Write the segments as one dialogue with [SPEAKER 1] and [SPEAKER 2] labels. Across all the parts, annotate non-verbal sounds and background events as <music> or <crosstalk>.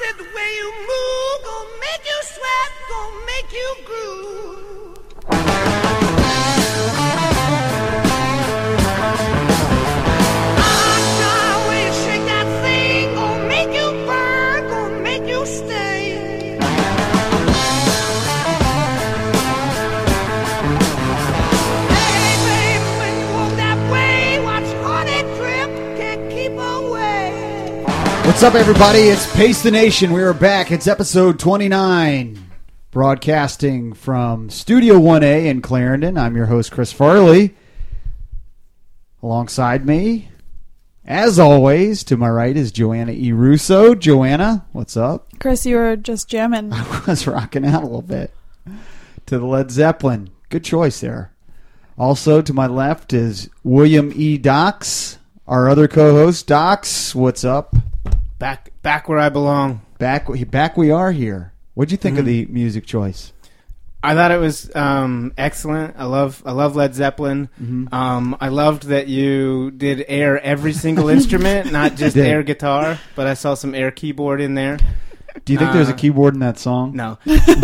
[SPEAKER 1] you move, gonna make you sweat, gonna make you groove. Arch our way, shake that thing, gonna make you burn, gonna make you stay. Hey, babe, when you walk that way, watch honey drip, can't keep away.
[SPEAKER 2] What's up, everybody? It's Pace the Nation. We are back. It's episode 29, broadcasting from Studio 1A in Clarendon. I'm your host, Chris Farley. Alongside me, as always, to my right is Joanna E. Russo. Joanna, what's up? <laughs>
[SPEAKER 3] Chris, you were just jamming.
[SPEAKER 2] I was rocking out a little bit to the Led Zeppelin. Good choice there. Also, to my left is William E. Dox, our other co host. Dox, what's up?
[SPEAKER 4] back back where I belong.
[SPEAKER 2] Back, back we are here. What'd you think of the
[SPEAKER 4] Mm-hmm.
[SPEAKER 2] music choice?
[SPEAKER 4] I thought it was um, excellent. I love I love Led Zeppelin.
[SPEAKER 2] Mm-hmm.
[SPEAKER 4] Um, I loved that you did air
[SPEAKER 2] <laughs>
[SPEAKER 4] every single instrument, not just
[SPEAKER 2] did.
[SPEAKER 4] air guitar. But I saw some air keyboard in there.
[SPEAKER 2] Do you think there's a
[SPEAKER 4] Uh,
[SPEAKER 2] keyboard in that song? <laughs>
[SPEAKER 4] No,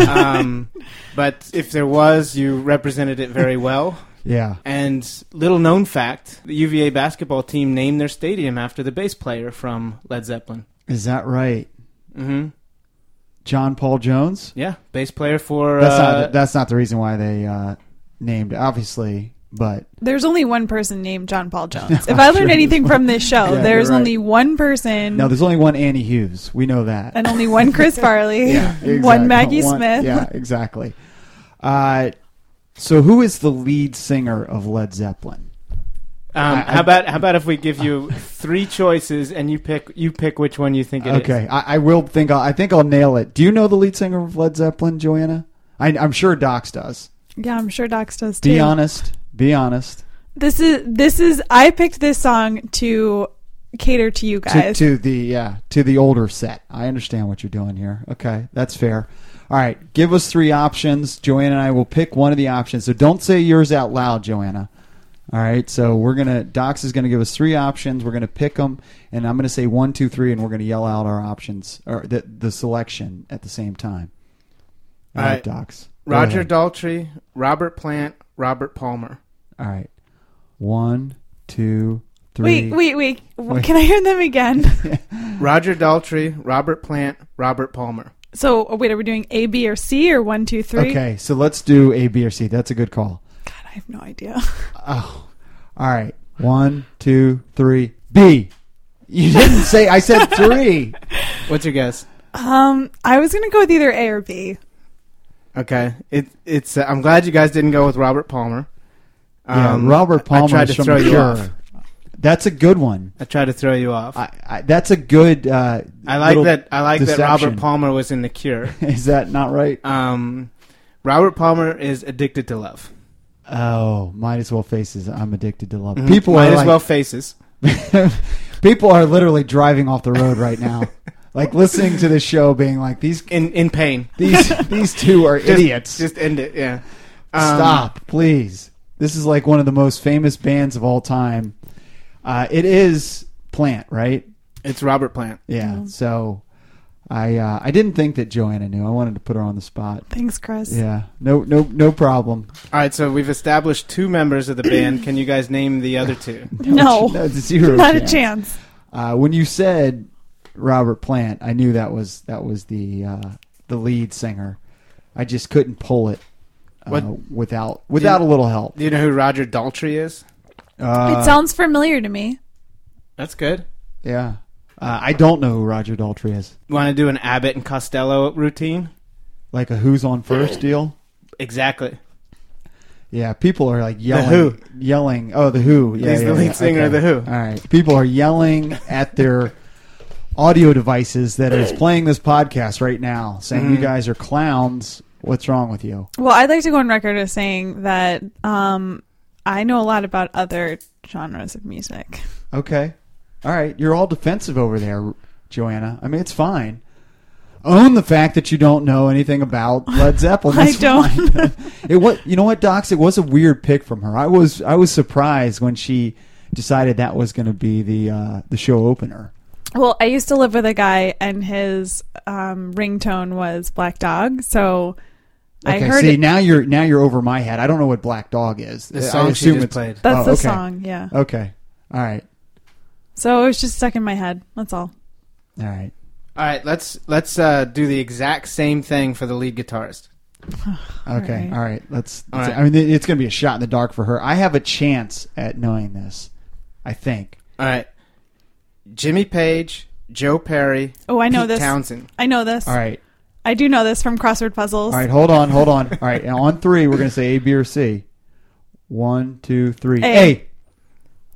[SPEAKER 4] um, but if there was, you represented it very well.
[SPEAKER 2] Yeah.
[SPEAKER 4] And little known fact: the UVA basketball team named their stadium after the bass player from Led Zeppelin.
[SPEAKER 2] Is that right?
[SPEAKER 4] hmm
[SPEAKER 2] John Paul Jones?
[SPEAKER 4] Yeah, bass player for
[SPEAKER 2] That's
[SPEAKER 4] uh,
[SPEAKER 2] not that's not the reason why they uh, named it, obviously, but
[SPEAKER 3] There's only one person named
[SPEAKER 2] <laughs>
[SPEAKER 3] John Paul Jones. If I learned anything from this show,
[SPEAKER 2] Oh, Yeah,
[SPEAKER 3] there's
[SPEAKER 2] you're right.
[SPEAKER 3] only one person
[SPEAKER 2] no, there's only one Annie Hughes. We know that.
[SPEAKER 3] and only one
[SPEAKER 2] <laughs>
[SPEAKER 3] Chris Farley,
[SPEAKER 2] Exact-
[SPEAKER 3] one Maggie
[SPEAKER 2] one-
[SPEAKER 3] Smith.
[SPEAKER 2] Yeah, exactly. Uh, so who is the lead singer of Led Zeppelin?
[SPEAKER 4] Um,
[SPEAKER 2] I- I-
[SPEAKER 4] how about how about if we give you three choices and you pick you pick which one you think it is?
[SPEAKER 2] Okay, I, I will think I'll, I think I'll nail it. Do you know the lead singer of Led Zeppelin, Joanna? I, I'm sure Docs does.
[SPEAKER 3] Yeah, I'm sure Docs does too.
[SPEAKER 2] Be honest. Be honest.
[SPEAKER 3] This is this is I picked this song to cater to you
[SPEAKER 2] to,
[SPEAKER 3] guys.
[SPEAKER 2] to the yeah to the older set. I understand what you're doing here. Okay, that's fair. All right, give us three options. Joanna and I will pick one of the options. So don't say yours out loud, Joanna. All right, so we're gonna Docs is gonna give us three options. We're gonna pick them, and I'm gonna say one, two, three, and we're gonna yell out our options or the the selection at the same time. All
[SPEAKER 4] All
[SPEAKER 2] right,
[SPEAKER 4] right.
[SPEAKER 2] Docs. Go
[SPEAKER 4] Roger
[SPEAKER 2] ahead.
[SPEAKER 4] Daltrey, Robert Plant, Robert Palmer.
[SPEAKER 2] All right, one, two, three.
[SPEAKER 3] wait, wait, wait,
[SPEAKER 2] Wait.
[SPEAKER 3] Can I hear them again? <laughs>
[SPEAKER 4] Roger Daltrey, Robert Plant, Robert Palmer.
[SPEAKER 3] so oh, wait, are we doing A, B, or C or one, two, three?
[SPEAKER 2] Okay, so let's do A, B, or C. That's a good call.
[SPEAKER 3] God, I have no idea. <laughs>
[SPEAKER 2] Oh, all right. One, two, three. B. You didn't say. I said
[SPEAKER 4] <laughs>
[SPEAKER 2] three.
[SPEAKER 4] What's your guess?
[SPEAKER 3] Um, I was gonna go with either A or B.
[SPEAKER 4] Okay, it it's. Uh, I'm glad you guys didn't go with Robert Palmer. Um,
[SPEAKER 2] Yeah, Robert
[SPEAKER 4] I- I
[SPEAKER 2] Palmer
[SPEAKER 4] tried
[SPEAKER 2] is
[SPEAKER 4] to
[SPEAKER 2] from
[SPEAKER 4] throw you
[SPEAKER 2] Cure.
[SPEAKER 4] off.
[SPEAKER 2] That's a good one.
[SPEAKER 4] I tried to throw you off. I,
[SPEAKER 2] I, I, that's a good. Uh,
[SPEAKER 4] like
[SPEAKER 2] little
[SPEAKER 4] that. I like that
[SPEAKER 2] deception.
[SPEAKER 4] Robert Palmer was in The <laughs> Cure.
[SPEAKER 2] <laughs> Is that not right?
[SPEAKER 4] Um, Robert Palmer is addicted to love.
[SPEAKER 2] Oh, might as well faces. I'm addicted to love. People
[SPEAKER 4] Mm-hmm. might
[SPEAKER 2] are
[SPEAKER 4] as
[SPEAKER 2] like-
[SPEAKER 4] well faces.
[SPEAKER 2] <laughs> people are literally driving off the road right
[SPEAKER 4] <laughs>
[SPEAKER 2] now, like listening to this show, being like these
[SPEAKER 4] in in pain.
[SPEAKER 2] these these two are
[SPEAKER 4] Just-
[SPEAKER 2] idiots.
[SPEAKER 4] Just end it. Yeah. Um,
[SPEAKER 2] Stop, please. This is like one of the most famous bands of all time. Uh, it is Plant, right?
[SPEAKER 4] It's Robert Plant.
[SPEAKER 2] Yeah. So I uh, I didn't think that Joanna knew. I wanted to put her on the spot.
[SPEAKER 3] Thanks, Chris.
[SPEAKER 2] Yeah. No no no problem.
[SPEAKER 4] All right, so we've established two members of the band. Can you guys name the other two?
[SPEAKER 3] <laughs> No,
[SPEAKER 2] <laughs> it's zero
[SPEAKER 3] <laughs> not a chance.
[SPEAKER 2] Uh, when you said Robert Plant, I knew that was that was the uh, the lead singer. I just couldn't pull it uh,
[SPEAKER 4] What-
[SPEAKER 2] without without a little help.
[SPEAKER 4] Do you know who Roger Daltrey is?
[SPEAKER 2] Uh,
[SPEAKER 3] it sounds familiar to me.
[SPEAKER 4] That's good.
[SPEAKER 2] yeah. Uh, I don't know who Roger Daltrey is.
[SPEAKER 4] Want to do an Abbott and Costello routine?
[SPEAKER 2] Like a who's on
[SPEAKER 3] <clears throat>
[SPEAKER 2] first deal.
[SPEAKER 4] Exactly.
[SPEAKER 2] Yeah, people are like yelling,
[SPEAKER 4] Who.
[SPEAKER 2] yelling. Oh, the Who. Yeah,
[SPEAKER 4] He's the
[SPEAKER 2] yeah,
[SPEAKER 4] lead
[SPEAKER 2] yeah.
[SPEAKER 4] singer of The Who.
[SPEAKER 2] All right, people are yelling at their audio devices that is playing this podcast right now, saying
[SPEAKER 4] Mm-hmm.
[SPEAKER 2] you guys are clowns. What's wrong with you?
[SPEAKER 3] Well, I'd like to go on record as saying that um, I know a lot about other genres of music.
[SPEAKER 2] Okay, all right, you're all defensive over there, Joanna. I mean, it's fine. Own the fact that you don't know anything about
[SPEAKER 3] <laughs>
[SPEAKER 2] Led Zeppelin.
[SPEAKER 3] I
[SPEAKER 2] That's
[SPEAKER 3] don't.
[SPEAKER 2] fine. <laughs> it what you know what, Docs. It was a weird pick from her. I was I was surprised when she decided that was going to be the uh, the show opener.
[SPEAKER 3] Well, I used to live with a guy, and his um, ringtone was Black Dog. So I
[SPEAKER 2] Okay,
[SPEAKER 3] heard
[SPEAKER 2] see
[SPEAKER 3] it.
[SPEAKER 2] now you're now you're over my head. I don't know what Black Dog is.
[SPEAKER 4] The
[SPEAKER 2] I
[SPEAKER 4] song she
[SPEAKER 2] assume
[SPEAKER 4] just
[SPEAKER 2] it's-
[SPEAKER 4] played.
[SPEAKER 3] That's
[SPEAKER 2] oh,
[SPEAKER 3] the
[SPEAKER 2] okay.
[SPEAKER 3] song, yeah.
[SPEAKER 2] Okay, all right,
[SPEAKER 3] So it was just stuck in my head. That's all.
[SPEAKER 2] all right.
[SPEAKER 4] All right, let's let's uh, do the exact same thing for the lead guitarist.
[SPEAKER 2] Okay,
[SPEAKER 3] Alright.
[SPEAKER 2] all right. Let's.
[SPEAKER 4] All
[SPEAKER 2] let's-
[SPEAKER 4] right.
[SPEAKER 2] I mean, it- it's going to be a shot in the dark for her. I have a chance at knowing this. I think.
[SPEAKER 4] All right, Jimmy Page, Joe Perry.
[SPEAKER 3] Oh, I know
[SPEAKER 4] Pete
[SPEAKER 3] this.
[SPEAKER 4] Townsend.
[SPEAKER 3] I know this.
[SPEAKER 2] All right,
[SPEAKER 3] I do know this from crossword puzzles.
[SPEAKER 2] all right. Hold on, hold on. All right, and on three, we're going to say A, B, or C. One, two, three.
[SPEAKER 3] A.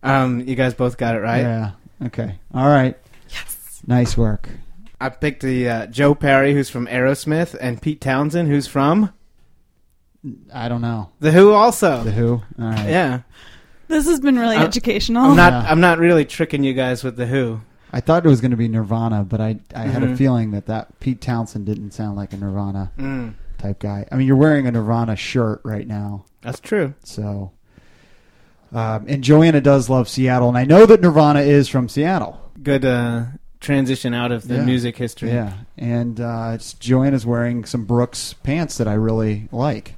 [SPEAKER 4] Um, you guys both got it right.
[SPEAKER 2] Yeah. Okay. All right. Yes. Nice work.
[SPEAKER 4] I picked the uh, Joe Perry, who's from Aerosmith, and Pete Townsend, who's from
[SPEAKER 2] I don't know
[SPEAKER 4] The Who, also.
[SPEAKER 2] the who. All right.
[SPEAKER 4] yeah,
[SPEAKER 3] This has been really
[SPEAKER 4] Uh,
[SPEAKER 3] educational.
[SPEAKER 4] I'm not.
[SPEAKER 2] Yeah.
[SPEAKER 4] I'm not really tricking you guys with The Who.
[SPEAKER 2] I thought it was going to be Nirvana, but I I had a
[SPEAKER 4] Mhm.
[SPEAKER 2] feeling that that Pete Townsend didn't sound like a Nirvana
[SPEAKER 4] Mm,
[SPEAKER 2] type guy. I mean, you're wearing a Nirvana shirt right now.
[SPEAKER 4] that's true.
[SPEAKER 2] So, um, and Joanna does love Seattle, and I know that Nirvana is from Seattle.
[SPEAKER 4] Good uh, transition out of the
[SPEAKER 2] Yeah.
[SPEAKER 4] music history.
[SPEAKER 2] Yeah, and uh, it's, Joanna's wearing some Brooks pants that I really like.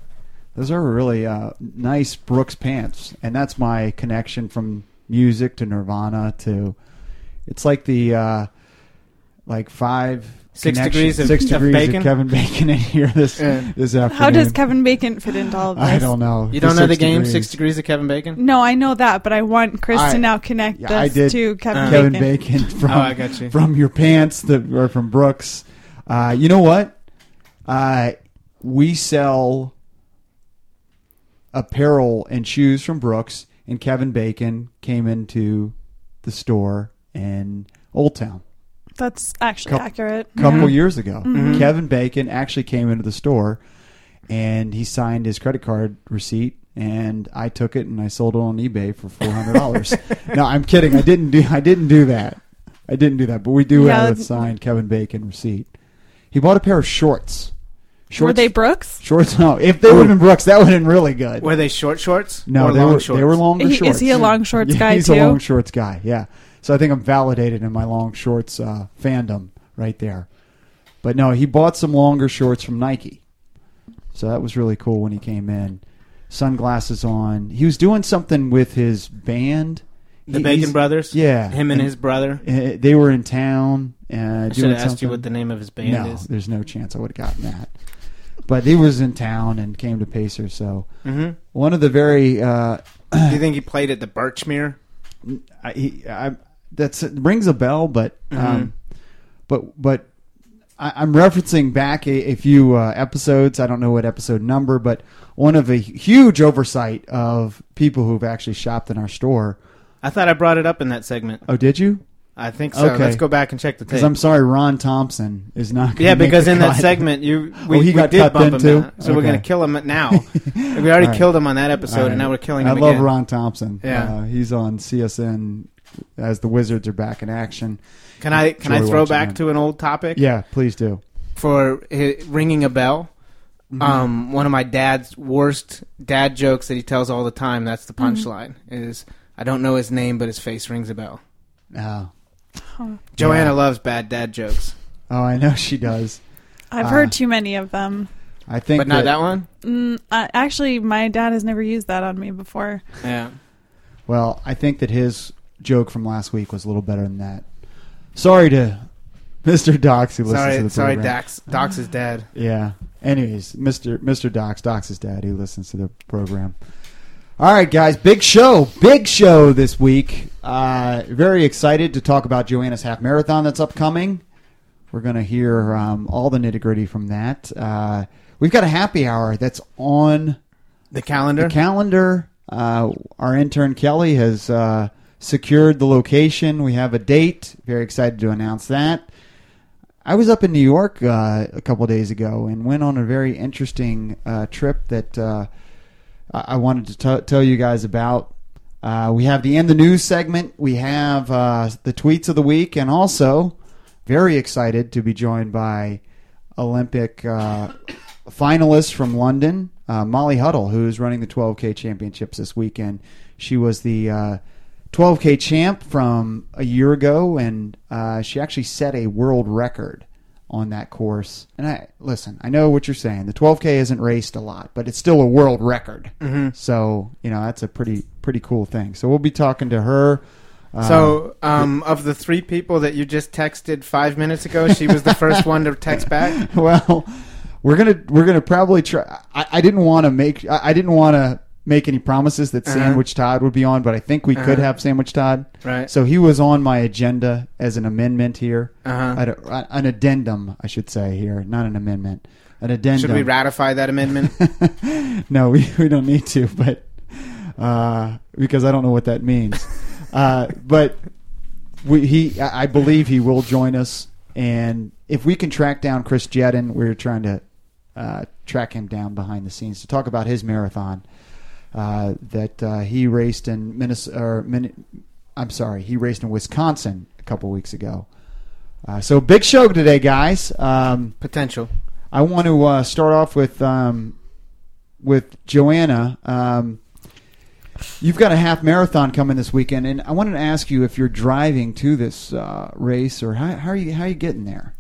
[SPEAKER 2] Those are really uh, nice Brooks pants, and that's my connection from music to Nirvana to. It's like the uh, like five
[SPEAKER 4] Six
[SPEAKER 2] connections-
[SPEAKER 4] degrees of-
[SPEAKER 2] six
[SPEAKER 4] of
[SPEAKER 2] degrees
[SPEAKER 4] bacon?
[SPEAKER 2] of Kevin Bacon in here this
[SPEAKER 4] Yeah.
[SPEAKER 2] this afternoon.
[SPEAKER 3] <laughs> How does Kevin Bacon fit into all of this?
[SPEAKER 2] I don't know.
[SPEAKER 4] You don't know the game
[SPEAKER 2] degrees. Mm.
[SPEAKER 4] Six Degrees of Kevin Bacon?
[SPEAKER 3] No, I know that, but I want Chris
[SPEAKER 2] I-
[SPEAKER 3] to now connect
[SPEAKER 2] Yeah,
[SPEAKER 3] us
[SPEAKER 2] I did.
[SPEAKER 3] to Kevin
[SPEAKER 2] <laughs>
[SPEAKER 4] Uh,
[SPEAKER 2] Kevin
[SPEAKER 3] Bacon.
[SPEAKER 2] Bacon from
[SPEAKER 4] <laughs> Oh, I got you.
[SPEAKER 2] from your pants that or from Brooks. Uh, you know what? Uh, we sell apparel and shoes from Brooks, and Kevin Bacon came into the store in Old Town
[SPEAKER 3] That's actually
[SPEAKER 2] Couple-
[SPEAKER 3] accurate.
[SPEAKER 2] a couple
[SPEAKER 3] Yeah. Mm-hmm.
[SPEAKER 2] years ago. Kevin Bacon actually came into the store, and he signed his credit card receipt. And I took it and I sold it on eBay for four hundred
[SPEAKER 3] <laughs>
[SPEAKER 2] dollars. no, I'm kidding. I didn't do. I didn't do that. I didn't do that. But we do
[SPEAKER 3] Yeah,
[SPEAKER 2] have a
[SPEAKER 3] that's-
[SPEAKER 2] signed Kevin Bacon receipt. He bought a pair of shorts. Shorts.
[SPEAKER 3] Were they Oh. Brooks?
[SPEAKER 2] shorts? No. If they would have been Brooks, that would have been really good.
[SPEAKER 4] Were they short shorts?
[SPEAKER 2] no,
[SPEAKER 4] or
[SPEAKER 2] they
[SPEAKER 4] long
[SPEAKER 2] were.
[SPEAKER 4] shorts?
[SPEAKER 2] They were longer
[SPEAKER 3] He- is
[SPEAKER 2] shorts.
[SPEAKER 3] he a long shorts
[SPEAKER 2] Yeah,
[SPEAKER 3] guy,
[SPEAKER 2] He's
[SPEAKER 3] too?
[SPEAKER 2] a long shorts guy. Yeah. So I think I'm validated in my long shorts uh, fandom right there. But no, he bought some longer shorts from Nike. So that was really cool when he came in. Sunglasses on. He was doing something with his band.
[SPEAKER 4] The
[SPEAKER 2] He-
[SPEAKER 4] Bacon
[SPEAKER 2] he's-
[SPEAKER 4] Brothers?
[SPEAKER 2] Yeah.
[SPEAKER 4] Him and his brother?
[SPEAKER 2] uh, they were in town. Uh,
[SPEAKER 4] I should have
[SPEAKER 2] doing
[SPEAKER 4] asked
[SPEAKER 2] something
[SPEAKER 4] you what the name of his band
[SPEAKER 2] no, <laughs>
[SPEAKER 4] is.
[SPEAKER 2] there's no chance I would have gotten that. But he was in town and came to Pacer. So
[SPEAKER 4] Mm-hmm.
[SPEAKER 2] one of the very uh,
[SPEAKER 4] Do you think he played at the Birchmere?
[SPEAKER 2] I, he, I, that's it rings a bell, but um,
[SPEAKER 4] Mm-hmm.
[SPEAKER 2] but but I, I'm referencing back a, a few uh, episodes. I don't know what episode number, but one of a huge oversight of people who've actually shopped in our store.
[SPEAKER 4] I thought I brought it up in that segment.
[SPEAKER 2] Oh, did you?
[SPEAKER 4] I think so.
[SPEAKER 2] Okay.
[SPEAKER 4] Let's go back and check the
[SPEAKER 2] Because <laughs>
[SPEAKER 4] tape.
[SPEAKER 2] I'm sorry, Ron Thompson is not. Gonna
[SPEAKER 4] yeah,
[SPEAKER 2] make
[SPEAKER 4] because
[SPEAKER 2] the
[SPEAKER 4] in that
[SPEAKER 2] cut.
[SPEAKER 4] segment, you we,
[SPEAKER 2] Oh, he
[SPEAKER 4] we
[SPEAKER 2] got
[SPEAKER 4] did
[SPEAKER 2] cut
[SPEAKER 4] bump
[SPEAKER 2] then,
[SPEAKER 4] him
[SPEAKER 2] too?
[SPEAKER 4] down. so we're
[SPEAKER 2] Okay.
[SPEAKER 4] going to kill
[SPEAKER 2] <laughs>
[SPEAKER 4] him now. we already
[SPEAKER 2] All right.
[SPEAKER 4] killed him on that episode,
[SPEAKER 2] All right.
[SPEAKER 4] and now we're
[SPEAKER 2] <laughs>
[SPEAKER 4] killing
[SPEAKER 2] I
[SPEAKER 4] him
[SPEAKER 2] love
[SPEAKER 4] again.
[SPEAKER 2] Ron Thompson.
[SPEAKER 4] Yeah.
[SPEAKER 2] uh, he's on CSN as the Wizards are back in action.
[SPEAKER 4] Can I can I
[SPEAKER 2] Enjoy
[SPEAKER 4] throw
[SPEAKER 2] watching
[SPEAKER 4] back
[SPEAKER 2] him.
[SPEAKER 4] to an old topic?
[SPEAKER 2] Yeah, please do.
[SPEAKER 4] for hi ringing a bell.
[SPEAKER 2] Mm-hmm.
[SPEAKER 4] Um, one of my dad's worst dad jokes that he tells all the time. That's the
[SPEAKER 2] Mm-hmm.
[SPEAKER 4] punchline. Is I don't know his name, but his face rings a bell.
[SPEAKER 2] Oh,
[SPEAKER 4] Joanna loves bad dad jokes,
[SPEAKER 2] oh, I know she does.
[SPEAKER 3] I've
[SPEAKER 2] Uh,
[SPEAKER 3] heard too many of them.
[SPEAKER 2] I think,
[SPEAKER 4] but not
[SPEAKER 2] that
[SPEAKER 4] that
[SPEAKER 2] <laughs>
[SPEAKER 4] one.
[SPEAKER 3] Mm, uh, actually, my dad has never used that on me before.
[SPEAKER 4] Yeah.
[SPEAKER 2] Well, I think that his joke from last week was a little better than that. Sorry to <laughs> Mr. Dox who listens to
[SPEAKER 4] Sorry,
[SPEAKER 2] the
[SPEAKER 4] sorry,
[SPEAKER 2] program.
[SPEAKER 4] Dax. Dox is dad.
[SPEAKER 2] Yeah. Anyways, Mr. Mr. Dox, Dox's dad who listens to the program. All right, guys, big show, big show this week. Uh, very excited to talk about Joanna's half marathon that's upcoming. We're going to hear um, all the nitty gritty from that. Uh, we've got a happy hour that's on
[SPEAKER 4] The calendar.
[SPEAKER 2] the calendar. Uh, our intern Kelly has uh, secured the location. We have a date. Very excited to announce that. I was up in New York uh, a couple days ago and went on a very interesting uh, trip that uh, I-, I wanted to t- tell you guys about. Uh, we have the end the news segment. We have uh, the tweets of the week, and also very excited to be joined by Olympic uh, finalist from London, uh, Molly Huddle, who is running the 12K championships this weekend. She was the uh, 12K champ from a year ago, and uh, she actually set a world record on that course. And I listen, I know what you're saying. The 12K isn't raced a lot, but it's still a world record. So you know that's a pretty pretty cool thing. So we'll be talking to her. Uh,
[SPEAKER 4] So, um, of the three people that you just texted five minutes ago, she was the first one to
[SPEAKER 2] <laughs>
[SPEAKER 4] text back.
[SPEAKER 2] well, we're gonna we're gonna probably try. I, I didn't want to make I, I didn't want to make any promises that
[SPEAKER 4] Uh-huh.
[SPEAKER 2] Sandwich Todd would be on, but I think we could have Sandwich Todd.
[SPEAKER 4] Right.
[SPEAKER 2] So he was on my agenda as an amendment here,
[SPEAKER 4] Uh-huh.
[SPEAKER 2] At a- an addendum, I should say here, not an amendment, an addendum.
[SPEAKER 4] Should we ratify
[SPEAKER 2] <laughs>
[SPEAKER 4] that amendment?
[SPEAKER 2] no, we, we don't need to, but uh, because I don't know what that means. Uh, but we, he, I I believe he will join us, and if we can track down Chris Jedden, we're trying to uh, track him down behind the scenes to talk about his marathon uh, that uh, he raced in Minnesota. Or Min- I'm sorry, he raced in Wisconsin a couple weeks ago. Uh, so big show today, guys. Um,
[SPEAKER 4] Potential.
[SPEAKER 2] I want to uh, start off with um, with Joanna. Um, you've got a half marathon coming this weekend, and I wanted to ask you if you're driving to this uh, race, or how, how are you how are you getting there?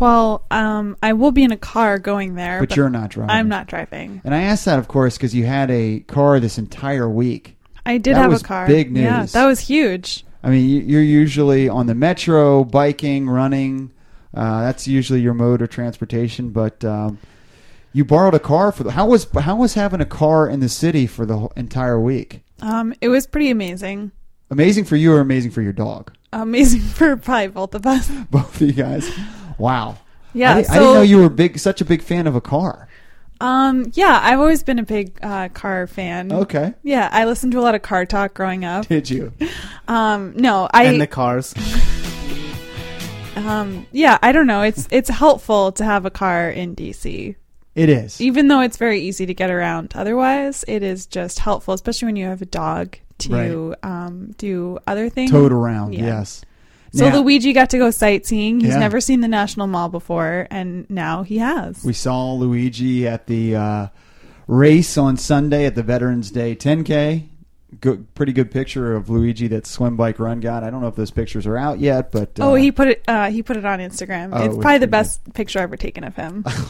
[SPEAKER 3] Well, um, I will be in a car going there.
[SPEAKER 2] But you're not driving.
[SPEAKER 3] I'm not driving.
[SPEAKER 2] And I asked that, of course, because you had a car this entire week.
[SPEAKER 3] I did
[SPEAKER 2] That
[SPEAKER 3] have
[SPEAKER 2] was
[SPEAKER 3] a car.
[SPEAKER 2] big
[SPEAKER 3] Yeah,
[SPEAKER 2] news.
[SPEAKER 3] that was huge.
[SPEAKER 2] I mean, you- you're usually on the metro, biking, running. Uh, that's usually your mode of transportation, but. Um, you borrowed a car for the, how was how was having a car in the city for the whole, entire week?
[SPEAKER 3] Um, it was pretty amazing.
[SPEAKER 2] Amazing for you or amazing for your dog? <laughs>
[SPEAKER 3] Amazing <laughs> for probably both of us.
[SPEAKER 2] Both of you guys. Wow.
[SPEAKER 3] Yeah,
[SPEAKER 2] I, di- I
[SPEAKER 3] so-
[SPEAKER 2] didn't know you were big, such a big fan of a car.
[SPEAKER 3] Um, yeah, I've always been a big uh, car fan.
[SPEAKER 2] Okay. <laughs>
[SPEAKER 3] Yeah, I listened to a lot of car talk growing up.
[SPEAKER 2] Did you?
[SPEAKER 3] Um, no, I
[SPEAKER 4] and
[SPEAKER 2] <laughs>
[SPEAKER 4] the cars.
[SPEAKER 3] um, yeah, I don't know. It's it's helpful to have a car in DC,
[SPEAKER 2] It is.
[SPEAKER 3] even though it's very easy to get around. Otherwise, it is just helpful, especially when you have a dog to um, do other things.
[SPEAKER 2] Towed around.
[SPEAKER 3] Yeah.
[SPEAKER 2] Yes.
[SPEAKER 3] So
[SPEAKER 2] Now,
[SPEAKER 3] Luigi got to go sightseeing. He's
[SPEAKER 2] Yeah.
[SPEAKER 3] never seen the National Mall before, and now he has.
[SPEAKER 2] we saw Luigi at the uh, race on Sunday at the Veterans Day 10K. Good, pretty good picture of Luigi that swim bike run got. I don't know if those pictures are out yet, but
[SPEAKER 3] oh,
[SPEAKER 2] uh,
[SPEAKER 3] he put it. Uh, he put it on Instagram.
[SPEAKER 2] Oh,
[SPEAKER 3] it's
[SPEAKER 2] it was
[SPEAKER 3] probably the
[SPEAKER 2] pretty
[SPEAKER 3] best picture ever taken
[SPEAKER 2] <laughs>
[SPEAKER 3] of him.
[SPEAKER 2] uh,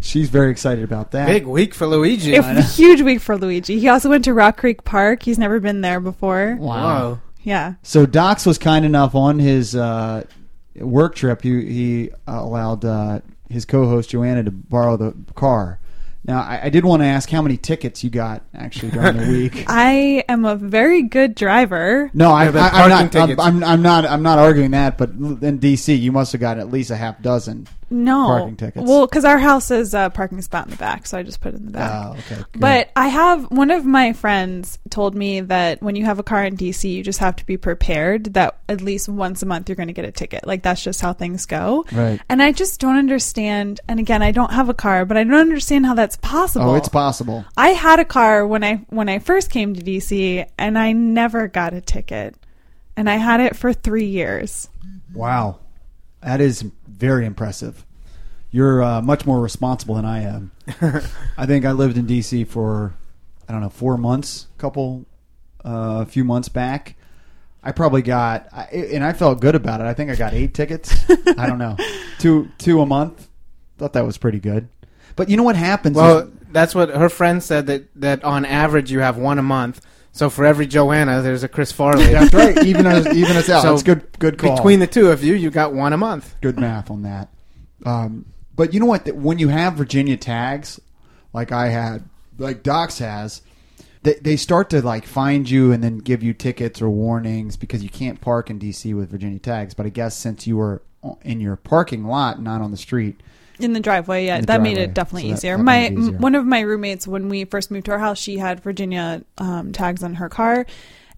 [SPEAKER 2] she's very excited about that.
[SPEAKER 4] Big week for Luigi.
[SPEAKER 3] It was a huge week for Luigi. He also went to Rock Creek Park. He's never been there before.
[SPEAKER 4] Whoa.
[SPEAKER 3] Yeah.
[SPEAKER 2] So Docs was kind enough on his uh, work trip. He, he uh, allowed uh, his co-host Joanna to borrow the car. Now I, I did want to ask how many tickets you got actually during
[SPEAKER 4] <laughs>
[SPEAKER 2] the week.
[SPEAKER 3] I am a very good driver.
[SPEAKER 2] No, I,
[SPEAKER 4] Yeah, but
[SPEAKER 2] I, I'm
[SPEAKER 4] parking
[SPEAKER 2] not. I'm,
[SPEAKER 4] tickets.
[SPEAKER 2] I'm, I'm not. I'm not arguing that. But in DC, you must have gotten at least a half dozen.
[SPEAKER 3] No.
[SPEAKER 2] Parking tickets.
[SPEAKER 3] Well, because our house is a parking spot in the back, so I just put it in the back.
[SPEAKER 2] Oh, okay. good.
[SPEAKER 3] But I have one of my friends told me that when you have a car in DC, you just have to be prepared that at least once a month you're going to get a ticket. Like that's just how things go.
[SPEAKER 2] Right.
[SPEAKER 3] And I just don't understand. And again, I don't have a car, but I don't understand how that's possible.
[SPEAKER 2] oh, it's possible.
[SPEAKER 3] I had a car when I when I first came to DC and I never got a ticket. And I had it for 3 years.
[SPEAKER 2] Wow, that is very impressive. You're uh, much more responsible than I
[SPEAKER 4] <laughs>
[SPEAKER 2] am. I think I lived in D.C. for I don't know four months, couple, uh, a few months back. I probably got, I, and I felt good about it. I think I got eight tickets. I don't
[SPEAKER 4] <laughs>
[SPEAKER 2] know, two two a month. Thought that was pretty good. But you know what happens? is-
[SPEAKER 4] Well, that's what her friend said that, that on average you have one a month. So for every Joanna, there's a Chris
[SPEAKER 2] <laughs>
[SPEAKER 4] Farley.
[SPEAKER 2] that's right. Even us, even us out.
[SPEAKER 4] <laughs> So
[SPEAKER 2] That's good. Good call.
[SPEAKER 4] Between the two of you, you got one a month.
[SPEAKER 2] good math on that. Um, but you know what? That When you have Virginia tags, like I had, like Docs has, they, they start to like find you and then give you tickets or warnings because you can't park in DC with Virginia tags. But I guess since you were o- in your parking lot, not on the street,
[SPEAKER 3] In the driveway, yeah,
[SPEAKER 2] In the
[SPEAKER 3] that made
[SPEAKER 2] driveway.
[SPEAKER 3] it definitely
[SPEAKER 2] So that-
[SPEAKER 3] easier.
[SPEAKER 2] that
[SPEAKER 3] my
[SPEAKER 2] made it easier.
[SPEAKER 3] m- one of my roommates, when we first moved to our house, she had Virginia um, tags on her car,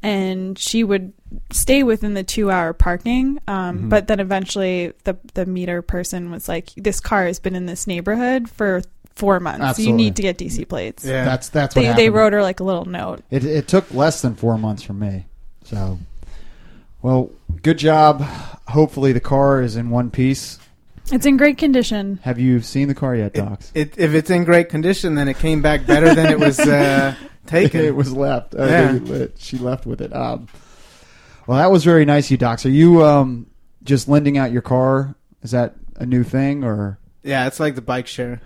[SPEAKER 3] and she would stay within the two-hour parking. Um,
[SPEAKER 2] Mm-hmm.
[SPEAKER 3] But then eventually, the the meter person was like, "This car has been in this neighborhood for four months. You
[SPEAKER 2] Absolutely.
[SPEAKER 3] need to get DC plates."
[SPEAKER 4] Yeah.
[SPEAKER 2] that's that's what
[SPEAKER 3] They,
[SPEAKER 2] happened.
[SPEAKER 3] they wrote her like a little note.
[SPEAKER 2] It, it took less than four months for me. So, well, good job. Hopefully, the car is in one piece.
[SPEAKER 3] It's in great condition.
[SPEAKER 2] Have you seen the car yet, Docs?
[SPEAKER 4] It, if it's in great condition, then it
[SPEAKER 2] <laughs>
[SPEAKER 4] came back better than it was uh, taken.
[SPEAKER 2] it was left. Uh,
[SPEAKER 4] Yeah.
[SPEAKER 2] they- she left with it. Um, Well, that was very nice, you docs. Are you um, just lending out your car? Is that a new thing or? <laughs>
[SPEAKER 4] Yeah, it's like the bike share.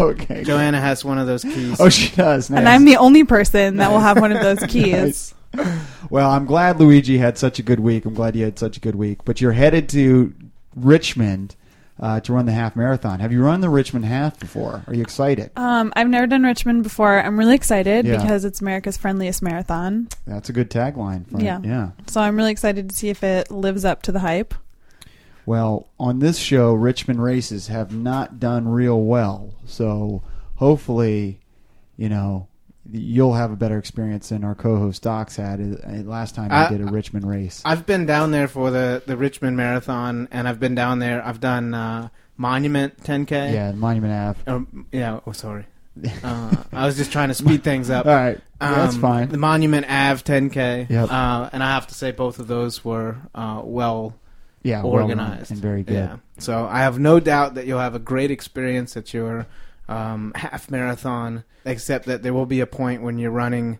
[SPEAKER 2] okay.
[SPEAKER 4] Joanna has one of those keys.
[SPEAKER 2] Oh, she does. Nice.
[SPEAKER 3] And I'm the only person that will have one of
[SPEAKER 2] <laughs>
[SPEAKER 3] those keys.
[SPEAKER 2] Nice. Well, I'm glad Luigi had such a good week. I'm glad you had such a good week. But you're headed to Richmond uh, to run the half marathon. Have you run the Richmond half before? Are you excited?
[SPEAKER 3] Um, I've never done Richmond before. I'm really excited
[SPEAKER 2] Yeah.
[SPEAKER 3] because it's America's friendliest marathon.
[SPEAKER 2] That's a good tagline. For
[SPEAKER 3] Yeah.
[SPEAKER 2] Yeah.
[SPEAKER 3] So I'm really excited to see if it lives up to the hype.
[SPEAKER 2] Well, on this show, Richmond races have not done real well. So hopefully, you know, you'll have a better experience than our co-host Docs had uh, last time
[SPEAKER 4] I-
[SPEAKER 2] he did a Richmond race.
[SPEAKER 4] I've been down there for the, the Richmond Marathon, and I've been down there. I've done uh, Monument 10K.
[SPEAKER 2] yeah, Monument Ave.
[SPEAKER 4] Or, yeah.
[SPEAKER 2] <laughs>
[SPEAKER 4] Oh, sorry. Uh, I was just trying to speed things up.
[SPEAKER 2] All right, Yeah, that's
[SPEAKER 4] Um,
[SPEAKER 2] fine.
[SPEAKER 4] The Monument Ave 10K.
[SPEAKER 2] Yep.
[SPEAKER 4] Uh, and I have to say, both of those were uh, well
[SPEAKER 2] yeah, well done
[SPEAKER 4] organized
[SPEAKER 2] Uh, and very good.
[SPEAKER 4] So I have no doubt that you'll have a great experience at your um, half marathon. Except that there will be a point when you're running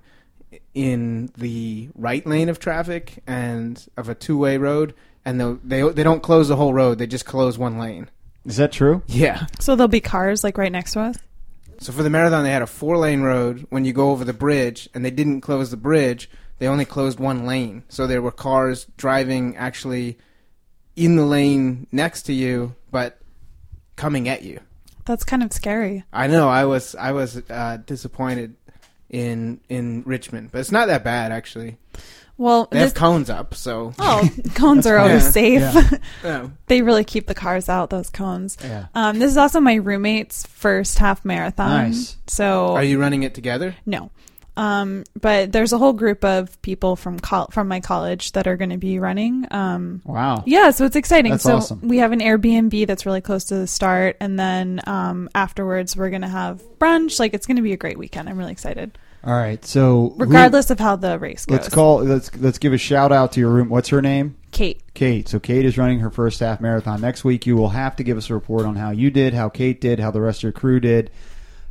[SPEAKER 4] in the right lane of traffic and of a two way road, and they'll- they they don't close the whole road; they just close one lane.
[SPEAKER 2] Is that true?
[SPEAKER 4] Yeah.
[SPEAKER 3] So there'll be cars like right next to us.
[SPEAKER 4] So for the marathon, they had a four lane road. When you go over the bridge, and they didn't close the bridge, they only closed one lane. So there were cars driving actually in the lane next to you, but coming at you.
[SPEAKER 3] That's kind of scary.
[SPEAKER 4] I know I was I was uh, disappointed in in Richmond, but it's not that bad actually.
[SPEAKER 3] Well,
[SPEAKER 4] They have
[SPEAKER 3] this-
[SPEAKER 4] cones up, so
[SPEAKER 3] <laughs> oh, cones are always
[SPEAKER 4] fine.
[SPEAKER 3] safe.
[SPEAKER 2] Yeah.
[SPEAKER 4] yeah.
[SPEAKER 3] <laughs> they really keep the cars out. Those cones.
[SPEAKER 2] Yeah.
[SPEAKER 3] Um, this is also my roommate's first half marathon.
[SPEAKER 2] Nice.
[SPEAKER 3] So
[SPEAKER 4] Are you running it together?
[SPEAKER 3] No. Um, but there's a whole group of people from col- from my college that are going to be running. Um,
[SPEAKER 2] Wow.
[SPEAKER 3] yeah, so it's exciting.
[SPEAKER 2] That's
[SPEAKER 3] so
[SPEAKER 2] awesome.
[SPEAKER 3] we have an Airbnb that's really close to the start, and then um, afterwards we're going to have brunch. Like it's going to be a great weekend. I'm really excited,
[SPEAKER 2] All right. So who-
[SPEAKER 3] regardless of how the race goes.
[SPEAKER 2] let's call. Let's let's give a shout out to your room. What's her name?
[SPEAKER 3] Kate.
[SPEAKER 2] Kate. So Kate is running her first half marathon next week. You will have to give us a report on how you did, how Kate did, how the rest of your crew did,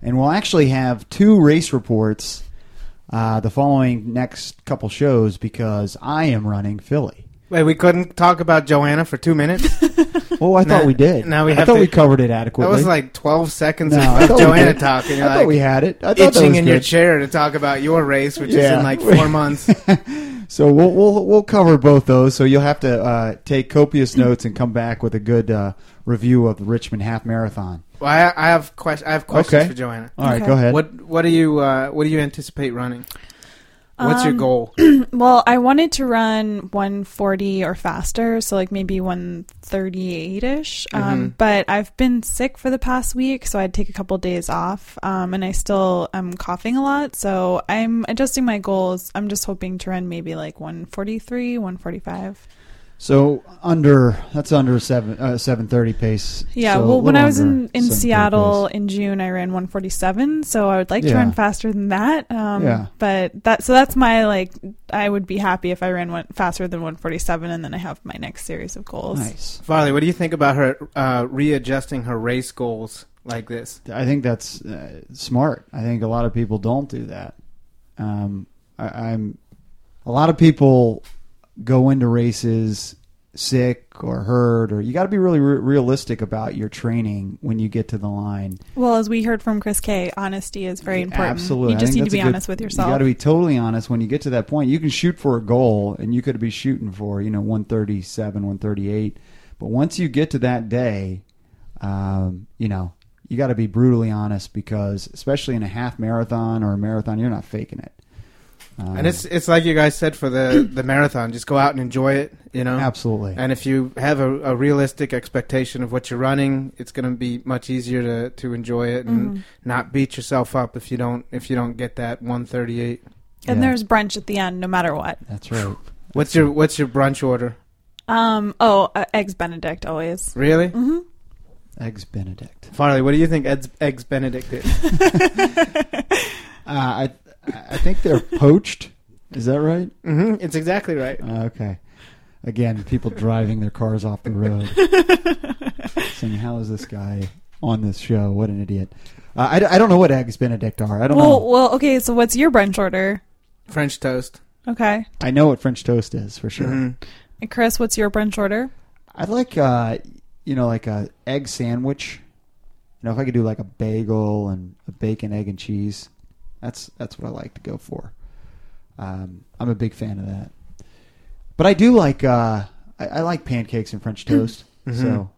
[SPEAKER 2] and we'll actually have two race reports uh, the following next couple shows because I am running Philly.
[SPEAKER 4] Wait, we couldn't talk about Joanna for two minutes.
[SPEAKER 2] Oh, I thought
[SPEAKER 4] Now-
[SPEAKER 2] we did.
[SPEAKER 4] now we
[SPEAKER 2] I
[SPEAKER 4] have
[SPEAKER 2] thought
[SPEAKER 4] to-
[SPEAKER 2] we covered it adequately.
[SPEAKER 4] That was like twelve seconds
[SPEAKER 2] No, I
[SPEAKER 4] of
[SPEAKER 2] thought we
[SPEAKER 4] Joanna
[SPEAKER 2] did.
[SPEAKER 4] talking.
[SPEAKER 2] I
[SPEAKER 4] You're
[SPEAKER 2] thought
[SPEAKER 4] like,
[SPEAKER 2] we had it. I thought that
[SPEAKER 4] itching
[SPEAKER 2] was
[SPEAKER 4] in your
[SPEAKER 2] good.
[SPEAKER 4] chair to talk about your race, which is
[SPEAKER 2] Yeah.
[SPEAKER 4] in
[SPEAKER 2] <laughs>
[SPEAKER 4] like four months.
[SPEAKER 2] So we'll we'll we'll cover both those. So you'll have to uh, take copious notes and come back with a good uh, review of the Richmond Half Marathon.
[SPEAKER 4] Well, I, I have quest- I have questions
[SPEAKER 2] Okay.
[SPEAKER 4] for Joanna.
[SPEAKER 2] All right,
[SPEAKER 3] Okay.
[SPEAKER 2] go ahead.
[SPEAKER 4] What What do you uh, What do you anticipate running? What's your
[SPEAKER 3] Um,
[SPEAKER 4] goal?
[SPEAKER 3] Well, I wanted to run 140 or faster, so like maybe 138 ish. Um,
[SPEAKER 2] Mm-hmm.
[SPEAKER 4] Mhm.
[SPEAKER 3] but I've been sick for the past week, so I'd take a couple days off. Um, and I still am coughing a lot, so I'm adjusting my goals. I'm just hoping to run maybe like 143, 145.
[SPEAKER 2] So under that's under seven uh, seven thirty pace.
[SPEAKER 3] Yeah.
[SPEAKER 2] So a
[SPEAKER 3] well, when
[SPEAKER 2] little
[SPEAKER 3] I was
[SPEAKER 2] under
[SPEAKER 3] in, in
[SPEAKER 2] 7:30
[SPEAKER 3] Seattle
[SPEAKER 2] pace.
[SPEAKER 3] in June, I ran 147, so I would like to
[SPEAKER 2] Yeah.
[SPEAKER 3] run faster than that. Um,
[SPEAKER 2] Yeah.
[SPEAKER 3] But that so that's my like I would be happy if I ran one, faster than 147, and then I have my next series of goals.
[SPEAKER 2] nice.
[SPEAKER 4] Farley, what do you think about her uh, readjusting her race goals like this?
[SPEAKER 2] I think that's uh, smart. I think a lot of people don't do that. Um, I, I'm a lot of people go into races sick or hurt, or you got to be really re- realistic about your training when you get to the line.
[SPEAKER 3] Well, as we heard from Chris Kay, honesty is very important.
[SPEAKER 2] Absolutely.
[SPEAKER 3] You
[SPEAKER 2] I
[SPEAKER 3] just
[SPEAKER 2] think
[SPEAKER 3] need to
[SPEAKER 2] that's a
[SPEAKER 3] be
[SPEAKER 2] good-
[SPEAKER 3] honest with
[SPEAKER 2] You got
[SPEAKER 3] yourself.
[SPEAKER 2] to be totally honest when you get to that point. You can shoot for a goal, and you could be shooting for you know 137, 138. But once you get to that day, um, you know you got to be brutally honest because, especially in a half marathon or a marathon, you're not faking it. Um,
[SPEAKER 4] And it's it's like you guys said for the the marathon. Just go out and enjoy it. You know.
[SPEAKER 2] absolutely
[SPEAKER 4] And if you have a, a realistic expectation of what you're running, it's going to be much easier to, to enjoy it and
[SPEAKER 3] Mhm.
[SPEAKER 4] not beat yourself up if you don't if you don't get that 138.
[SPEAKER 3] And
[SPEAKER 2] Yeah.
[SPEAKER 3] there's brunch at the end, no matter what.
[SPEAKER 2] that's right.
[SPEAKER 4] What's your What's your brunch order?
[SPEAKER 3] Um. Oh, uh, eggs Benedict always.
[SPEAKER 4] Really,
[SPEAKER 2] Mm-hmm.
[SPEAKER 3] hmm
[SPEAKER 2] Eggs Benedict.
[SPEAKER 4] Farley? What do you think Ed's, eggs Benedict is?
[SPEAKER 2] Uh, I I <laughs> think they're poached. Is that right?
[SPEAKER 4] hmm It's exactly right.
[SPEAKER 2] Uh, okay. Again, people driving their cars off the road, saying, "How is this guy on this show? What an idiot!" Uh, I, d- I don't know what eggs Benedict are. I don't
[SPEAKER 3] Well,
[SPEAKER 2] know.
[SPEAKER 3] well. Okay. So, what's your brunch order?
[SPEAKER 4] French toast.
[SPEAKER 3] Okay.
[SPEAKER 2] I know what French toast is for sure.
[SPEAKER 4] Mhm.
[SPEAKER 3] And Chris, what's your brunch order?
[SPEAKER 2] I'd like, uh, you know, like a egg sandwich. You know, if I could do like a bagel and a bacon, egg, and cheese, that's that's what I like to go for. Um, I'm a big fan of that. But I do like uh, I, I like pancakes and French toast. So,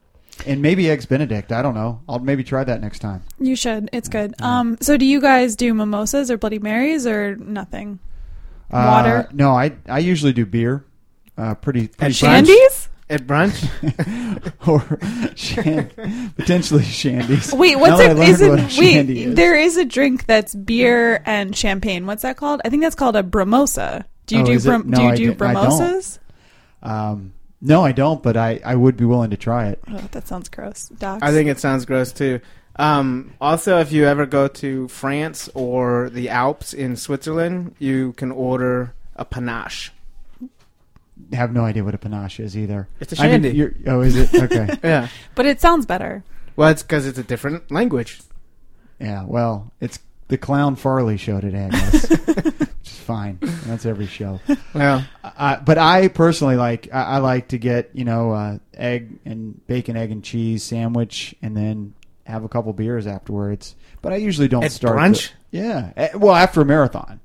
[SPEAKER 2] and maybe eggs Benedict. I don't know. I'll maybe try that next time.
[SPEAKER 3] You should. It's good. Um, so do you guys do mimosas or Bloody Marys or nothing?
[SPEAKER 2] Uh,
[SPEAKER 3] Water?
[SPEAKER 2] no, I I usually do beer. Uh, pretty pretty
[SPEAKER 4] Brunch?
[SPEAKER 3] Shandies?
[SPEAKER 4] At brunch,
[SPEAKER 2] <laughs> or
[SPEAKER 3] <laughs>
[SPEAKER 2] shan- potentially shandies.
[SPEAKER 3] Wait,
[SPEAKER 2] Now
[SPEAKER 3] what's
[SPEAKER 2] that I
[SPEAKER 3] it?
[SPEAKER 2] learned
[SPEAKER 3] Is
[SPEAKER 2] what a
[SPEAKER 3] it wait?
[SPEAKER 2] shandy is.
[SPEAKER 3] There is a drink that's beer and champagne. What's that called? I think that's called a bramosa. Do you
[SPEAKER 2] Oh,
[SPEAKER 3] do
[SPEAKER 2] is it?
[SPEAKER 3] bram-
[SPEAKER 2] No,
[SPEAKER 3] do you
[SPEAKER 2] I
[SPEAKER 3] do
[SPEAKER 2] don't- I don't.
[SPEAKER 3] bramosas?
[SPEAKER 2] Um, no, I don't, but I, I would be willing to try it.
[SPEAKER 3] Oh, that sounds gross. Docs.
[SPEAKER 4] I think it sounds gross too. Um, also, if you ever go to France or the Alps in Switzerland, you can order a panache.
[SPEAKER 2] I have no idea what a panache is either.
[SPEAKER 4] It's a
[SPEAKER 2] I mean,
[SPEAKER 4] shandy.
[SPEAKER 2] you're- oh, is
[SPEAKER 4] <laughs>
[SPEAKER 2] it? Okay.
[SPEAKER 4] Yeah.
[SPEAKER 3] but it sounds better.
[SPEAKER 4] Well, it's because it's a different language.
[SPEAKER 2] yeah, well, it's the clown Farley show today, I guess.
[SPEAKER 4] <laughs>
[SPEAKER 2] Which is fine. That's every show.
[SPEAKER 4] Well,
[SPEAKER 2] Uh, but I personally like, I, I like to get, you know, uh, egg and bacon, egg and cheese sandwich and then have a couple beers afterwards. But I usually don't
[SPEAKER 4] At
[SPEAKER 2] start.
[SPEAKER 4] brunch?
[SPEAKER 2] the- yeah. Eh, Well, after a marathon.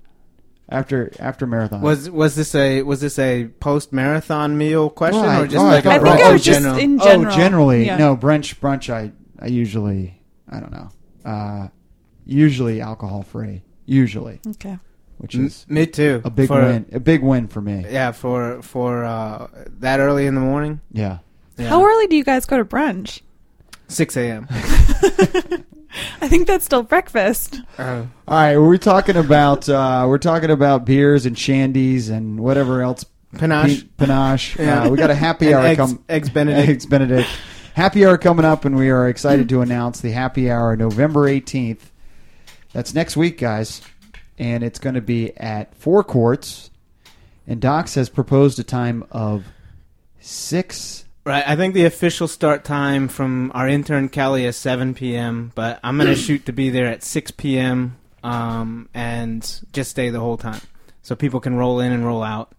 [SPEAKER 2] After after a marathon.
[SPEAKER 4] was was this a was this a post marathon meal question
[SPEAKER 2] Right.
[SPEAKER 4] or just
[SPEAKER 2] Oh, I
[SPEAKER 4] like a
[SPEAKER 2] thought-
[SPEAKER 3] I think
[SPEAKER 4] brunch
[SPEAKER 3] I
[SPEAKER 2] Oh,
[SPEAKER 3] was just
[SPEAKER 4] general?
[SPEAKER 3] in general.
[SPEAKER 2] Oh, generally,
[SPEAKER 3] Yeah.
[SPEAKER 2] no brunch. Brunch, I I usually I don't know. Uh, usually alcohol free. Usually,
[SPEAKER 3] Okay.
[SPEAKER 2] which
[SPEAKER 4] M-
[SPEAKER 2] is
[SPEAKER 4] me too.
[SPEAKER 2] a big
[SPEAKER 4] Mm. For-
[SPEAKER 2] win. A big win for me.
[SPEAKER 4] Yeah, for for uh, that early in the morning.
[SPEAKER 2] Yeah.
[SPEAKER 4] Yeah.
[SPEAKER 3] How early do you guys go to brunch? <laughs>
[SPEAKER 4] Six a.m.
[SPEAKER 3] I think that's still breakfast.
[SPEAKER 4] Uh,
[SPEAKER 2] All right, we're talking about uh, we're talking about beers and shandies and whatever else
[SPEAKER 4] panache.
[SPEAKER 2] Pe- panache.
[SPEAKER 4] Yeah.
[SPEAKER 2] Uh, we got a happy
[SPEAKER 4] And
[SPEAKER 2] hour
[SPEAKER 4] eggs,
[SPEAKER 2] coming.
[SPEAKER 4] eggs
[SPEAKER 2] <laughs>
[SPEAKER 4] Benedict.
[SPEAKER 2] Eggs Benedict. Happy hour coming up, and we are excited to announce the happy hour November 18th. That's next week, guys. And it's going to be at Four Courts. And Docs has proposed a time of six.
[SPEAKER 4] Right. I think the official start time from our intern Kelly is 7 p.m., but I'm going to shoot to be there at 6 p.m. Um, and just stay the whole time. So people can roll in and roll out.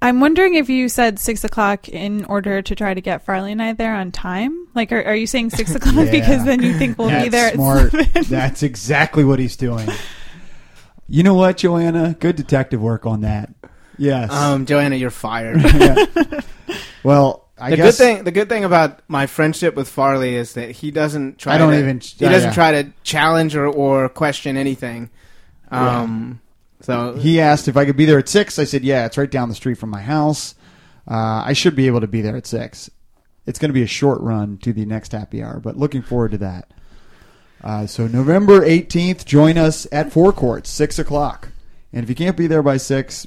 [SPEAKER 3] I'm wondering if you said six o'clock in order to try to get Farley and I there on time. Like, are, are you saying six o'clock
[SPEAKER 2] <laughs> Yeah.
[SPEAKER 3] because then you think we'll be there?
[SPEAKER 2] That's
[SPEAKER 3] at
[SPEAKER 2] smart.
[SPEAKER 3] seven?
[SPEAKER 2] <laughs> That's exactly what he's doing. You know what, Joanna? Good detective work on that. Yes.
[SPEAKER 4] Um, Joanna, you're fired.
[SPEAKER 2] well, I
[SPEAKER 4] the
[SPEAKER 2] guess
[SPEAKER 4] good thing the good thing about my friendship with Farley is that he doesn't try
[SPEAKER 2] I don't
[SPEAKER 4] to,
[SPEAKER 2] even-
[SPEAKER 4] he
[SPEAKER 2] yeah,
[SPEAKER 4] doesn't
[SPEAKER 2] yeah.
[SPEAKER 4] try to challenge or, or question anything. Um, so
[SPEAKER 2] he asked if I could be there at six. I said, "Yeah, it's right down the street from my house. Uh, I should be able to be there at six. It's going to be a short run to the next happy hour, but looking forward to that. Uh, so November eighteenth, join us at Four Courts, six o'clock. And if you can't be there by six,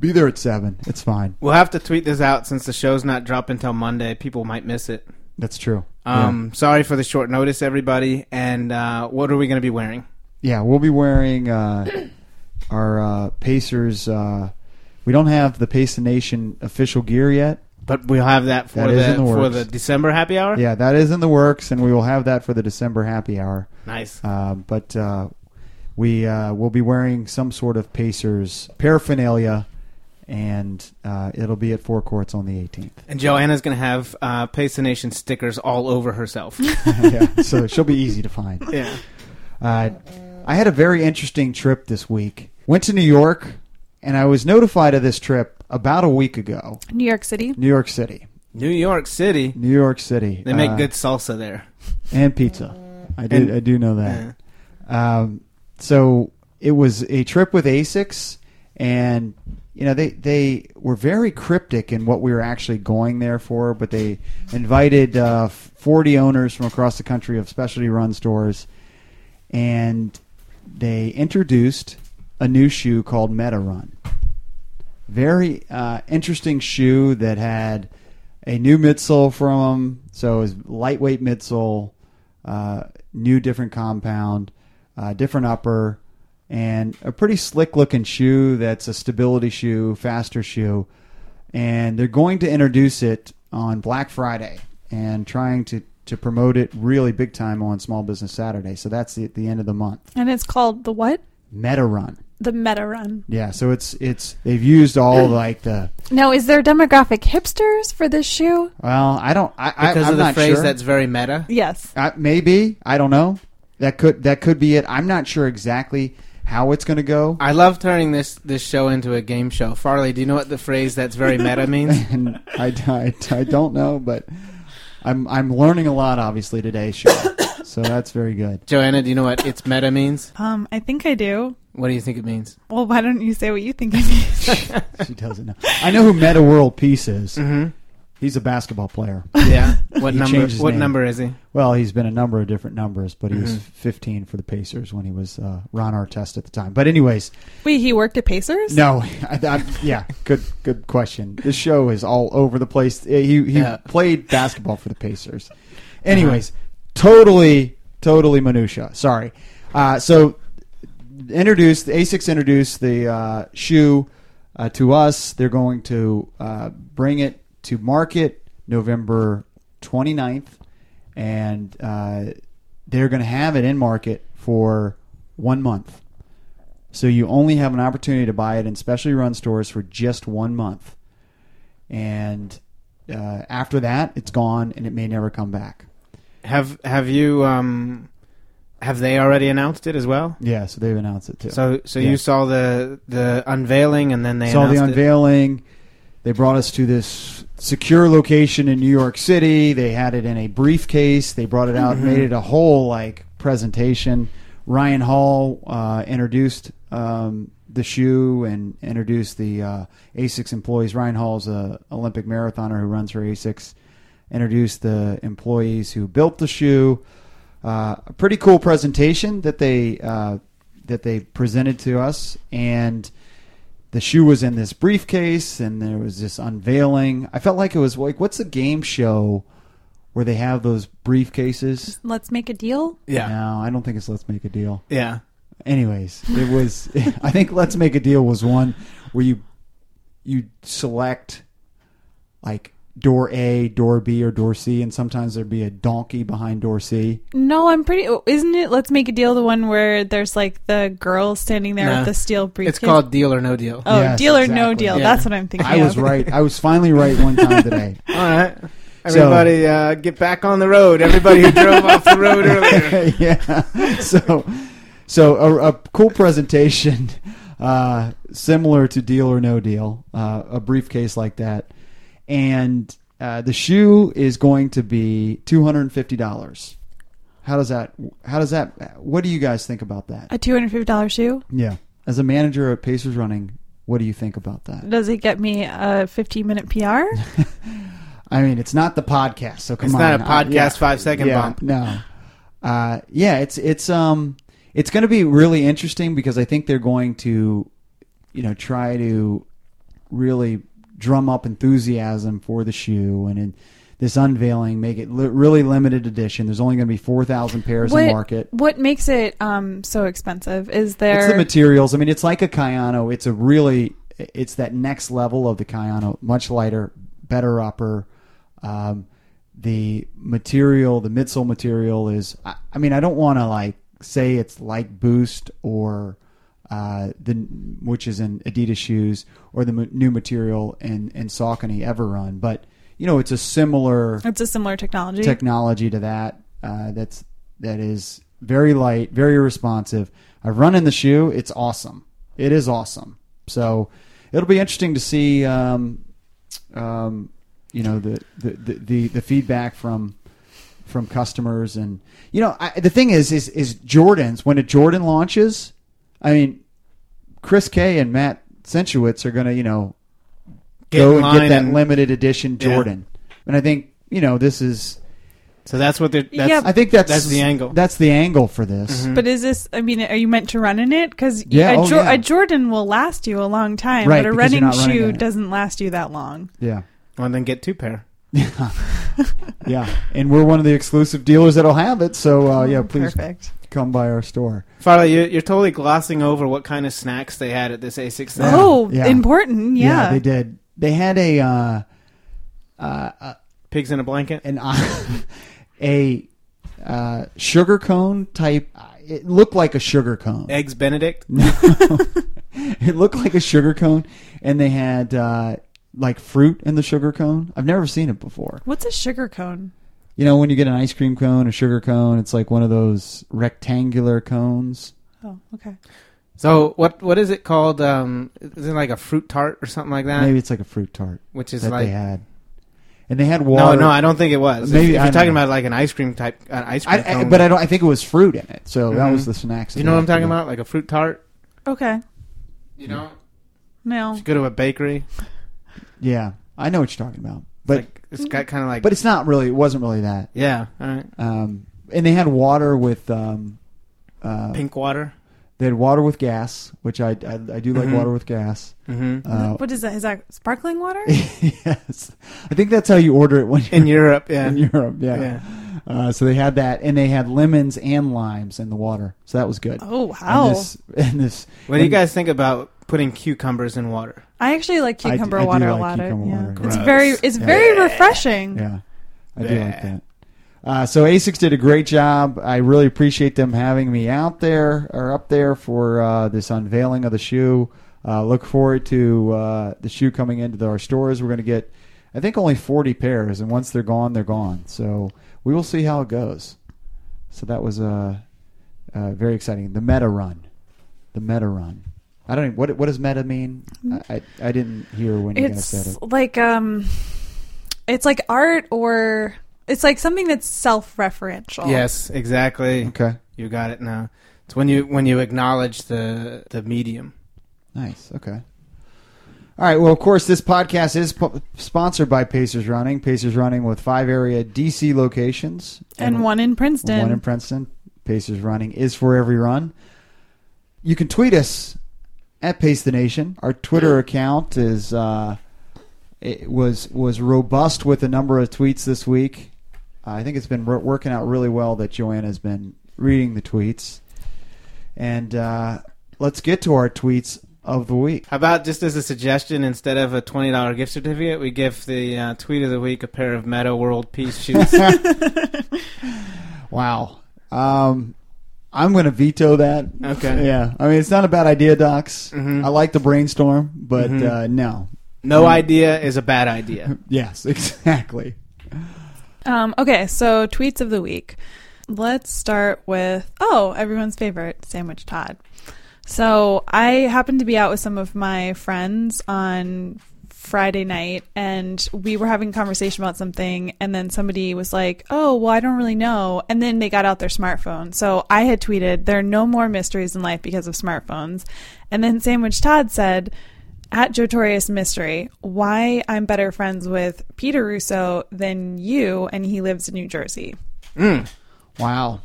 [SPEAKER 2] be there at seven. It's fine.
[SPEAKER 4] we'll have to tweet this out since the show's not dropping until Monday. People might miss it.
[SPEAKER 2] That's true.
[SPEAKER 4] Um, sorry for the short notice, everybody. And uh, what are we going to be wearing?
[SPEAKER 2] yeah. yeah, we'll be wearing uh, our uh, Pacers. Uh, we don't have the Pace the Nation official gear yet.
[SPEAKER 4] But we'll have that for
[SPEAKER 2] That
[SPEAKER 4] the,
[SPEAKER 2] is in the
[SPEAKER 4] for
[SPEAKER 2] works.
[SPEAKER 4] the December happy hour.
[SPEAKER 2] Yeah, that is in the works, and we will have that for the December happy hour.
[SPEAKER 4] Nice.
[SPEAKER 2] Uh, but uh, we uh, will be wearing some sort of Pacers paraphernalia, and uh, it'll be at Four Courts on the 18th.
[SPEAKER 4] <laughs> And Joanna's going to have uh, Pace the Nation stickers all over <laughs> herself.
[SPEAKER 2] yeah, so she'll be easy to find.
[SPEAKER 4] yeah.
[SPEAKER 2] Uh, I had a very interesting trip this week. Went to New York, and I was notified of this trip about a week ago.
[SPEAKER 3] <laughs> New York City.
[SPEAKER 2] New York City.
[SPEAKER 4] New York City.
[SPEAKER 2] New York City.
[SPEAKER 4] They make
[SPEAKER 2] Uh,
[SPEAKER 4] good salsa there.
[SPEAKER 2] and pizza. I do.
[SPEAKER 4] And-
[SPEAKER 2] I do know that. Um, so it was a trip with Asics, and you know they they were very cryptic in what we were actually going there for. But they invited uh, forty owners from across the country of specialty run stores, and they introduced a new shoe called Meta Run. Very uh, interesting shoe that had a new midsole from 'em, so it was lightweight midsole, uh, new different compound, uh, different upper, and a pretty slick looking shoe that's a stability shoe, faster shoe. And they're going to introduce it on Black Friday and trying to, to promote it really big time on Small Business Saturday. So that's the, at the end of the month.
[SPEAKER 3] And it's called the what?
[SPEAKER 2] Meta Run.
[SPEAKER 3] the meta run.
[SPEAKER 2] Yeah, so it's it's they've used all like the
[SPEAKER 3] Now, is there demographic hipsters for this shoe?
[SPEAKER 2] well, I don't I, I
[SPEAKER 4] because
[SPEAKER 2] I'm
[SPEAKER 4] of the
[SPEAKER 2] not
[SPEAKER 4] phrase
[SPEAKER 2] sure.
[SPEAKER 4] that's very meta.
[SPEAKER 3] Yes.
[SPEAKER 2] Uh, maybe I don't know. That could that could be it. I'm not sure exactly how it's going to go.
[SPEAKER 4] I love turning this this show into a game show. Farley, do you know what the phrase "that's very
[SPEAKER 2] <laughs>
[SPEAKER 4] meta" means?
[SPEAKER 2] and I, I, I don't know, but I'm I'm learning a lot obviously today, Sean. so that's very good.
[SPEAKER 4] Joanna, do you know what "it's meta" means?
[SPEAKER 3] Um, I think I do.
[SPEAKER 4] What do you think it
[SPEAKER 2] <laughs>
[SPEAKER 4] means?
[SPEAKER 3] Well, why don't you say what you think it means?
[SPEAKER 2] She doesn't know. I know who Meta World Peace is.
[SPEAKER 4] Mm-hmm.
[SPEAKER 2] He's a basketball player.
[SPEAKER 4] Yeah. What
[SPEAKER 2] He
[SPEAKER 4] number?
[SPEAKER 2] changed his
[SPEAKER 4] What
[SPEAKER 2] name.
[SPEAKER 4] number is he?
[SPEAKER 2] Well, he's been a number of different numbers, but he was
[SPEAKER 4] Mhm.
[SPEAKER 2] 15 for the Pacers when he was uh, Ron Artest at the time. But anyways,
[SPEAKER 3] <laughs> Wait, he worked at Pacers?
[SPEAKER 2] no, I, I, yeah, good good question. This show is all over the place. He he
[SPEAKER 4] Yeah.
[SPEAKER 2] played basketball for the Pacers. Anyways, totally totally minutia. Sorry. Uh, so introduced Asics introduced the uh, shoe uh, to us. They're going to uh, bring it to market November 29th, and uh, they're going to have it in market for one month. So you only have an opportunity to buy it in specialty run stores for just one month, and uh, after that, it's gone and it may never come back.
[SPEAKER 4] Have Have you um, have they already announced it as well?
[SPEAKER 2] Yeah, so they've announced it too.
[SPEAKER 4] So so
[SPEAKER 2] Yeah.
[SPEAKER 4] you saw the the unveiling and then they
[SPEAKER 2] saw the
[SPEAKER 4] announced it?
[SPEAKER 2] unveiling. They brought us to this secure location in New York City. They had it in a briefcase. They brought it out, made
[SPEAKER 4] Mm-hmm.
[SPEAKER 2] it a whole like presentation. Ryan Hall uh, introduced um, the shoe and introduced the uh, Asics employees. Ryan Hall's a Olympic marathoner who runs for Asics. Introduced the employees who built the shoe. Uh, a pretty cool presentation that they uh, that they presented to us and the shoe was in this briefcase and there was this unveiling. I felt like it was like what's the game show where they have those briefcases?
[SPEAKER 3] Let's make a deal.
[SPEAKER 4] Yeah.
[SPEAKER 2] No, I don't think it's Let's Make a Deal.
[SPEAKER 4] Yeah.
[SPEAKER 2] Anyways, it was <laughs> I think Let's Make a Deal was one where you you select like door A, door B or door C and sometimes there'd be a donkey behind door C.
[SPEAKER 3] No, I'm pretty. Isn't it? Let's make a deal. The one where there's like the girl standing there
[SPEAKER 4] No.
[SPEAKER 3] with the steel briefcase.
[SPEAKER 4] It's called Deal or No Deal.
[SPEAKER 3] Oh,
[SPEAKER 2] Yes,
[SPEAKER 3] deal or no
[SPEAKER 2] exactly.
[SPEAKER 3] deal.
[SPEAKER 4] Yeah.
[SPEAKER 3] That's what I'm thinking.
[SPEAKER 2] I was
[SPEAKER 3] of.
[SPEAKER 2] right. I was finally right one time
[SPEAKER 4] <laughs>
[SPEAKER 2] today.
[SPEAKER 4] All right.
[SPEAKER 2] So-
[SPEAKER 4] Everybody, uh, get back on the road. Everybody who drove off the
[SPEAKER 2] <laughs>
[SPEAKER 4] road earlier.
[SPEAKER 2] yeah. So, so a, a cool presentation, uh, similar to Deal or No Deal, uh, a briefcase like that, and uh, the shoe is going to be two hundred and fifty dollars. How does that? How does that? What do you guys think about that?
[SPEAKER 3] A two hundred fifty dollars shoe.
[SPEAKER 2] Yeah. As a manager at Pacers Running, what do you think about that?
[SPEAKER 3] Does it get me a fifteen minute
[SPEAKER 2] <laughs>
[SPEAKER 3] PR?
[SPEAKER 2] I mean, it's not the podcast, so come
[SPEAKER 4] It's
[SPEAKER 2] on.
[SPEAKER 4] not a
[SPEAKER 2] I- yeah.
[SPEAKER 4] podcast five second
[SPEAKER 2] yeah,
[SPEAKER 4] bump.
[SPEAKER 2] No. Uh, yeah, it's it's um it's going to be really interesting because I think they're going to you know try to really drum up enthusiasm for the shoe and in this unveiling make it li- really limited edition. There's only going to be 4,000 pairs in market.
[SPEAKER 3] What makes it um so expensive? Is
[SPEAKER 2] It's the
[SPEAKER 3] there?
[SPEAKER 2] materials. I mean, it's like a Kayano. It's a really, it's that next level of the Kayano. Much lighter, better upper. Um, the material, the midsole material is. I, I mean, I don't want to like say it's like Boost or uh, the which is in Adidas shoes or the m- new material in in Saucony Everrun, but you know, it's a similar
[SPEAKER 3] it's a similar technology.
[SPEAKER 2] technology to that. Uh, that's that is very light, very responsive. I've run in the shoe; it's awesome. It is awesome. So it'll be interesting to see, um, um, you know, the the, the the the feedback from from customers, and you know, I, the thing is, is is Jordan's when a Jordan launches. I mean, Chris K and Matt Sensuitz are going to, you know,
[SPEAKER 4] Get
[SPEAKER 2] go
[SPEAKER 4] in
[SPEAKER 2] and get
[SPEAKER 4] line
[SPEAKER 2] that
[SPEAKER 4] and-
[SPEAKER 2] limited edition
[SPEAKER 4] Yeah.
[SPEAKER 2] Jordan. And I think, you know, this is
[SPEAKER 4] So that's what they're. That's,
[SPEAKER 3] Yeah.
[SPEAKER 2] I think that's
[SPEAKER 4] That's the angle. Mm-hmm.
[SPEAKER 2] That's the angle for this.
[SPEAKER 3] But is this? I mean, are you meant to run in it? Because
[SPEAKER 2] Yeah,
[SPEAKER 3] a,
[SPEAKER 2] oh,
[SPEAKER 3] Jo-
[SPEAKER 2] yeah.
[SPEAKER 3] a Jordan will last you a long time,
[SPEAKER 2] Right,
[SPEAKER 3] but a
[SPEAKER 2] because you're
[SPEAKER 3] running
[SPEAKER 2] not running in
[SPEAKER 3] shoe
[SPEAKER 2] it.
[SPEAKER 3] doesn't last you that long.
[SPEAKER 2] Yeah,
[SPEAKER 4] Well, then get two pair.
[SPEAKER 2] yeah. And we're one of the exclusive dealers that'll have it. So uh, yeah, please
[SPEAKER 3] Oh, Perfect.
[SPEAKER 2] come by our store.
[SPEAKER 4] Farley, you, you're totally glossing over what kind of snacks they had at this A6.
[SPEAKER 2] Yeah.
[SPEAKER 3] Oh,
[SPEAKER 2] Yeah.
[SPEAKER 3] important. Yeah.
[SPEAKER 2] they did. They had a uh, uh,
[SPEAKER 4] Pigs in a blanket.
[SPEAKER 2] an <laughs> a uh, sugar cone type. It looked like a sugar cone.
[SPEAKER 4] Eggs Benedict.
[SPEAKER 2] No. <laughs> it looked like a sugar cone, and they had uh, like fruit in the sugar cone. I've never seen it before.
[SPEAKER 3] What's a sugar cone?
[SPEAKER 2] You know, when you get an ice cream cone, a sugar cone, it's like one of those rectangular cones.
[SPEAKER 3] Oh, okay.
[SPEAKER 4] So what what is it called? Um, is it like a fruit tart or something like that?
[SPEAKER 2] Maybe it's like a fruit tart
[SPEAKER 4] Which is
[SPEAKER 2] that
[SPEAKER 4] like
[SPEAKER 2] they had, and they had water.
[SPEAKER 4] no, no, I don't think it was. If-
[SPEAKER 2] Maybe-
[SPEAKER 4] if,
[SPEAKER 2] I
[SPEAKER 4] you're
[SPEAKER 2] don't
[SPEAKER 4] talking
[SPEAKER 2] know.
[SPEAKER 4] about like an ice cream type, an ice cream.
[SPEAKER 2] I, I-
[SPEAKER 4] cone.
[SPEAKER 2] but I don't. I think it was fruit in it, so that
[SPEAKER 4] Mhm.
[SPEAKER 2] was the snacks.
[SPEAKER 4] do you know what I'm talking about? Like a fruit tart.
[SPEAKER 3] Okay.
[SPEAKER 4] You know,
[SPEAKER 3] No.
[SPEAKER 4] if you go to a bakery,
[SPEAKER 2] Yeah, I know what you're talking about, but
[SPEAKER 4] like, it's got kind of like,
[SPEAKER 2] but it's not really. It wasn't really that.
[SPEAKER 4] yeah, all right,
[SPEAKER 2] Um, and they had water with um, uh,
[SPEAKER 4] pink water.
[SPEAKER 2] they had water with gas, which I I, I do like
[SPEAKER 4] Mhm.
[SPEAKER 2] water with gas. <laughs>
[SPEAKER 4] Mm-hmm.
[SPEAKER 2] Uh,
[SPEAKER 3] what is that? Is that sparkling
[SPEAKER 2] <laughs>
[SPEAKER 3] water?
[SPEAKER 2] yes, I think that's how you order it when you're
[SPEAKER 4] In Europe, yeah,
[SPEAKER 2] in Europe. Yeah.
[SPEAKER 4] Yeah.
[SPEAKER 2] Uh, so they had that, and they had lemons and limes in the water, so that was good.
[SPEAKER 3] oh wow!
[SPEAKER 2] And this, <laughs> and this
[SPEAKER 4] What do you
[SPEAKER 2] and-
[SPEAKER 4] guys think about putting cucumbers in water?
[SPEAKER 3] I actually like
[SPEAKER 2] I d-
[SPEAKER 3] cucumber
[SPEAKER 2] I do
[SPEAKER 3] water
[SPEAKER 2] like
[SPEAKER 3] a lot. I-
[SPEAKER 2] cucumber
[SPEAKER 3] yeah.
[SPEAKER 2] water.
[SPEAKER 3] It's
[SPEAKER 4] Gross.
[SPEAKER 3] very it's
[SPEAKER 2] Yeah.
[SPEAKER 3] very refreshing.
[SPEAKER 2] Yeah, I do like
[SPEAKER 4] Yeah.
[SPEAKER 2] that. Uh, so Asics did a great job. I really appreciate them having me out there or up there for uh, this unveiling of the shoe. Uh, look forward to uh, the shoe coming into our stores. We're going to get, I think, only forty pairs, and once they're gone, they're gone. So we will see how it goes. So that was uh, uh, very exciting. The meta run, the meta run. I don't even, what what does meta mean? I, I, I didn't hear when you guys said
[SPEAKER 3] It's
[SPEAKER 2] it.
[SPEAKER 3] like um, it's like art or it's like something that's self-referential.
[SPEAKER 4] Yes, exactly.
[SPEAKER 2] Okay,
[SPEAKER 4] You got it now. It's when you when you acknowledge the the medium.
[SPEAKER 2] Nice. Okay. All right. Well, of course, this podcast is po- sponsored by Pacers Running. Pacers Running with five area DC locations
[SPEAKER 3] and, one in Princeton.
[SPEAKER 2] one in Princeton. Pacers Running is for every run. You can tweet us at Pace the Nation. Our Twitter account is uh, it was was robust with a number of tweets this week. I think it's been wor- working out really well that Joanna has been reading the tweets. And uh, let's get to our tweets of the week.
[SPEAKER 4] How about just as a suggestion, instead of a twenty dollar gift certificate, we give the uh, tweet of the week a pair of Meta
[SPEAKER 2] <laughs>
[SPEAKER 4] World Peace shoes.
[SPEAKER 2] Wow. Um, I'm going to veto that.
[SPEAKER 4] Okay.
[SPEAKER 2] Yeah. I mean, it's not a bad idea, Docs.
[SPEAKER 4] Mhm.
[SPEAKER 2] I like the brainstorm, but
[SPEAKER 4] Mhm.
[SPEAKER 2] uh, no.
[SPEAKER 4] no idea is a bad idea.
[SPEAKER 2] Yes, <laughs> exactly.
[SPEAKER 3] Um, okay, so tweets of the week. Let's start with oh, everyone's favorite, Sandwich Todd. So I happened to be out with some of my friends on Friday night, and we were having a conversation about something, and then somebody was like, "Oh, well, I don't really know," and then they got out their smartphone. So I had tweeted, "There are no more mysteries in life because of smartphones," and then Sandwich Todd said at Jotorius Mystery, why I'm better friends with Peter Russo than you, and he lives in New Jersey.
[SPEAKER 2] Wow.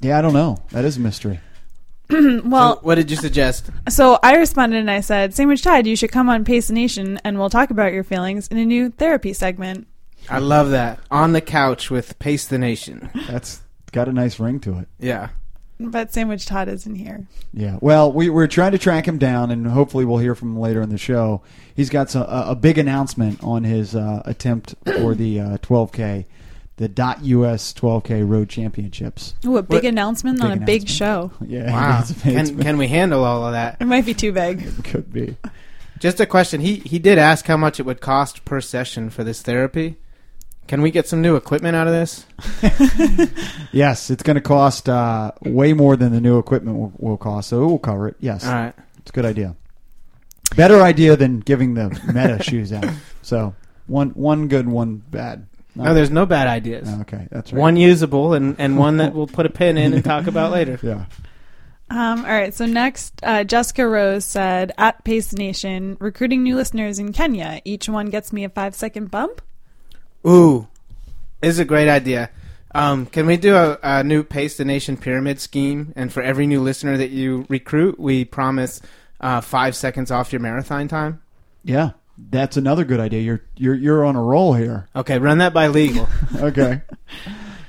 [SPEAKER 2] Yeah, I don't know. That is a mystery.
[SPEAKER 3] Well,
[SPEAKER 4] what did you suggest?
[SPEAKER 3] so I responded and I said, Sandwich Tide, you should come on Pace Nation and we'll talk about your feelings in a new therapy segment.
[SPEAKER 4] I love that on the couch with Pace the Nation.
[SPEAKER 2] That's got a nice ring to it.
[SPEAKER 4] Yeah,
[SPEAKER 3] But Sandwich Todd isn't here.
[SPEAKER 2] Yeah. Well, we, we're trying to track him down, and hopefully we'll hear from him later in the show. He's got some, a, a big announcement on his uh, attempt for the uh, 12K, the .US 12K Road Championships.
[SPEAKER 3] Ooh, a
[SPEAKER 4] What-
[SPEAKER 3] big announcement
[SPEAKER 2] Big
[SPEAKER 3] on a big
[SPEAKER 2] announcement.
[SPEAKER 3] show.
[SPEAKER 2] Yeah. <laughs>
[SPEAKER 4] wow.
[SPEAKER 2] it's- it's-
[SPEAKER 4] Can can we handle all of that?
[SPEAKER 3] It might be too
[SPEAKER 2] <laughs>
[SPEAKER 3] vague.
[SPEAKER 2] could be.
[SPEAKER 4] Just a question. He he did ask how much it would cost per session for this therapy. Can we get some new equipment out of this?
[SPEAKER 2] Yes, it's going to cost uh, way more than the new equipment will, will cost, so it will cover it. Yes,
[SPEAKER 4] All right.
[SPEAKER 2] it's a good idea. Better idea than giving the
[SPEAKER 4] <laughs>
[SPEAKER 2] meta shoes out. So one one good, one bad.
[SPEAKER 4] No, there's no bad ideas.
[SPEAKER 2] Oh, okay, that's right.
[SPEAKER 4] One usable and, and one that we'll put a pin in and talk about
[SPEAKER 2] <laughs>
[SPEAKER 4] later.
[SPEAKER 2] Yeah.
[SPEAKER 3] Um, all right. So next, uh, Jessica Rose said at Pace Nation, recruiting new listeners in Kenya. Each one gets me a five second bump.
[SPEAKER 4] Ooh, this is a great idea. Um, can we do a, a new Pace the Nation pyramid scheme? And for every new listener that you recruit, we promise uh, five seconds off your marathon time.
[SPEAKER 2] Yeah. That's another good idea. You're you're you're on a roll here.
[SPEAKER 4] Okay, run that by
[SPEAKER 2] <laughs>
[SPEAKER 4] legal. <laughs>
[SPEAKER 2] Okay.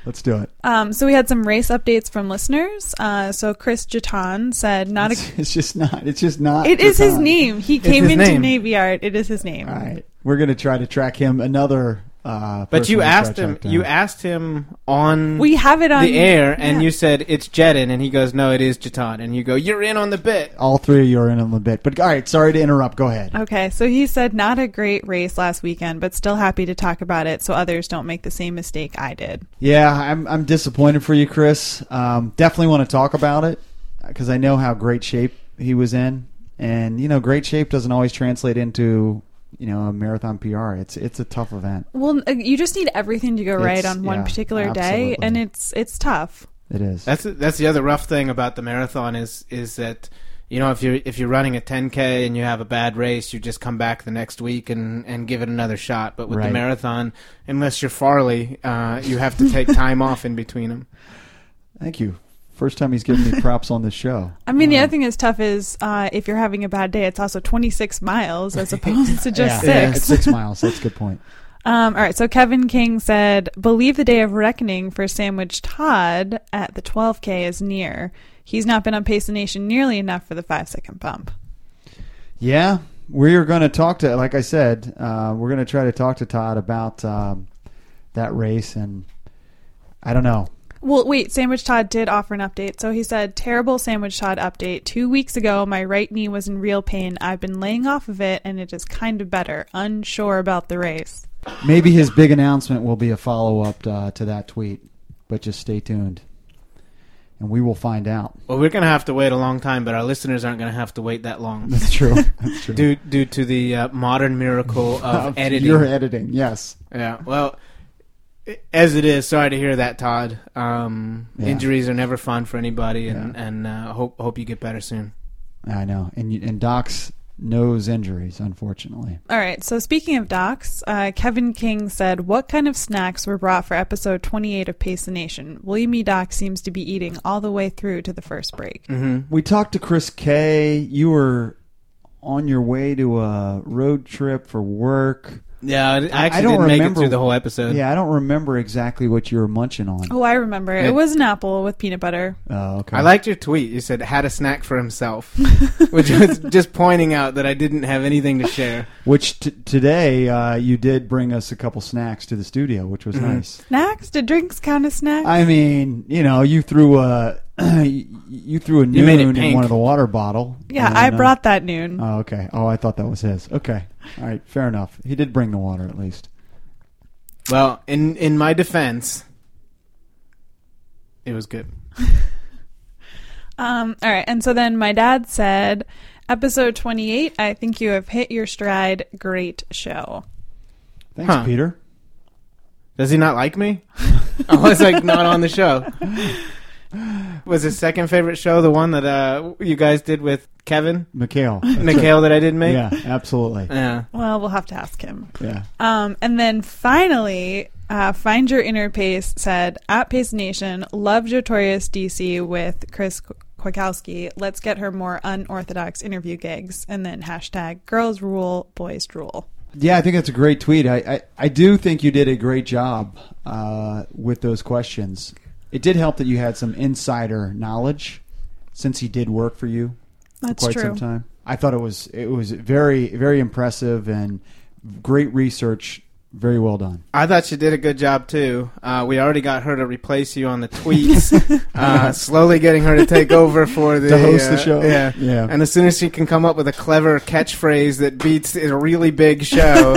[SPEAKER 2] Let's do it.
[SPEAKER 3] Um, so we had some race updates from listeners. Uh, so Chris Jaton said, "Not a."
[SPEAKER 2] It's just not it's just not
[SPEAKER 3] <laughs> It is his
[SPEAKER 2] Japan.
[SPEAKER 3] name. He came
[SPEAKER 4] his
[SPEAKER 3] into
[SPEAKER 4] name.
[SPEAKER 3] Navy Yard. It is his name.
[SPEAKER 2] All right. We're going to try to track him another Uh,
[SPEAKER 4] But you
[SPEAKER 2] personal
[SPEAKER 4] asked
[SPEAKER 2] track
[SPEAKER 4] him.
[SPEAKER 2] down.
[SPEAKER 4] You asked him on
[SPEAKER 3] We have it on
[SPEAKER 4] the air, and
[SPEAKER 3] yeah.
[SPEAKER 4] you said it's Jedin, and he goes, "No, it is Jatan," and you go, "You're in on the bit."
[SPEAKER 2] All three of you are in a little bit. But all right, sorry to interrupt. Go ahead.
[SPEAKER 3] Okay, so he said not a great race last weekend, but still happy to talk about it so others don't make the same mistake I did.
[SPEAKER 2] Yeah, I'm, I'm disappointed for you, Chris. Um, definitely want to talk about it because I know how great shape he was in, and you know, great shape doesn't always translate into you know a marathon PR. It's it's a tough event.
[SPEAKER 3] Well, uh, you just need everything to go right
[SPEAKER 2] It's-
[SPEAKER 3] on one
[SPEAKER 2] yeah,
[SPEAKER 3] particular day,
[SPEAKER 2] absolutely.
[SPEAKER 3] and it's it's tough.
[SPEAKER 2] It is.
[SPEAKER 4] That's that's the other rough thing about the marathon is is that you know if you're if you're running a 10k and you have a bad race, you just come back the next week and and give it another shot. But with
[SPEAKER 2] Right.
[SPEAKER 4] the marathon, unless you're Farley, uh, you have to take time off in between them.
[SPEAKER 2] Thank you. First time he's given me props on this show.
[SPEAKER 3] I mean, the other thing that's tough is uh, if you're having a bad day, it's also 26 miles as opposed to <laughs>
[SPEAKER 2] <laughs>
[SPEAKER 3] just
[SPEAKER 2] Yeah,
[SPEAKER 3] six.
[SPEAKER 2] it's six miles. That's a good point.
[SPEAKER 3] Um, all right, so Kevin King said, "Believe the day of reckoning for Sandwich Todd at the 12K is near. He's not been on Pace the Nation nearly enough for the five-second bump."
[SPEAKER 2] Yeah, we are going to talk to, like I said, uh, we're going to try to talk to Todd about um, that race, and I don't know.
[SPEAKER 3] Well, wait, Sandwich Todd did offer an update. So he said, Terrible Sandwich Todd update. Two weeks ago, my right knee was in real pain. I've been laying off of it, and it is kind of better. Unsure about the race.
[SPEAKER 2] Maybe his big announcement will be a follow up uh, to that tweet, but just stay tuned, and we will find out. <laughs>
[SPEAKER 4] Well, we're gonna have to wait a long time, but our listeners aren't gonna have to wait that long.
[SPEAKER 2] That's true. That's true.
[SPEAKER 4] <laughs> Due, due to the uh,
[SPEAKER 2] <laughs>
[SPEAKER 4] modern miracle of editing.
[SPEAKER 2] You're editing, yes.
[SPEAKER 4] Yeah. Well, as it is, sorry to hear that, Todd. Um,
[SPEAKER 2] Yeah.
[SPEAKER 4] Injuries are never fun for anybody, and and uh, hope hope you get better soon.
[SPEAKER 2] I know, and you- and Doc's nose injuries, unfortunately.
[SPEAKER 3] All right, so speaking of docs, uh, Kevin King said, What kind of snacks were brought for episode 28 of Pace the Nation? William E. Doc seems to be eating all the way through to the first break.
[SPEAKER 2] We talked to Chris K. You were on your way to a road trip for work.
[SPEAKER 4] Yeah, I I actually
[SPEAKER 2] don't
[SPEAKER 4] didn't make it
[SPEAKER 2] remember-
[SPEAKER 4] through the whole episode.
[SPEAKER 2] Yeah, I don't remember exactly what you were munching on.
[SPEAKER 3] Oh, I remember.
[SPEAKER 4] Yeah.
[SPEAKER 3] It was an apple with peanut butter.
[SPEAKER 2] Oh, okay.
[SPEAKER 4] I liked your tweet. You said had a snack
[SPEAKER 2] <laughs>
[SPEAKER 4] for himself, which was just pointing out that I didn't have anything to share.
[SPEAKER 2] Which t- today uh, you did bring us a couple snacks to the studio, which was nice.
[SPEAKER 3] Snacks? Did drinks count as snacks?
[SPEAKER 2] I mean, you know, you threw a <clears throat> you threw a
[SPEAKER 4] You made it
[SPEAKER 2] noon in
[SPEAKER 4] pink.
[SPEAKER 2] one of the water bottle.
[SPEAKER 3] yeah,
[SPEAKER 2] and,
[SPEAKER 3] I
[SPEAKER 2] uh,
[SPEAKER 3] brought that noon.
[SPEAKER 2] Oh, okay. Oh, I thought that was his. Okay. All right. Fair enough. He did bring the water at least.
[SPEAKER 4] Well, in in my defense, it was good.
[SPEAKER 3] Um, all right. And so then my dad said, episode 28, I think you have hit your stride. Great show.
[SPEAKER 2] Thanks,
[SPEAKER 4] Huh.
[SPEAKER 2] Peter.
[SPEAKER 4] Does he not
[SPEAKER 2] <laughs>
[SPEAKER 4] like me? I was like not on the show. Was his second favorite show the one that uh, you guys did with Kevin <laughs>
[SPEAKER 2] Mikhail.
[SPEAKER 4] Mikhail that I didn't make?
[SPEAKER 2] yeah, absolutely.
[SPEAKER 4] Yeah.
[SPEAKER 3] Well, we'll have to ask him.
[SPEAKER 2] Yeah.
[SPEAKER 3] Um, and then finally, uh, Find Your Inner Pace said, at Pace Nation, love Jotorius DC with Chris Kwiatkowski. Let's get her more unorthodox interview gigs. And then hashtag girls rule, boys rule.
[SPEAKER 2] Yeah, I think that's a great tweet. I, I, I do think you did a great job uh, with those questions. It did help that you had some insider knowledge since he did work for you
[SPEAKER 3] That's
[SPEAKER 2] for quite
[SPEAKER 3] true.
[SPEAKER 2] some time. I thought it was it was very very impressive and great research. Very well done.
[SPEAKER 4] I thought she did a good job too. Uh, we already got her to replace you on the tweets, uh, slowly getting her to take over for
[SPEAKER 2] <laughs>
[SPEAKER 4] the
[SPEAKER 2] To host the
[SPEAKER 4] uh,
[SPEAKER 2] show.
[SPEAKER 4] Yeah,
[SPEAKER 2] Yeah.
[SPEAKER 4] And as soon as she can come up with a clever catchphrase that beats a really big show,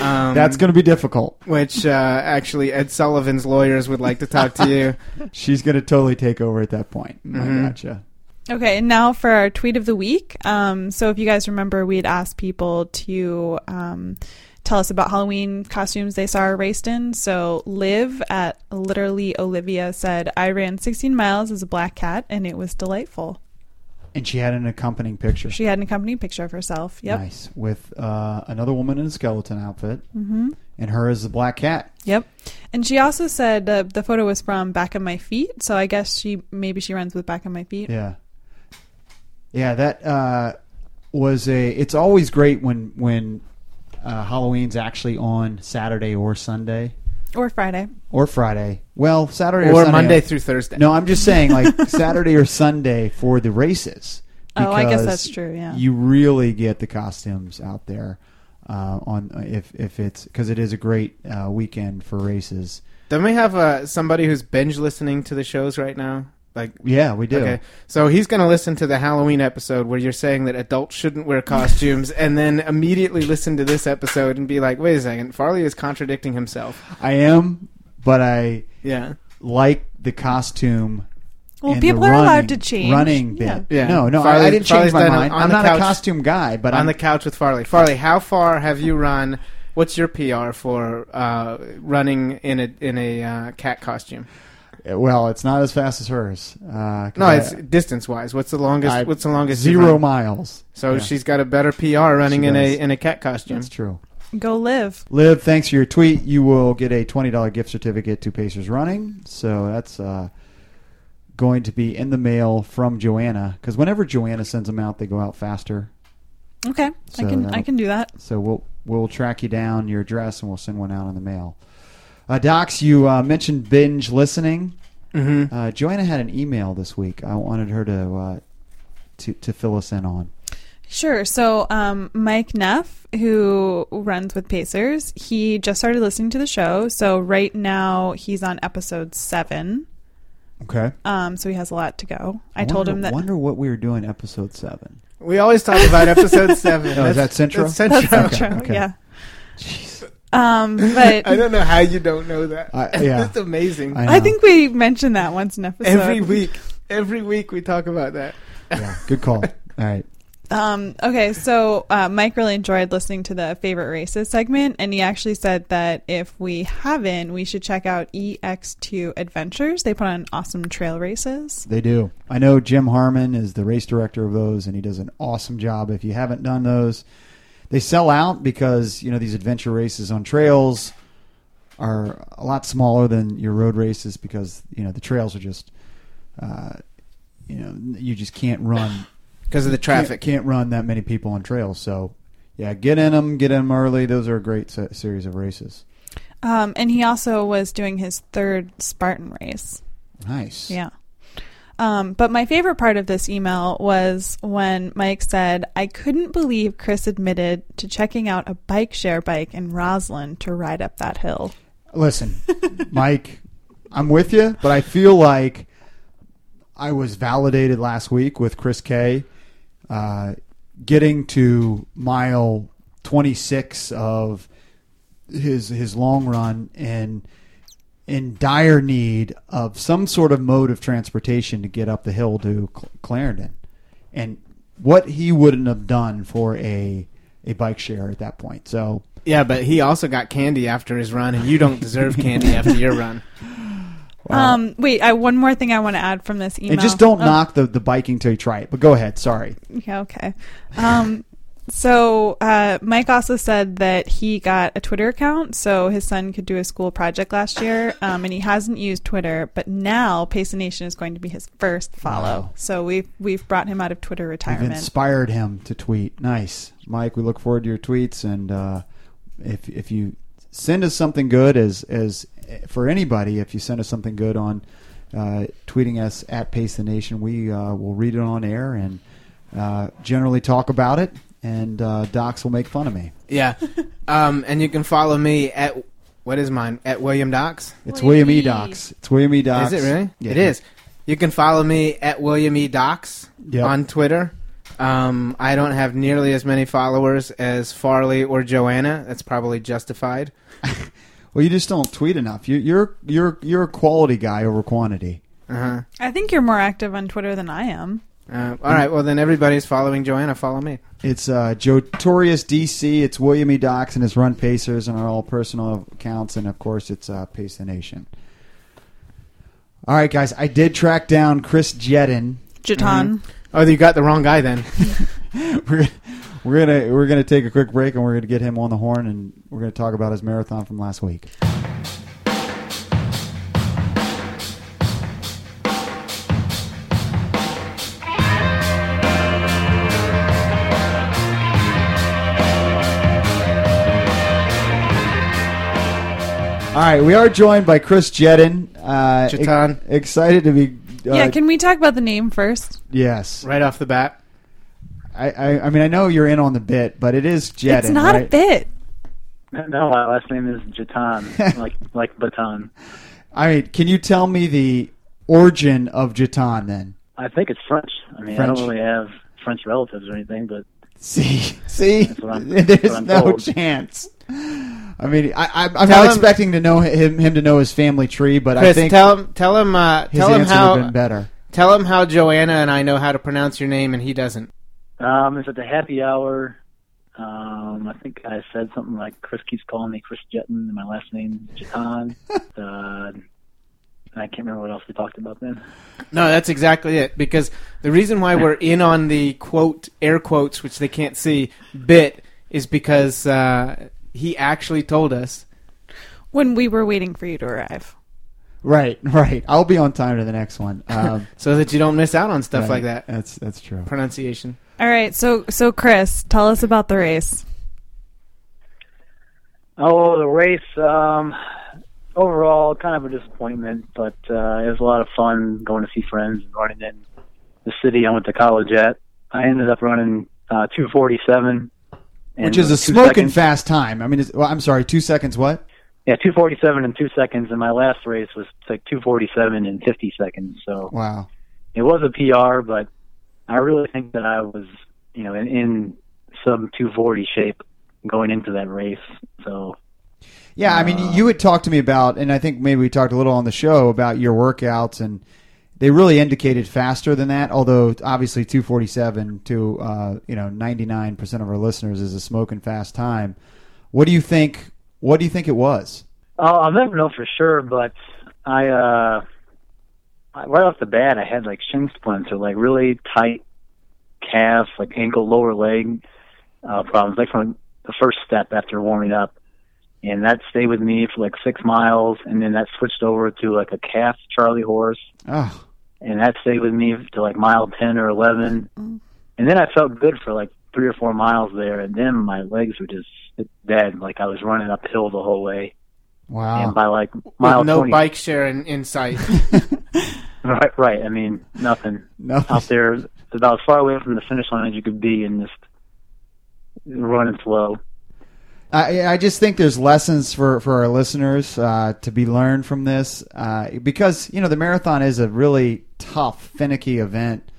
[SPEAKER 4] um,
[SPEAKER 2] That's going to be difficult.
[SPEAKER 4] which uh, actually Ed Sullivan's lawyers would like to talk to you.
[SPEAKER 2] <laughs> She's going to totally take over at that point. I gotcha.
[SPEAKER 3] Okay, and now for our tweet of the week. Um, so, if you guys remember, we had asked people to um, tell us about Halloween costumes they saw or raced in. So, Liv at literally Olivia said, "I ran 16 miles as a black cat, and it was delightful."
[SPEAKER 2] And she had an accompanying picture.
[SPEAKER 3] She had an accompanying picture of herself. Yep,
[SPEAKER 2] Nice with uh, another woman in a skeleton outfit, mm-hmm. and her is the black cat.
[SPEAKER 3] yep. And she also said uh, the photo was from Back of My Feet. So, I guess she maybe she runs with Back of My Feet.
[SPEAKER 2] Yeah. Yeah, that uh, was a. It's always great when when uh, Halloween's actually on Saturday or Sunday
[SPEAKER 3] Or Friday.
[SPEAKER 2] or Friday. Well, Saturday or,
[SPEAKER 4] Or
[SPEAKER 2] Sunday-
[SPEAKER 4] Monday through Thursday.
[SPEAKER 2] No, I'm just saying
[SPEAKER 4] <laughs>
[SPEAKER 2] like Saturday or Sunday for the races.
[SPEAKER 3] Oh, I guess
[SPEAKER 2] because
[SPEAKER 3] that's true, yeah.
[SPEAKER 2] you really get the costumes out there. uh, on if if it's because it is a great uh, weekend for races.
[SPEAKER 4] Don't we have uh, somebody who's binge listening to the shows right now? Like,
[SPEAKER 2] Yeah, we do.
[SPEAKER 4] okay, so he's going to listen to the Halloween episode where you're saying that adults shouldn't wear
[SPEAKER 2] <laughs>
[SPEAKER 4] costumes, and then immediately listen to this episode and be like, "Wait a second, Farley is contradicting himself."
[SPEAKER 2] I am, but I
[SPEAKER 4] Yeah,
[SPEAKER 2] like the costume.
[SPEAKER 3] Well,
[SPEAKER 2] and
[SPEAKER 3] people
[SPEAKER 2] the
[SPEAKER 3] are
[SPEAKER 2] running,
[SPEAKER 3] allowed to change.
[SPEAKER 2] Running
[SPEAKER 3] Yeah.
[SPEAKER 2] bit.
[SPEAKER 4] Yeah.
[SPEAKER 2] No, no, I, I
[SPEAKER 4] Farley-
[SPEAKER 2] didn't change
[SPEAKER 4] Farley's
[SPEAKER 2] my
[SPEAKER 4] done it
[SPEAKER 2] mind.
[SPEAKER 4] on
[SPEAKER 2] I'm
[SPEAKER 4] the
[SPEAKER 2] not a
[SPEAKER 4] couch.
[SPEAKER 2] costume guy, but
[SPEAKER 4] on
[SPEAKER 2] I'm
[SPEAKER 4] the couch with Farley. Farley, how far have you run? What's your PR for uh, running in a in a uh, cat costume?
[SPEAKER 2] uh, well. It's not as fast as hers. Uh, 'cause
[SPEAKER 4] No,
[SPEAKER 2] I-
[SPEAKER 4] it's distance wise. What's the longest?
[SPEAKER 2] I-
[SPEAKER 4] what's the longest? you've
[SPEAKER 2] zero
[SPEAKER 4] run?
[SPEAKER 2] miles.
[SPEAKER 4] So
[SPEAKER 2] Yeah.
[SPEAKER 4] she's got a better PR running
[SPEAKER 2] She
[SPEAKER 4] in
[SPEAKER 2] does.
[SPEAKER 4] a in a cat costume.
[SPEAKER 2] That's true.
[SPEAKER 3] Go live.
[SPEAKER 2] Liv, thanks for your tweet. You will get a twenty dollar gift certificate to Pacers Running. So that's uh, going to be in the mail from Joanna because whenever Joanna sends them out, they go out faster.
[SPEAKER 3] Okay,
[SPEAKER 2] So
[SPEAKER 3] I can
[SPEAKER 2] that'll-
[SPEAKER 3] I can do that.
[SPEAKER 2] So we'll we'll track you down your address and we'll send one out in the mail. Uh, Docs, you uh, mentioned binge listening.
[SPEAKER 4] Mm-hmm.
[SPEAKER 2] Uh, Joanna had an email this week. I wanted her to uh, to to fill us in on.
[SPEAKER 3] Sure. So, um, Mike Neff, who runs with Pacers, he just started listening to the show. So, right now, he's on episode seven.
[SPEAKER 2] Okay,
[SPEAKER 3] Um, so, he has a lot to go. I, told him that.
[SPEAKER 2] Wonder what we were doing episode seven.
[SPEAKER 4] We always talk
[SPEAKER 2] <laughs>
[SPEAKER 4] about episode seven.
[SPEAKER 2] Oh, is that Central?
[SPEAKER 4] That's
[SPEAKER 3] <laughs> That's
[SPEAKER 4] Central.
[SPEAKER 2] Okay,
[SPEAKER 3] true.
[SPEAKER 2] okay.
[SPEAKER 3] Yeah. Um, but
[SPEAKER 4] <laughs> I
[SPEAKER 3] I,
[SPEAKER 4] don't know how you don't know that.
[SPEAKER 2] I- yeah.
[SPEAKER 4] <laughs> That's amazing.
[SPEAKER 2] I know.
[SPEAKER 3] think we mentioned that once in episode.
[SPEAKER 4] Every week, every week we talk about that.
[SPEAKER 2] Yeah, good call. <laughs> All right.
[SPEAKER 3] Um, okay, so uh, Mike really enjoyed listening to the favorite races segment, and he actually said that if we haven't, we should check out EX2 Adventures. They put on awesome trail races.
[SPEAKER 2] They do. I know Jim Harmon is the race director of those, and he does an awesome job. If you haven't done those, they sell out because you know these adventure races on trails are a lot smaller than your road races because you know the trails are just, uh, you know, you just can't run
[SPEAKER 4] Because of the
[SPEAKER 2] can't, can't run that many people on trails. So yeah, get in them, get in them early. Those are a great se- series of races.
[SPEAKER 3] Um, and he also was doing his third Spartan race.
[SPEAKER 2] Nice.
[SPEAKER 3] Yeah. Um, but my favorite part of this email was when Mike said, I couldn't believe Chris admitted to checking out a bike share bike in Roslyn to ride up that hill.
[SPEAKER 2] Listen, <laughs> Mike, I'm with you, but I feel like I was validated last week with Chris K. Uh, getting to mile 26 of his his long run and in dire need of some sort of mode of transportation to get up the hill to Cl- Clarendon, and what he wouldn't have done for a a bike share at that point. So
[SPEAKER 4] Yeah, but he also got candy after his run, and you don't deserve candy after your run.
[SPEAKER 3] Um, wait, I, one more thing I want to add from this email.
[SPEAKER 2] And just don't
[SPEAKER 3] Oh,
[SPEAKER 2] knock the, the biking till you try it. But go ahead. Sorry.
[SPEAKER 3] Yeah, okay. Um, so uh, Mike also said that he got a Twitter account so his son could do a school project last year, um, and he hasn't used Twitter, but now Pace Nation is going to be his first follow.
[SPEAKER 2] Wow.
[SPEAKER 3] So we've we've brought him out of Twitter
[SPEAKER 2] You've
[SPEAKER 3] retirement.
[SPEAKER 2] inspired him to tweet. Nice, Mike. We look forward to your tweets, and uh, if if you send us something good, as as for anybody, if you send us something good on uh, tweeting us at Pace the Nation, we uh, will read it on air and uh, generally talk about it. And uh, Docs will make fun of me.
[SPEAKER 4] Yeah, um, and you can follow me at what is mine at William Docs.
[SPEAKER 2] It's
[SPEAKER 3] William
[SPEAKER 2] William E.
[SPEAKER 3] E.
[SPEAKER 2] Docs. It's William E. Docs.
[SPEAKER 4] Is it really?
[SPEAKER 2] Yeah.
[SPEAKER 4] It is. You can follow me at William E. Docs
[SPEAKER 2] Yep.
[SPEAKER 4] on Twitter. Um, I don't have nearly as many followers as Farley or Joanna. That's probably justified.
[SPEAKER 2] Well, you just don't tweet enough. You, you're you're you're a quality guy over quantity.
[SPEAKER 4] Uh-huh.
[SPEAKER 3] I think you're more active on Twitter than I am.
[SPEAKER 4] Uh, all right. Well, then everybody's following Joanna. Follow me.
[SPEAKER 2] It's uh, Jotorius DC. It's William E. Docs and his Run Pacers and our all personal accounts, and of course, it's uh, Pace the Nation. All right, guys, I did track down Chris Jedden.
[SPEAKER 3] Jaton.
[SPEAKER 2] Mm-hmm.
[SPEAKER 4] Oh, you got the wrong
[SPEAKER 2] <laughs>
[SPEAKER 4] guy then.
[SPEAKER 2] We're we're gonna we're gonna take a quick break, and we're gonna get him on the horn, and we're gonna talk about his marathon from last week. All right, we are joined by Chris Jedden. Uh,
[SPEAKER 4] Chetan.
[SPEAKER 2] ex- excited to be. Uh,
[SPEAKER 3] yeah, can we talk about the name first?
[SPEAKER 2] yes.
[SPEAKER 4] right off the bat.
[SPEAKER 2] I, I, I mean, I know you're in on the bit, but it is Jedin.
[SPEAKER 3] it's not a
[SPEAKER 2] right?
[SPEAKER 3] bit.
[SPEAKER 5] No, my last name is Jatan, like like Baton.
[SPEAKER 2] I mean, can you tell me the origin of Jatan then? <laughs>
[SPEAKER 5] I think it's French. I mean, I
[SPEAKER 2] French.
[SPEAKER 5] don't really have French relatives or anything, but
[SPEAKER 2] See, see,
[SPEAKER 5] what I'm- that's what
[SPEAKER 2] <laughs> there's
[SPEAKER 5] I'm
[SPEAKER 2] no
[SPEAKER 5] told.
[SPEAKER 2] chance. I mean, I, I, I'm
[SPEAKER 4] Tell
[SPEAKER 2] not
[SPEAKER 4] him-
[SPEAKER 2] expecting to know him him to know his family tree, but I
[SPEAKER 4] Chris,
[SPEAKER 2] think
[SPEAKER 4] tell him, tell him, uh,
[SPEAKER 2] his
[SPEAKER 4] tell him
[SPEAKER 2] answer would have
[SPEAKER 4] how,
[SPEAKER 2] been better.
[SPEAKER 4] tell him how Joanna and I know how to pronounce your name, and he doesn't.
[SPEAKER 5] um, it's at the happy hour. Um, I think I said something like Chris keeps calling me Chris Jetton, and my last name is Jatan. uh, I can't remember what else we talked about then.
[SPEAKER 4] No, that's exactly it. Because the reason
[SPEAKER 2] <laughs>
[SPEAKER 4] why we're in on the quote air quotes, which they can't see, bit is because uh, he actually told us.
[SPEAKER 3] When we were waiting for you to arrive.
[SPEAKER 2] Right, <laughs> right. I'll be on time to the next
[SPEAKER 4] <laughs>
[SPEAKER 2] one. Um,
[SPEAKER 4] So that you don't miss out on stuff
[SPEAKER 2] right.
[SPEAKER 4] like that.
[SPEAKER 2] That's that's true.
[SPEAKER 4] Pronunciation.
[SPEAKER 3] All right, so so Chris, tell us about the race.
[SPEAKER 5] Oh, the race. Um, overall, kind of a disappointment, but uh, it was a lot of fun going to see friends and running in the city. I went to college at. I ended up running uh, 247, and
[SPEAKER 2] Which is a
[SPEAKER 5] with two
[SPEAKER 2] smoking
[SPEAKER 5] seconds-
[SPEAKER 2] fast time. I mean, it's, well, I'm sorry, two seconds. What?
[SPEAKER 5] Yeah, 247 and two seconds, and my last race was like 247 and 50 seconds. So
[SPEAKER 2] Wow.
[SPEAKER 5] it was a PR, but I really think that I was, you know, in, in some 240 shape going into that race. So
[SPEAKER 2] Yeah, I mean, you had talked to me about, and I think maybe we talked a little on the show about your workouts, and they really indicated faster than that. Although, obviously, two forty seven to uh, you know ninety nine percent of our listeners is a smoking fast time. What do you think? What do you think it was?
[SPEAKER 5] Oh, I'll never know for sure, but I uh I- right off the bat I had like shin splints or like really tight calf, like ankle lower leg uh problems, like from the first step after warming up. And that stayed with me for like six miles and then that switched over to like a calf Charlie horse
[SPEAKER 2] Oh,
[SPEAKER 5] and that stayed with me to like mile ten or eleven. And then I felt good for like three or four miles there and then my legs were just dead, like I was running uphill the whole way
[SPEAKER 2] wow. <laughs>
[SPEAKER 5] and by like mile
[SPEAKER 4] With no
[SPEAKER 5] 20.
[SPEAKER 4] bike share in, in sight.
[SPEAKER 5] <laughs> Right, right. I mean, nothing
[SPEAKER 2] No,
[SPEAKER 5] out there. It's about as far away from the finish line as you could be, and just running slow.
[SPEAKER 2] I, I just think there's lessons for, for our listeners uh, to be learned from this uh, because you know the marathon is a really tough, finicky event,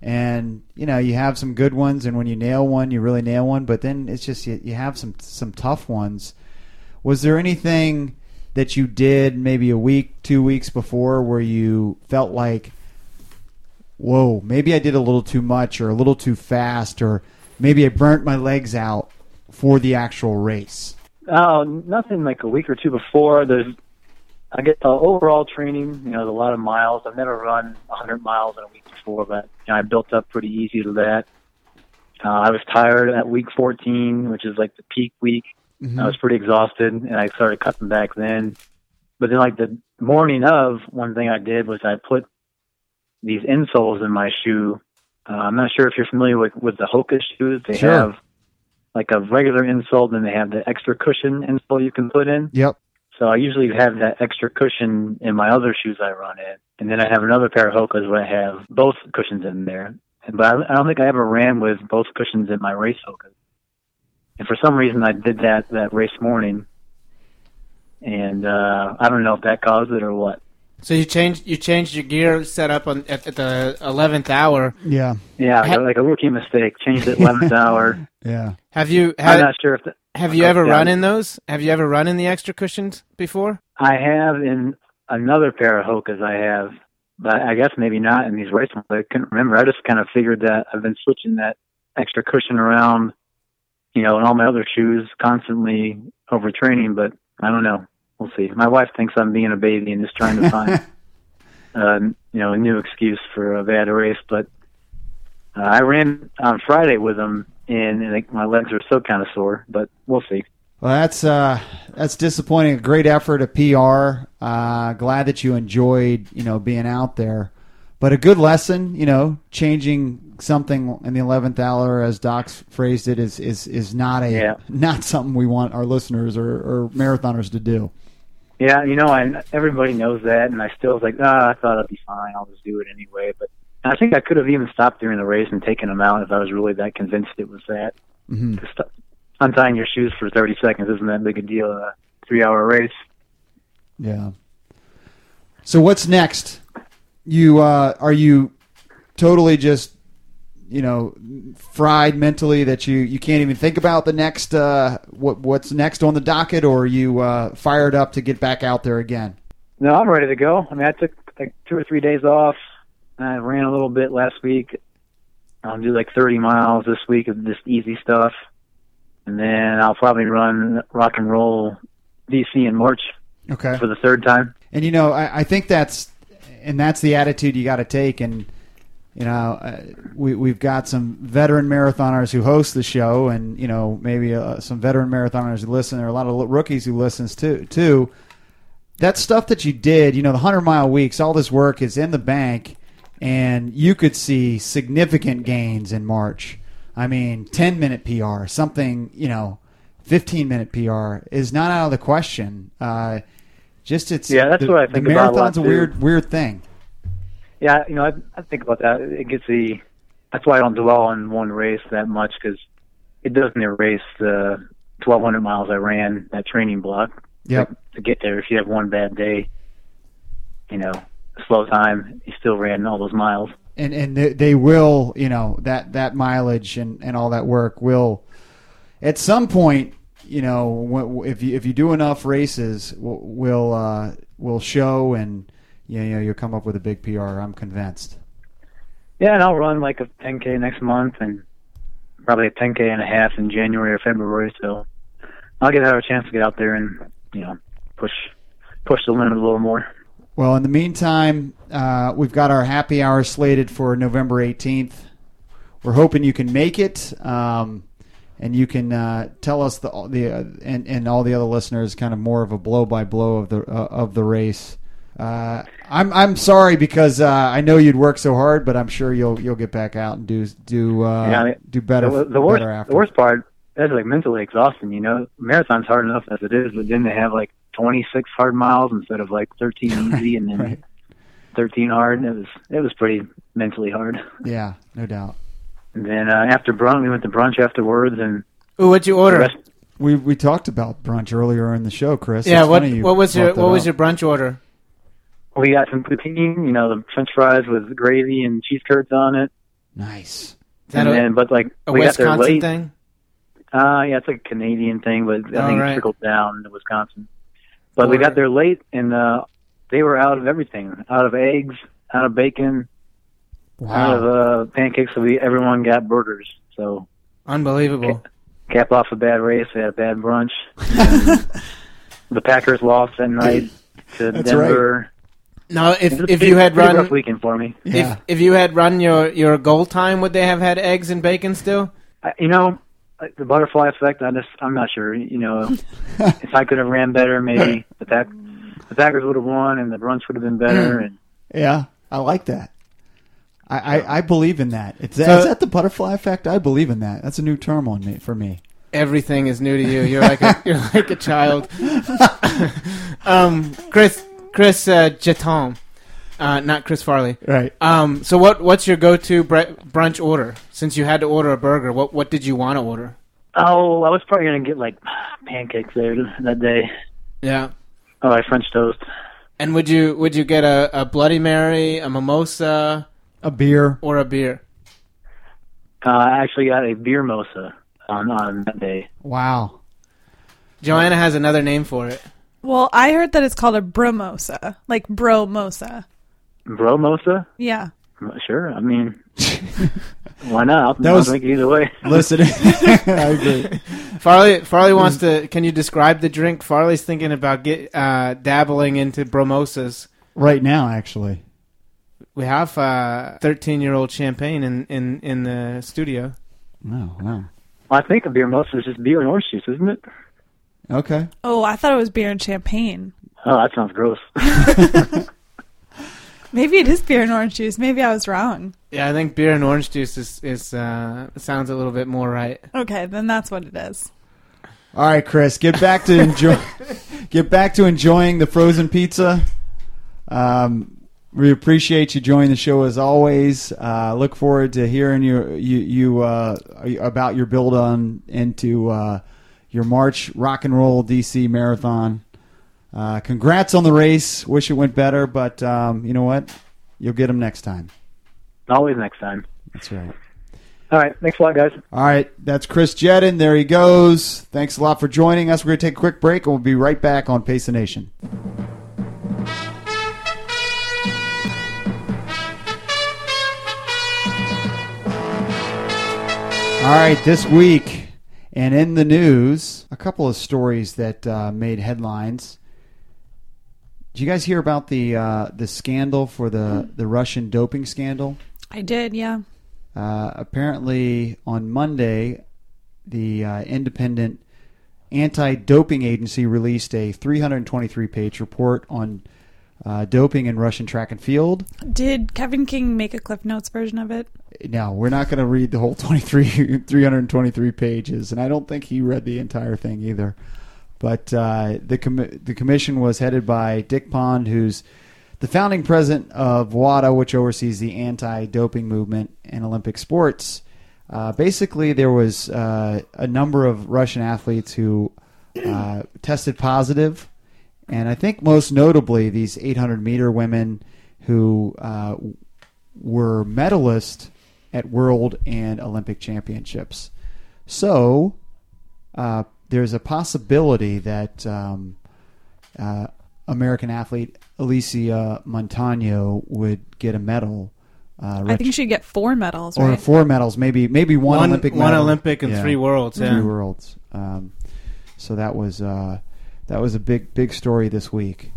[SPEAKER 2] and you know you have some good ones, and when you nail one, you really nail one. But then it's just you, you have some some tough ones. Was there anything that you did maybe a week, two weeks before where you felt like, whoa, maybe I did a little too much or a little too fast, or maybe I burnt my legs out for the actual race?
[SPEAKER 5] Oh, nothing like a week or two before. There's, I get uh, overall training. You know, there's a lot of miles. I've never run 100 miles in a week before, but you know, I built up pretty easy to that. Uh, I was tired at week 14, which is like the peak week. I was pretty exhausted, and I started cutting back then. But then, like the morning of, one thing I did was I put these insoles in my shoe. Uh, I'm not sure if you're familiar with with the Hoka shoes. They
[SPEAKER 2] Sure.
[SPEAKER 5] have like a regular insole, then they have the extra cushion insole you can put in.
[SPEAKER 2] Yep.
[SPEAKER 5] So I usually have that extra cushion in my other shoes I run in, and then I have another pair of Hoka's where I have both cushions in there. And- But I, I don't think I ever ran with both cushions in my race Hokas. And for some reason, I did that that race morning, and uh, I don't know if that caused it or what.
[SPEAKER 4] so you changed you changed your gear setup on at, at the eleventh hour.
[SPEAKER 2] Yeah.
[SPEAKER 5] Yeah,
[SPEAKER 4] Ha-
[SPEAKER 5] like a rookie mistake. Changed it 11th hour.
[SPEAKER 2] Yeah.
[SPEAKER 4] Have you
[SPEAKER 5] I'm
[SPEAKER 4] have,
[SPEAKER 5] not sure if the,
[SPEAKER 4] have you
[SPEAKER 5] Okay,
[SPEAKER 4] ever
[SPEAKER 5] yeah.
[SPEAKER 4] run in those? Have you ever run in the extra cushions before?
[SPEAKER 5] I have in another pair of Hokas I have, but I guess maybe not in these race ones. I couldn't remember. I just kind of figured that I've been switching that extra cushion around, you know, in all my other shoes constantly overtraining, but I don't know. We'll see. My wife thinks I'm being a baby and just trying to find, uh, you know, a new excuse for a bad race, but uh, I ran on Friday with them and, and like, my legs are still kind of sore, but we'll see.
[SPEAKER 2] Well, that's uh, that's disappointing. A great effort, a PR. Uh, glad that you enjoyed, you know, being out there. But a good lesson, you know, changing something in the eleventh hour, as Doc's phrased it, is is is not a
[SPEAKER 5] Yeah.
[SPEAKER 2] <laughs> not something we want our listeners or, or marathoners to do.
[SPEAKER 5] Yeah, you know, I everybody knows that, and I still was like, ah, I thought I'd be fine. I'll just do it anyway. But And I think I could have even stopped during the race and taken them out if I was really that convinced it was that.
[SPEAKER 2] Mhm.
[SPEAKER 5] Just untying your shoes for 30 seconds isn't that big a deal in a three hour race.
[SPEAKER 2] Yeah. So what's next? You uh, are you totally just you know fried mentally that you you can't even think about the next uh, what what's next on the docket, or are you uh, fired up to get back out there again?
[SPEAKER 5] No, I'm ready to go. I mean, I took like two or three days off. And I ran a little bit last week. I'll do like 30 miles this week of just easy stuff. And then I'll probably run rock and roll DC in March
[SPEAKER 2] Okay.
[SPEAKER 5] for the third time.
[SPEAKER 2] And you know, I, I think that's and that's the attitude you got to take. And you know, uh, we we've got some veteran marathoners who host the show, and you know, maybe uh, some veteran marathoners who listen. There are a lot of li- rookies who listens too. Too that stuff that you did, you know, the hundred mile weeks, all this work is in the bank, and you could see significant gains in March. I mean, ten minute PR, something you know. 15 minute PR is not out of the question. Uh, just it's
[SPEAKER 5] Yeah, that's
[SPEAKER 2] the-
[SPEAKER 5] what I think
[SPEAKER 2] The
[SPEAKER 5] about a lot,
[SPEAKER 2] marathon's a
[SPEAKER 5] too.
[SPEAKER 2] weird weird thing.
[SPEAKER 5] Yeah, you know, I, I think about that. It gets the. That's why I don't dwell on one race that much because it doesn't erase the 1,200 miles I ran that training block.
[SPEAKER 2] Yep.
[SPEAKER 5] to get there. If you have one bad day, you know, slow time, you still ran all those miles.
[SPEAKER 2] and and they, they will you know that that mileage and and all that work will at some point you know wh- if you if you do enough races will will uh, will show and you know you'll come up with a big PR. I'm convinced.
[SPEAKER 5] Yeah, and I'll run like a 10k next month and probably a 10k and a half in January or February. So I'll get her a chance to get out there and you know push push the limit a little more.
[SPEAKER 2] Well, in the meantime, uh, we've got our happy hour slated for November 18th. We're hoping you can make it, um, and you can uh, tell us the the uh, and and all the other listeners kind of more of a blow by blow of the uh, of the race. Uh, I'm I'm sorry because uh, I know you'd work so hard, but I'm sure you'll you'll get back out and do do uh,
[SPEAKER 5] Yeah, I mean,
[SPEAKER 2] do better.
[SPEAKER 5] the, the worst
[SPEAKER 2] better after.
[SPEAKER 5] the worst part that's like mentally exhausting. You know, marathon's hard enough as it is, but then they have like 26 hard miles instead of like
[SPEAKER 2] <laughs>
[SPEAKER 5] 13 easy and then
[SPEAKER 2] right.
[SPEAKER 5] 13 hard. And it was it was pretty mentally hard.
[SPEAKER 2] Yeah, no doubt.
[SPEAKER 5] And then uh, after brunch, we went to brunch afterwards, and
[SPEAKER 4] Ooh, what'd you
[SPEAKER 5] the
[SPEAKER 4] order?
[SPEAKER 5] rest,
[SPEAKER 2] We we talked about brunch earlier in the show, Chris.
[SPEAKER 4] yeah,
[SPEAKER 2] It's
[SPEAKER 4] what
[SPEAKER 2] funny you
[SPEAKER 4] what was your
[SPEAKER 2] brought that
[SPEAKER 4] what was
[SPEAKER 2] up.
[SPEAKER 4] your brunch order?
[SPEAKER 5] we got some poutine, you know, the French fries with gravy and cheese curds on it.
[SPEAKER 2] nice?
[SPEAKER 4] Is that
[SPEAKER 5] and
[SPEAKER 4] a,
[SPEAKER 5] then, but like
[SPEAKER 4] a
[SPEAKER 5] we got there
[SPEAKER 4] Wisconsin
[SPEAKER 5] late.
[SPEAKER 4] thing?
[SPEAKER 5] Uh, yeah, it's like a Canadian thing, but I
[SPEAKER 4] All
[SPEAKER 5] think
[SPEAKER 4] right.
[SPEAKER 5] it trickled down to Wisconsin. But we got
[SPEAKER 4] Alright.
[SPEAKER 5] there late, and uh, they were out of everything, out of eggs, out of bacon, out of uh, pancakes. So we everyone got burgers. So
[SPEAKER 4] Unbelievable.
[SPEAKER 5] cap off a bad race. We had a
[SPEAKER 4] <laughs>
[SPEAKER 5] bad brunch. the Packers lost that night to
[SPEAKER 2] That's
[SPEAKER 5] Denver.
[SPEAKER 4] Now, if
[SPEAKER 5] It was a
[SPEAKER 4] if
[SPEAKER 5] pretty-
[SPEAKER 4] you had
[SPEAKER 5] pretty
[SPEAKER 4] run
[SPEAKER 5] rough weekend for me.
[SPEAKER 2] Yeah.
[SPEAKER 4] if if you had run your your goal time, would they have had eggs and bacon still?
[SPEAKER 5] I, you know, like, the butterfly effect. I just, I'm not sure.
[SPEAKER 2] <laughs>
[SPEAKER 5] You know, if I could have ran better, maybe the pack, the Packers would have won, and the brunch would have been
[SPEAKER 2] Mm.
[SPEAKER 5] better. And
[SPEAKER 2] Yeah, I like that. I, I, I believe in that. It's,
[SPEAKER 4] So-
[SPEAKER 2] is that the butterfly effect? I believe in that. That's a new term on me for me.
[SPEAKER 4] Everything is new to you. You're like a, you're like a child. <laughs> um, Chris Chris uh, Jeton, uh, not Chris Farley.
[SPEAKER 2] Right.
[SPEAKER 4] Um, so what what's your go to bre- brunch order? Since you had to order a burger, what what did you want to order?
[SPEAKER 5] oh, I was probably gonna get like pancakes there that day.
[SPEAKER 4] Yeah.
[SPEAKER 5] Oh, like French toast.
[SPEAKER 4] And would you would you get a, a Bloody Mary, a mimosa,
[SPEAKER 2] A beer.
[SPEAKER 4] or a beer?
[SPEAKER 5] Uh, I actually got a beer mosa on on that day.
[SPEAKER 2] Wow.
[SPEAKER 4] Joanna has another name for it.
[SPEAKER 3] Well, I heard that it's called a bromosa, like bromosa.
[SPEAKER 5] Bro mosa?
[SPEAKER 3] Yeah.
[SPEAKER 5] Sure.
[SPEAKER 2] <laughs>
[SPEAKER 5] I mean, why not?
[SPEAKER 2] That
[SPEAKER 5] I'll
[SPEAKER 2] was-
[SPEAKER 5] drink it
[SPEAKER 2] <laughs>
[SPEAKER 5] either way.
[SPEAKER 2] Listen, I agree.
[SPEAKER 4] Farley Farley wants to. Can you describe the drink? Farley's thinking about get uh, dabbling into bromosas.
[SPEAKER 2] Right now, actually.
[SPEAKER 4] We have thirteen year old champagne in, in in the studio.
[SPEAKER 2] No. Wow.
[SPEAKER 5] I think a beer mosa is just beer and orange juice, isn't it?
[SPEAKER 2] Okay.
[SPEAKER 3] Oh, I thought it was beer and champagne.
[SPEAKER 5] Oh, that sounds gross. <laughs>
[SPEAKER 3] Maybe it is beer and orange juice. Maybe I was wrong.
[SPEAKER 4] Yeah, I think beer and orange juice is is uh, sounds a little bit more right.
[SPEAKER 3] Okay, then that's what it is.
[SPEAKER 2] All right, Chris. Get back to enjoy. get back to enjoying the frozen pizza. Um, We appreciate you joining the show as always. Uh, look forward to hearing you you, you uh, about your build on into uh, your March Rock and Roll DC Marathon. Uh, congrats on the race. Wish it went better, but um, you know what? You'll get them next time.
[SPEAKER 5] Always next time.
[SPEAKER 2] That's right.
[SPEAKER 5] All right. Thanks a lot, guys.
[SPEAKER 2] All right, that's Chris Jedden. There he goes. Thanks a lot for joining us. We're going to take a quick break, and we'll be right back on Pace the Nation. All right, this week, and in the news, a couple of stories that uh, made headlines. Did you guys hear about the uh, the scandal for the the Russian doping scandal?
[SPEAKER 3] I did, yeah.
[SPEAKER 2] Uh, apparently, on Monday, the uh, independent anti doping agency released a 323 page report on uh, doping in Russian track and field.
[SPEAKER 3] Did Kevin King make a Cliff Notes version of it?
[SPEAKER 2] Now, we're not going to read the whole <laughs> 23, 323 pages, and I don't think he read the entire thing either. But uh, the, com- the commission was headed by Dick Pond, who's the founding president of WADA, which oversees the anti doping movement in Olympic sports. Uh, basically, there was uh, a number of Russian athletes who uh, tested positive, and I think most notably these 800 meter women who uh, were medalists at world and Olympic championships. So uh, there's a possibility that um, uh, American athlete Alicia Montano would get a medal. Uh,
[SPEAKER 3] I think she'd get four medals,
[SPEAKER 2] or
[SPEAKER 3] right?
[SPEAKER 2] four medals, maybe maybe one,
[SPEAKER 4] One-
[SPEAKER 2] Olympic
[SPEAKER 4] one
[SPEAKER 2] medal.
[SPEAKER 4] Olympic and three worlds, yeah.
[SPEAKER 2] three worlds. Um, so that was uh, that was a big big story this week.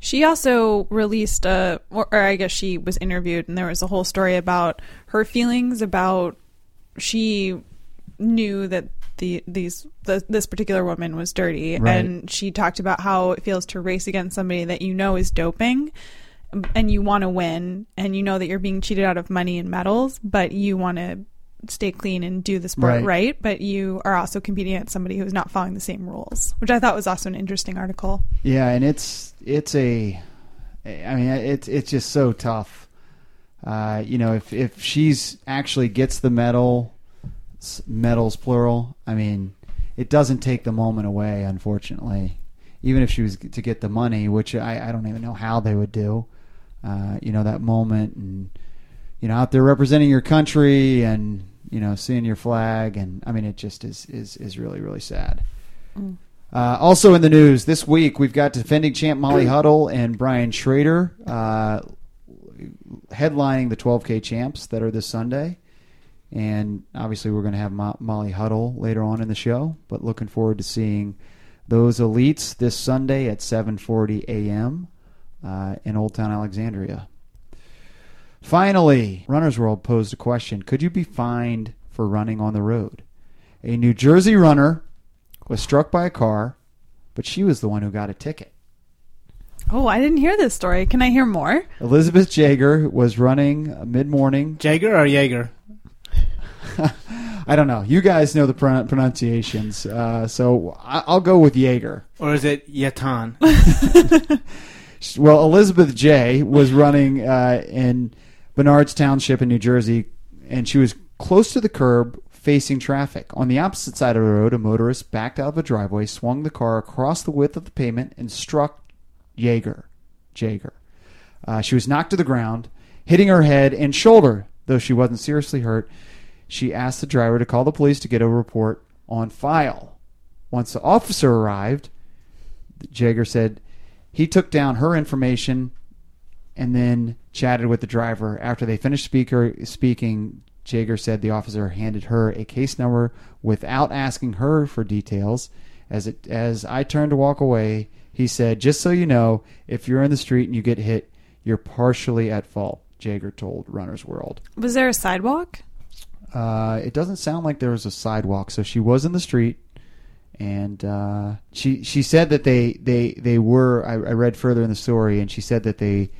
[SPEAKER 3] She also released a, or, or I guess she was interviewed, and there was a whole story about her feelings about she knew that the these the, this particular woman was dirty,
[SPEAKER 2] Right.
[SPEAKER 3] and she talked about how it feels to race against somebody that you know is doping, and you want to win, and you know that you're being cheated out of money and medals, but you want to stay clean and do the sport
[SPEAKER 2] Right.
[SPEAKER 3] right. but you are also competing against somebody who's not following the same rules, which I thought was also an interesting article.
[SPEAKER 2] Yeah, and it's it's a, I mean it's it's just so tough. Uh, you know, if if she's actually gets the medal, s- medals plural. I mean, it doesn't take the moment away, unfortunately. Even if she was to get the money, which I, I don't even know how they would do. Uh, you know that moment, and you know out there representing your country, and you know seeing your flag, and I mean it just is is is really really sad. Uh, also in the news this week, we've got defending champ Molly Huddle and Brian Schrader uh, headlining the 12K champs that are this Sunday. And obviously, we're going to have Mo- Molly Huddle later on in the show. But looking forward to seeing those elites this Sunday at 7:40 a.m. Uh, in Old Town Alexandria. Finally, Runner's World posed a question: Could you be fined for running on the road? A New Jersey runner was struck by a car, but she was the one who got a ticket.
[SPEAKER 3] Oh, I didn't hear this story. Can I hear more?
[SPEAKER 2] Elizabeth Jaeger was running mid morning.
[SPEAKER 4] Jaeger or Jaeger?
[SPEAKER 2] I don't know. You guys know the pron- pronunciations, uh, so I- I'll go with Jaeger.
[SPEAKER 4] Or is it Yatan? <laughs>
[SPEAKER 2] Well, Elizabeth J was running uh, in Bernards Township in New Jersey, and she was close to the curb facing traffic. On the opposite side of the road, a motorist backed out of a driveway, swung the car across the width of the pavement, and struck Jaeger. Jaeger. Uh, she was knocked to the ground, hitting her head and shoulder, though she wasn't seriously hurt. She asked the driver to call the police to get a report on file. Once the officer arrived, Jaeger said he took down her information and then chatted with the driver. After they finished speaker speaking, Jaeger said the officer handed her a case number without asking her for details. As it as I turned to walk away, he said, "Just so you know, if you're in the street and you get hit, you're partially at fault." Jaeger told Runner's World.
[SPEAKER 3] Was there a sidewalk?
[SPEAKER 2] Uh, it doesn't sound like there was a sidewalk, so she was in the street, and uh, she she said that they they they were. I, I read further in the story, and she said that they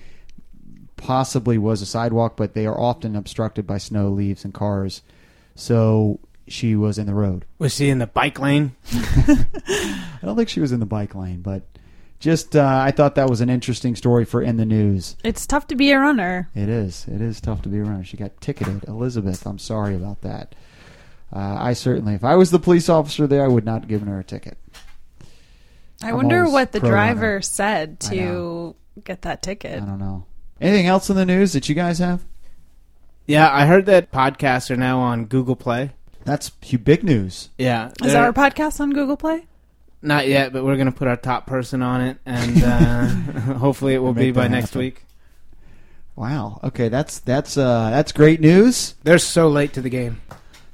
[SPEAKER 2] possibly was a sidewalk, but they are often obstructed by snow, leaves, and cars. So she was in the road.
[SPEAKER 4] Was she in the bike lane?
[SPEAKER 2] I don't think she was in the bike lane, but just uh, I thought that was an interesting story for in the news.
[SPEAKER 3] It's tough to be a runner.
[SPEAKER 2] It is. It is tough to be around. She got ticketed, Elizabeth. I'm sorry about that. Uh, I certainly, if I was the police officer there, I would not have given her a ticket.
[SPEAKER 3] I
[SPEAKER 2] I'm
[SPEAKER 3] wonder
[SPEAKER 2] always
[SPEAKER 3] what the
[SPEAKER 2] pro
[SPEAKER 3] driver
[SPEAKER 2] runner.
[SPEAKER 3] said
[SPEAKER 2] I
[SPEAKER 3] to get that ticket.
[SPEAKER 2] I don't know. Anything else in the news that you guys have?
[SPEAKER 4] Yeah, I heard that podcasts are now on Google Play.
[SPEAKER 2] That's hu- big news.
[SPEAKER 4] Yeah,
[SPEAKER 3] Is
[SPEAKER 4] they're-
[SPEAKER 2] Uh,
[SPEAKER 3] our podcast on Google Play?
[SPEAKER 4] not yet, but we're gonna put our top person on it, and uh, <laughs> hopefully it will
[SPEAKER 2] Make
[SPEAKER 4] be by
[SPEAKER 2] that
[SPEAKER 4] next
[SPEAKER 2] happen.
[SPEAKER 4] week.
[SPEAKER 2] Wow. Okay, that's that's uh, that's great news.
[SPEAKER 4] They're so late to the game.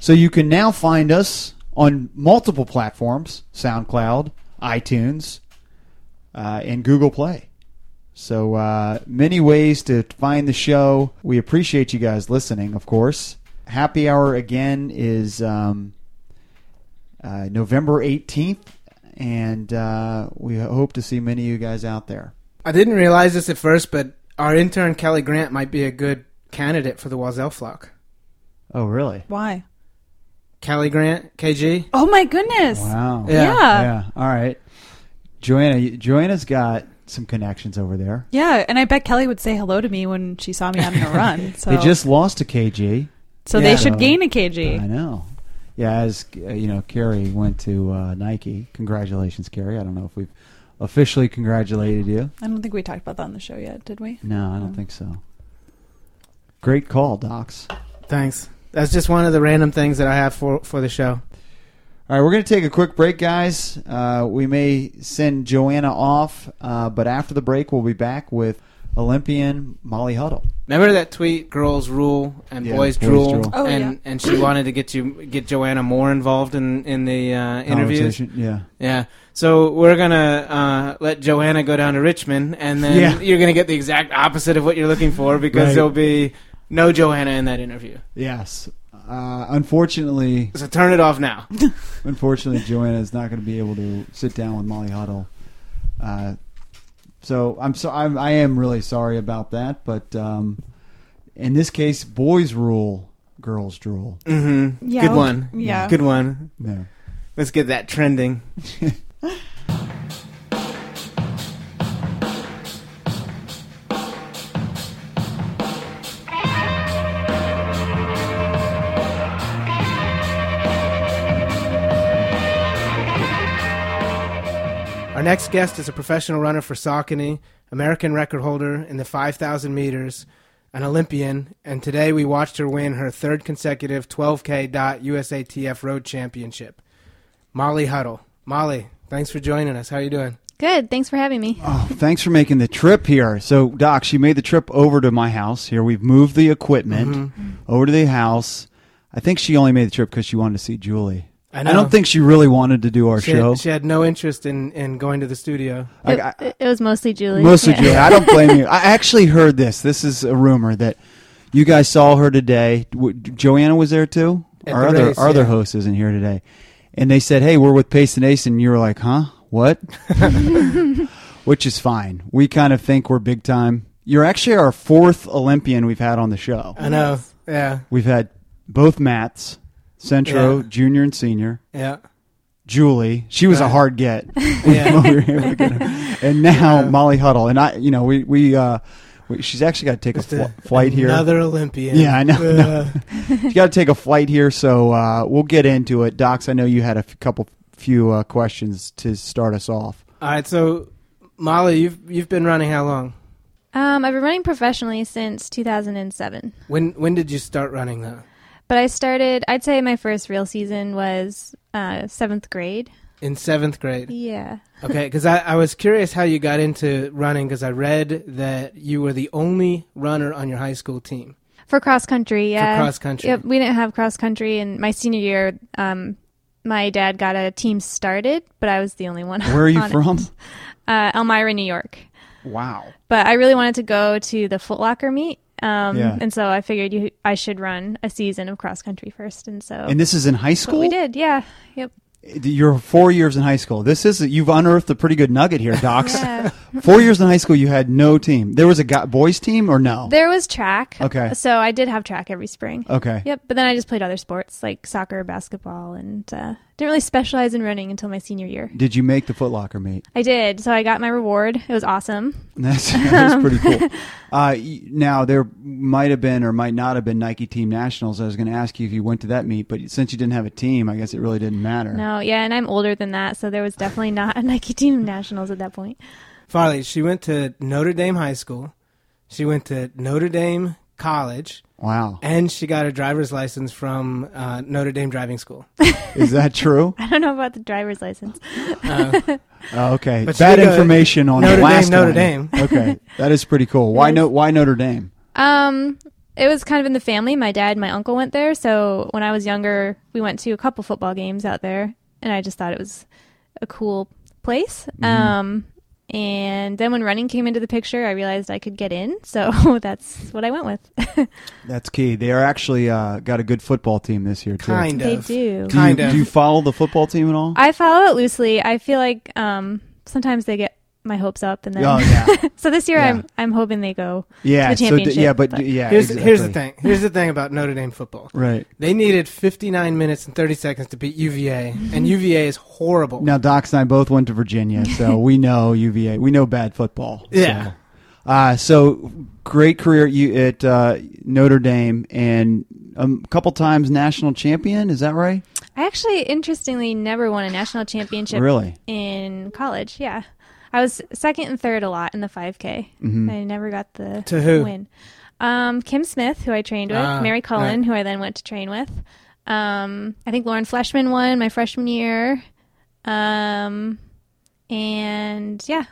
[SPEAKER 2] So you can now find us on multiple platforms: SoundCloud, iTunes, uh, and Google Play. So uh, many ways to find the show. We appreciate you guys listening, of course. Happy Hour again is um, uh, November eighteenth, and uh, we hope to see many of you guys out there.
[SPEAKER 4] I didn't realize this at first, but our intern Kelly Grant might be a good candidate for the Wazell flock.
[SPEAKER 2] Oh, really?
[SPEAKER 3] Why?
[SPEAKER 4] Kelly Grant, KG.
[SPEAKER 3] Oh my goodness.
[SPEAKER 2] Wow.
[SPEAKER 4] Yeah.
[SPEAKER 3] Yeah. yeah.
[SPEAKER 2] Yeah. All right. Joanna, you- Joanna's got some connections over there.
[SPEAKER 3] and I bet Kelly would say hello to me when she saw me
[SPEAKER 2] <laughs>
[SPEAKER 3] on her run. So,
[SPEAKER 2] They just lost to KG.
[SPEAKER 3] so
[SPEAKER 4] Yeah.
[SPEAKER 3] they should
[SPEAKER 2] So-
[SPEAKER 3] gain a
[SPEAKER 2] I
[SPEAKER 3] KG.
[SPEAKER 2] know. Yeah, as uh, you know, Carrie went to uh, Nike. Congratulations, Carrie. I don't know if we've officially congratulated you.
[SPEAKER 3] I don't think we talked about that on the show yet, did we?
[SPEAKER 2] No, I don't think so. Great call, Docs.
[SPEAKER 4] Thanks. That's just one of the random things that I have for for the show.
[SPEAKER 2] All right, we're going to take a quick break, guys. Uh, we may send Joanna off, uh, but after the break, we'll be back with Olympian Molly Huddle.
[SPEAKER 4] Remember that tweet, girls rule and
[SPEAKER 2] Yeah,
[SPEAKER 4] boys,
[SPEAKER 2] boys
[SPEAKER 4] drool,
[SPEAKER 2] drool.
[SPEAKER 3] Oh,
[SPEAKER 4] and
[SPEAKER 3] yeah.
[SPEAKER 4] and she wanted to get you get Joanna more involved in in the uh, interviews.
[SPEAKER 2] Conversation. Yeah.
[SPEAKER 4] Yeah. So we're gonna uh, let Joanna go down to Richmond, and then
[SPEAKER 2] Yeah.
[SPEAKER 4] you're gonna get the exact opposite of what you're looking for because
[SPEAKER 2] Right.
[SPEAKER 4] there'll be no Joanna in that interview.
[SPEAKER 2] Yes. Uh, unfortunately,
[SPEAKER 4] So turn it off now.
[SPEAKER 2] unfortunately, Joanna is not going to be able to sit down with Molly Huddle. Uh, so I'm so I'm, I am really sorry about that, but um, in this case, boys rule, girls drool.
[SPEAKER 4] Mm-hmm.
[SPEAKER 3] <laughs> Yeah,
[SPEAKER 4] Good
[SPEAKER 3] okay.
[SPEAKER 4] one.
[SPEAKER 3] Yeah.
[SPEAKER 4] Good one.
[SPEAKER 2] No.
[SPEAKER 4] Let's get that trending. Our next guest is a professional runner for Saucony, American record holder in the 5,000 meters, an Olympian, and today we watched her win her third consecutive 12K dot USATF Road Championship. Molly Huddle. Molly, thanks for joining us. How are you doing?
[SPEAKER 6] Good. Thanks for having me.
[SPEAKER 2] Oh, thanks for making the trip here. So, Doc, she made the trip over to my house. Here, we've moved the equipment
[SPEAKER 4] Mm-hmm.
[SPEAKER 2] over to the house. I think she only made the trip because she wanted to see Julie.
[SPEAKER 4] I
[SPEAKER 2] don't think she really wanted to do our
[SPEAKER 4] she
[SPEAKER 2] show.
[SPEAKER 4] had, she had no interest in, in going to the studio.
[SPEAKER 2] I-
[SPEAKER 6] it,
[SPEAKER 2] I-
[SPEAKER 6] it- it was mostly Julie.
[SPEAKER 2] Mostly
[SPEAKER 6] Yeah.
[SPEAKER 2] Julie. I don't blame you. I actually heard this. This is a rumor that you guys saw her today. W- Joanna was there too.
[SPEAKER 4] At
[SPEAKER 2] our
[SPEAKER 4] the
[SPEAKER 2] other
[SPEAKER 4] race,
[SPEAKER 2] our other
[SPEAKER 4] yeah.
[SPEAKER 2] host isn't here today, and they said, "Hey, we're with Pace and Ace," and you were like, "Huh?
[SPEAKER 4] <laughs>
[SPEAKER 2] What?" Which is fine. We kind of think we're big time. You're actually our fourth Olympian we've had on the show.
[SPEAKER 4] I know. Yeah.
[SPEAKER 2] We've had both Matts, Centro,
[SPEAKER 4] Yeah.
[SPEAKER 2] Junior, and Senior.
[SPEAKER 4] Yeah.
[SPEAKER 2] Julie, she was a
[SPEAKER 4] Right.
[SPEAKER 2] hard get.
[SPEAKER 4] <laughs> Yeah.
[SPEAKER 2] We were able to get her. and now Molly Huddle and I, you know, we we, uh, we she's actually got to take a
[SPEAKER 4] Just a-
[SPEAKER 2] fl- flight here.
[SPEAKER 4] Another Olympian.
[SPEAKER 2] Yeah, I know.
[SPEAKER 4] Uh,
[SPEAKER 2] She's got to take a flight here, so uh, we'll get into it. Docs, I know you had a f- couple few uh, questions to start us off.
[SPEAKER 4] All right, so Molly, you've you've been running how long?
[SPEAKER 6] Um, I've been running professionally since 2007,
[SPEAKER 4] When when did you start running though?
[SPEAKER 6] but I started. I'd say my first real season was uh, seventh grade.
[SPEAKER 4] In seventh
[SPEAKER 6] <laughs>
[SPEAKER 4] grade.
[SPEAKER 6] Yeah.
[SPEAKER 4] Okay, because I, I was curious how you got into running because I read that you were the only runner on your high school team.
[SPEAKER 6] For cross country, yeah.
[SPEAKER 4] cross country.
[SPEAKER 6] Yep, we didn't have cross country in my senior year. Um, my dad got a team started, but I was the only one.
[SPEAKER 2] Where are you
[SPEAKER 6] on it. <laughs>
[SPEAKER 2] from?
[SPEAKER 6] Uh, Elmira, New York.
[SPEAKER 2] Wow.
[SPEAKER 6] But I really wanted to go to the Foot Locker meet. Um,
[SPEAKER 2] Yeah.
[SPEAKER 6] and so I figured you, I should run a season of cross country first. And so
[SPEAKER 2] And this is in high
[SPEAKER 6] that's what
[SPEAKER 2] school.
[SPEAKER 6] we did. Yeah. Yep.
[SPEAKER 2] You're four years in high school. This is you've unearthed a pretty good nugget here, Docs.
[SPEAKER 6] Yeah.
[SPEAKER 2] Four years in high school, you had no team. There was a guy, boys team or no?
[SPEAKER 6] There was track.
[SPEAKER 2] Okay. Oh.
[SPEAKER 6] So I did have track every spring.
[SPEAKER 2] okay.
[SPEAKER 6] Yep. But then I just played other sports like soccer, basketball, and uh, didn't really specialize in running until my senior year.
[SPEAKER 2] Did you make the Foot Locker meet?
[SPEAKER 6] I did. So I got my reward. It was awesome.
[SPEAKER 2] That's, <laughs> that's pretty cool. Uh, y- now there might have been or might not have been Nike Team Nationals. I was going to ask you if you went to that meet, but since you didn't have a team, I guess it really didn't matter.
[SPEAKER 6] No, yeah. And I'm older than that. So there was definitely not a <laughs> Nike team nationals at that point.
[SPEAKER 7] Farley, she went to Notre Dame High School. She went to Notre Dame College.
[SPEAKER 2] Wow,
[SPEAKER 7] And she got her driver's license from uh, Notre Dame Driving School.
[SPEAKER 2] is that
[SPEAKER 6] <laughs>
[SPEAKER 2] true?
[SPEAKER 6] I don't know about the driver's license.
[SPEAKER 2] Oh, okay,
[SPEAKER 7] But she
[SPEAKER 2] bad
[SPEAKER 7] did go to
[SPEAKER 2] information on
[SPEAKER 7] Notre Dame,
[SPEAKER 2] last
[SPEAKER 7] Notre Dame.
[SPEAKER 2] <laughs> okay, that is pretty cool. Why no? Why Notre Dame?
[SPEAKER 6] Um, it was kind of in the family. My dad and my uncle went there. So when I was younger, we went to a couple football games out there, and I just thought it was a cool place. Um, and then when running came into the picture, I realized I could get in. <laughs> So that's what I went with.
[SPEAKER 2] That's key. They are actually uh, got a good football team this year too.
[SPEAKER 7] Kind
[SPEAKER 6] they
[SPEAKER 7] of.
[SPEAKER 6] do.
[SPEAKER 2] Do you,
[SPEAKER 7] kind of.
[SPEAKER 2] Do you follow the football team at all?
[SPEAKER 6] I follow it loosely. I feel like um, sometimes they get my hopes up, and then
[SPEAKER 2] oh yeah,
[SPEAKER 6] <laughs> so this year
[SPEAKER 2] Yeah.
[SPEAKER 6] I'm I'm hoping they go.
[SPEAKER 2] yeah.
[SPEAKER 6] To
[SPEAKER 2] so
[SPEAKER 6] the
[SPEAKER 2] d-
[SPEAKER 6] championship,
[SPEAKER 2] yeah, but,
[SPEAKER 6] but-
[SPEAKER 2] yeah.
[SPEAKER 7] Here's,
[SPEAKER 2] exactly.
[SPEAKER 7] here's the thing. Here's the thing about Notre Dame football.
[SPEAKER 2] Right
[SPEAKER 7] They needed 59 minutes and 30 seconds to beat UVA,
[SPEAKER 2] Mm-hmm.
[SPEAKER 7] and UVA is horrible.
[SPEAKER 2] now, Docs and I both went to Virginia, so we know UVA. We know bad football.
[SPEAKER 7] Yeah.
[SPEAKER 2] So. Uh, so great career at you at uh, Notre Dame and um, a couple times national champion. Is that right?
[SPEAKER 6] I actually, interestingly, never won a national championship.
[SPEAKER 2] Really?
[SPEAKER 6] In college, yeah. I was second and third a lot in the 5K. I never got the
[SPEAKER 7] Mm-hmm. To who?
[SPEAKER 6] win. Um, Kim Smith, who I trained with,
[SPEAKER 7] Ah,
[SPEAKER 6] Mary Cullen,
[SPEAKER 7] right.
[SPEAKER 6] who I then went to train with. Um, I think Lauren Fleshman won my freshman year. Um, and yeah,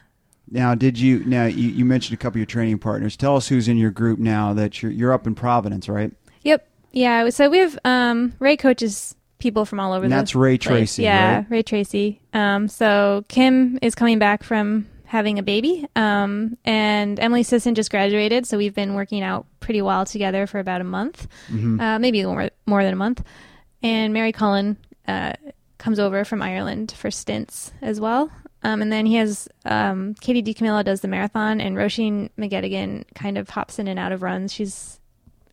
[SPEAKER 2] Now, did you? Now you, you mentioned a couple of your training partners. Tell us who's in your group now that you're you're up in Providence, right?
[SPEAKER 6] Yep. Yeah. So we have um, Ray coaches people from all over.
[SPEAKER 2] And
[SPEAKER 6] the
[SPEAKER 2] that's Ray
[SPEAKER 6] place.
[SPEAKER 2] Tracy,
[SPEAKER 6] Yeah,
[SPEAKER 2] right?
[SPEAKER 6] Ray Tracy. Um, so Kim is coming back from having a baby, um, and Emily Sisson just graduated. So we've been working out pretty well together for about a month,
[SPEAKER 2] Mm-hmm.
[SPEAKER 6] uh, maybe more more than a month. And Mary Cullen uh, comes over from Ireland for stints as well. Um, and then he has um, Katie DiCamillo does the marathon, and Roisin McGettigan kind of hops in and out of runs. She's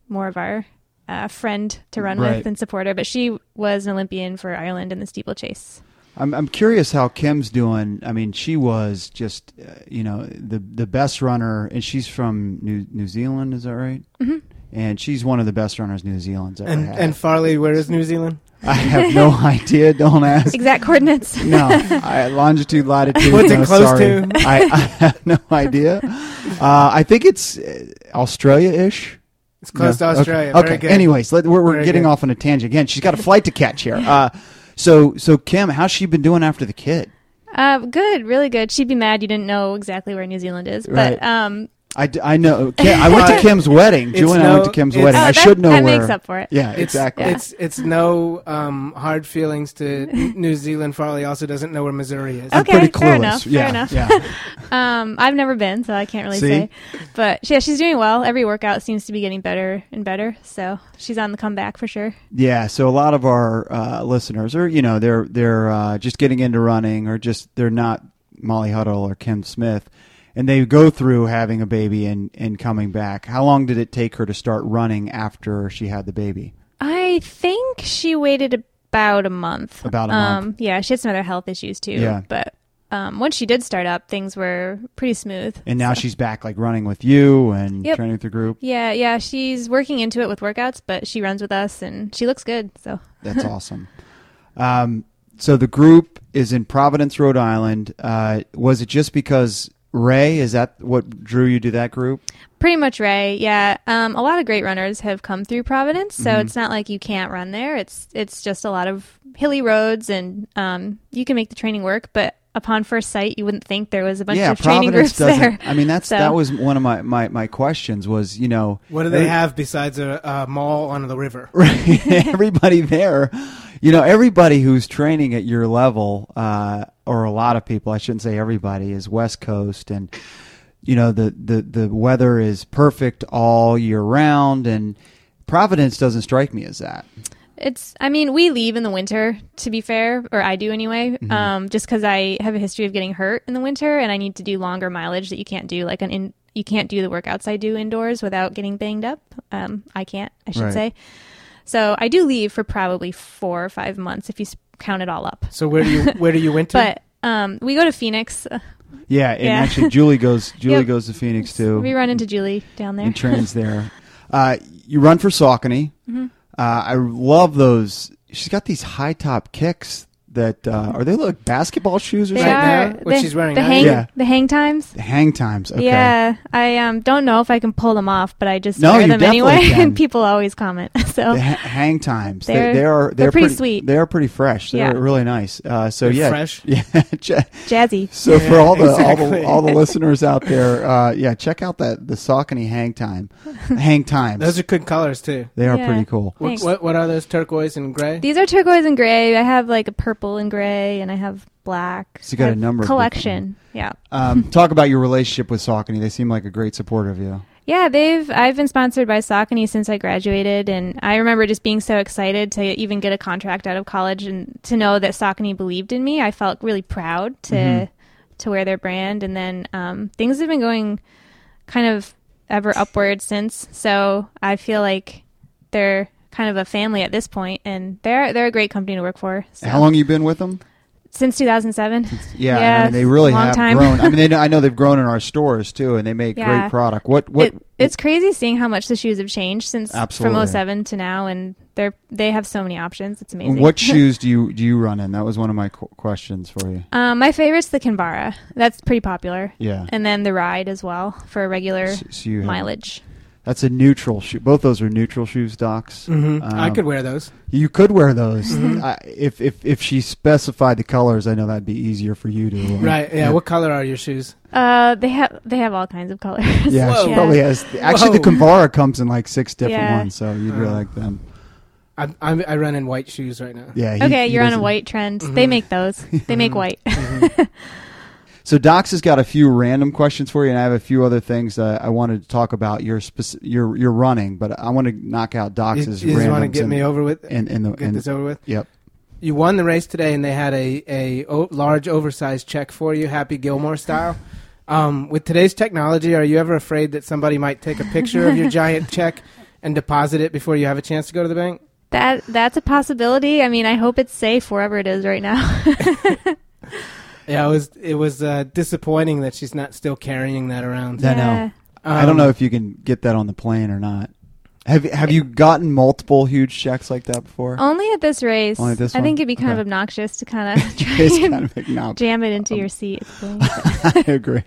[SPEAKER 6] more of our uh, friend to run
[SPEAKER 2] Right.
[SPEAKER 6] with and supporter, but she was an Olympian for Ireland in the steeplechase. <laughs>
[SPEAKER 2] I'm I'm curious how Kim's doing. I mean, she was just uh, you know the the best runner, and she's from New New Zealand. Is that right? Mm-hmm. And she's one of the best runners New Zealand's ever
[SPEAKER 7] And,
[SPEAKER 2] had.
[SPEAKER 7] and Farley, where is New Zealand?
[SPEAKER 2] I have
[SPEAKER 6] <laughs>
[SPEAKER 2] no idea. Don't ask.
[SPEAKER 6] Exact coordinates. <laughs>
[SPEAKER 2] No, I, longitude, latitude.
[SPEAKER 7] What's
[SPEAKER 2] no,
[SPEAKER 7] it close
[SPEAKER 2] sorry.
[SPEAKER 7] to?
[SPEAKER 2] <laughs> I, I have no idea. Uh, I think it's Australia ish.
[SPEAKER 7] It's close
[SPEAKER 2] No?
[SPEAKER 7] to Australia.
[SPEAKER 2] Okay.
[SPEAKER 7] Very
[SPEAKER 2] Okay.
[SPEAKER 7] good.
[SPEAKER 2] Anyways, let, we're, we're
[SPEAKER 7] Very
[SPEAKER 2] getting
[SPEAKER 7] good.
[SPEAKER 2] off on a tangent again. She's got
[SPEAKER 7] <laughs>
[SPEAKER 2] a flight to catch here. Uh, so, so Kim, how's she been doing after the kid?
[SPEAKER 6] Uh, good, really good. She'd be mad you didn't know exactly where New Zealand is,
[SPEAKER 2] Right.
[SPEAKER 6] but um,
[SPEAKER 2] I, d- I
[SPEAKER 6] <laughs>
[SPEAKER 2] know. Kim, I went to
[SPEAKER 7] Right.
[SPEAKER 2] Kim's wedding.
[SPEAKER 7] It's
[SPEAKER 2] Joe and I went to
[SPEAKER 7] no-
[SPEAKER 2] Kim's
[SPEAKER 7] it's-
[SPEAKER 2] wedding.
[SPEAKER 6] oh,
[SPEAKER 2] I
[SPEAKER 6] that-
[SPEAKER 2] should know
[SPEAKER 6] that
[SPEAKER 2] where.
[SPEAKER 6] makes up for it.
[SPEAKER 2] Yeah,
[SPEAKER 7] It's,
[SPEAKER 2] exactly.
[SPEAKER 7] It's it's no um, hard feelings
[SPEAKER 2] <laughs>
[SPEAKER 7] to N- New Zealand. Farley also doesn't know where Missouri is.
[SPEAKER 2] I'm
[SPEAKER 6] Okay,
[SPEAKER 2] pretty clueless.
[SPEAKER 6] fair enough, fair
[SPEAKER 2] yeah,
[SPEAKER 6] enough. <laughs>
[SPEAKER 2] yeah.
[SPEAKER 6] um, I've never been, so I can't really
[SPEAKER 2] See?
[SPEAKER 6] say. But yeah, she's doing well. Every workout seems to be getting better and better, so she's on the comeback for sure.
[SPEAKER 2] Yeah, so a lot of our uh, listeners are, you know, they're they're uh, just getting into running, or just they're not Molly Huddle or Kim Smith, and they go through having a baby and and coming back. How long did it take her to start running after she had the baby?
[SPEAKER 6] I think she waited about a month.
[SPEAKER 2] About a
[SPEAKER 6] um,
[SPEAKER 2] month.
[SPEAKER 6] Yeah, she had some other health issues too.
[SPEAKER 2] Yeah.
[SPEAKER 6] But um, once she did start up, things were pretty smooth.
[SPEAKER 2] And now she's back, like running with you and
[SPEAKER 6] Yep.
[SPEAKER 2] training with the
[SPEAKER 6] <laughs>
[SPEAKER 2] group.
[SPEAKER 6] Yeah, yeah, she's working into it with workouts, but she runs with us and she looks good. So
[SPEAKER 2] That's awesome. Um, so the group is in Providence, Rhode Island. Uh, was it just because Ray? Is that what drew you to that group?
[SPEAKER 6] pretty much Ray. Yeah, um, a lot of great runners have come through Providence, so
[SPEAKER 2] Mm-hmm.
[SPEAKER 6] it's not like you can't run there. It's it's just a lot of hilly roads, and um, you can make the training work, but. Upon first sight, you wouldn't think there was a bunch
[SPEAKER 2] yeah,
[SPEAKER 6] of training
[SPEAKER 2] Providence
[SPEAKER 6] groups <laughs>
[SPEAKER 2] doesn't.
[SPEAKER 6] there.
[SPEAKER 2] I mean, that's
[SPEAKER 6] So-
[SPEAKER 2] that was one of my, my, my questions was you know er,
[SPEAKER 7] What do they
[SPEAKER 2] every-
[SPEAKER 7] have besides a, a mall on the river?
[SPEAKER 2] <laughs> everybody there, you know, everybody who's training at your level, uh, or a lot of people, I shouldn't say everybody, is West Coast, and you know the the the weather is perfect all year round, and Providence doesn't strike me as that.
[SPEAKER 6] It's. I mean, we leave in the winter. To be fair, or I do anyway. Um, just because I have a history of getting hurt in the winter, and I need to do longer mileage that you can't do. Like an in, you can't do the workouts I do indoors without getting banged up. Um, I can't. I should
[SPEAKER 2] Right.
[SPEAKER 6] say. So I do leave for probably four or five months if you s- count it all up.
[SPEAKER 4] So where do you
[SPEAKER 2] <laughs>
[SPEAKER 4] where do you went to?
[SPEAKER 6] But um, we go to Phoenix.
[SPEAKER 2] Yeah, and
[SPEAKER 6] Yeah.
[SPEAKER 2] actually, Julie
[SPEAKER 6] <laughs>
[SPEAKER 2] goes. Julie
[SPEAKER 6] Yep.
[SPEAKER 2] goes to Phoenix too.
[SPEAKER 6] We run into Julie down there. Mm-hmm.
[SPEAKER 2] and trains there. <laughs> Uh, you run for Saucony. Uh, I love those. She's got these high top kicks that uh, are they like basketball shoes or
[SPEAKER 6] They
[SPEAKER 2] something?
[SPEAKER 6] are
[SPEAKER 4] now? Which
[SPEAKER 6] the,
[SPEAKER 4] she's wearing
[SPEAKER 6] the
[SPEAKER 4] now?
[SPEAKER 6] hang
[SPEAKER 2] Yeah.
[SPEAKER 6] the hang times.
[SPEAKER 2] Hang times. Okay.
[SPEAKER 6] Yeah, I um, don't know if I can pull them off, but I just
[SPEAKER 2] No,
[SPEAKER 6] wear
[SPEAKER 2] you
[SPEAKER 6] them
[SPEAKER 2] definitely
[SPEAKER 6] anyway,
[SPEAKER 2] can.
[SPEAKER 6] <laughs> and people always comment. <laughs> So
[SPEAKER 2] The ha- hang times. They're,
[SPEAKER 6] They're-
[SPEAKER 2] they are
[SPEAKER 6] they're pretty sweet.
[SPEAKER 2] They are pretty fresh. They're
[SPEAKER 6] Yeah.
[SPEAKER 2] really nice. Uh, so
[SPEAKER 4] They're
[SPEAKER 2] yeah,
[SPEAKER 4] fresh?
[SPEAKER 2] <laughs> Yeah. che-
[SPEAKER 6] jazzy.
[SPEAKER 2] So for all the, all
[SPEAKER 4] exactly.
[SPEAKER 2] the
[SPEAKER 4] <laughs>
[SPEAKER 2] all the listeners out there, uh, yeah, check out that the Saucony hang time, hang times.
[SPEAKER 4] Those are good colors too.
[SPEAKER 2] they are
[SPEAKER 6] Yeah.
[SPEAKER 2] pretty cool.
[SPEAKER 4] What,
[SPEAKER 6] Thanks.
[SPEAKER 4] what what are those turquoise and gray?
[SPEAKER 6] These are turquoise and gray. I have like a purple and gray, and I have black.
[SPEAKER 2] So you got
[SPEAKER 6] I
[SPEAKER 2] a
[SPEAKER 6] have
[SPEAKER 2] number of
[SPEAKER 6] collection. Yeah,
[SPEAKER 2] Um, talk about your relationship with Saucony. They seem like a great support of you.
[SPEAKER 6] yeah. They've I've been sponsored by Saucony since I graduated, and I remember just being so excited to even get a contract out of college and to know that Saucony believed in me. I felt really proud to
[SPEAKER 2] Mm-hmm.
[SPEAKER 6] to wear their brand, and then um, things have been going kind of ever upward since. So I feel like they're kind of a family at this point, and they're they're a great company to work for. So.
[SPEAKER 2] How long you been with them?
[SPEAKER 6] Since 2007.
[SPEAKER 2] Yeah, I mean, they really
[SPEAKER 6] long
[SPEAKER 2] have
[SPEAKER 6] time.
[SPEAKER 2] grown. I mean,
[SPEAKER 6] <laughs>
[SPEAKER 2] they, know- I know they've grown in our stores too, and they make great
[SPEAKER 6] Yeah.
[SPEAKER 2] product. What what?
[SPEAKER 6] It- it's crazy seeing how much the shoes have changed since
[SPEAKER 2] Absolutely.
[SPEAKER 6] from 07 to now, and they're they have so many options. It's amazing. <laughs>
[SPEAKER 2] what shoes do you do you run in? That was one of my qu- questions for you.
[SPEAKER 6] Um, my favorite's the Kinvara. That's pretty popular.
[SPEAKER 2] Yeah.
[SPEAKER 6] And then the Ride as well for a regular
[SPEAKER 2] So- so you have-
[SPEAKER 6] mileage.
[SPEAKER 2] That's a neutral shoe. Both those are neutral shoes, docs.
[SPEAKER 4] hmm I
[SPEAKER 2] Um,
[SPEAKER 4] could wear those.
[SPEAKER 2] You could wear those
[SPEAKER 6] Mm-hmm.
[SPEAKER 2] I, if if if she specified the colors. I know that'd be easier for you to. uh,
[SPEAKER 4] Right. Yeah. What color are your shoes?
[SPEAKER 6] Uh, they have they have all kinds of colors.
[SPEAKER 2] <laughs> Yeah, she
[SPEAKER 4] Whoa.
[SPEAKER 2] probably has. Actually, the Convara comes in like six different
[SPEAKER 6] Yeah.
[SPEAKER 2] ones, so you'd really
[SPEAKER 4] Uh.
[SPEAKER 2] like them.
[SPEAKER 4] I, I I run in white shoes right now.
[SPEAKER 2] Yeah. he-
[SPEAKER 6] <laughs> okay,
[SPEAKER 2] he
[SPEAKER 6] you're on a
[SPEAKER 2] doesn't-
[SPEAKER 6] white trend. They make those.
[SPEAKER 2] <laughs>
[SPEAKER 6] They make white.
[SPEAKER 2] So Docs has got a few random questions for you, and I have a few other things uh, I wanted to talk about. Your speci- your your running, but I want to knock out
[SPEAKER 4] You,
[SPEAKER 2] Docs'
[SPEAKER 4] you just want to
[SPEAKER 2] randoms
[SPEAKER 4] get
[SPEAKER 2] in-
[SPEAKER 4] me over with?
[SPEAKER 2] in, in the
[SPEAKER 4] get
[SPEAKER 2] in-
[SPEAKER 4] this over with.
[SPEAKER 2] Yep.
[SPEAKER 4] You won the race today, and they had a a o- large, oversized check for you, Happy Gilmore style. Um, with today's technology, are you ever afraid that somebody might take a picture of your giant check and deposit it before you have a chance to go to the bank?
[SPEAKER 6] that that's a possibility. I mean, I hope it's safe wherever it is
[SPEAKER 2] <laughs>
[SPEAKER 6] right now.
[SPEAKER 4] Yeah, it was it was uh, disappointing that she's not still carrying that around.
[SPEAKER 2] I know.
[SPEAKER 6] <laughs> Yeah.
[SPEAKER 2] I don't
[SPEAKER 4] Um,
[SPEAKER 2] know if you can get that on the plane or not. Have Have you gotten multiple huge checks like that before?
[SPEAKER 6] <laughs> Only at this race.
[SPEAKER 2] Only at this
[SPEAKER 6] I
[SPEAKER 2] one?
[SPEAKER 6] think it'd be kind
[SPEAKER 2] Okay.
[SPEAKER 6] of obnoxious to kind of try
[SPEAKER 2] <laughs> It's
[SPEAKER 6] and
[SPEAKER 2] kind of acknowledged.
[SPEAKER 6] jam it
[SPEAKER 4] Um,
[SPEAKER 6] into your seat.
[SPEAKER 2] <laughs>
[SPEAKER 4] <laughs>
[SPEAKER 6] <laughs>
[SPEAKER 2] I agree.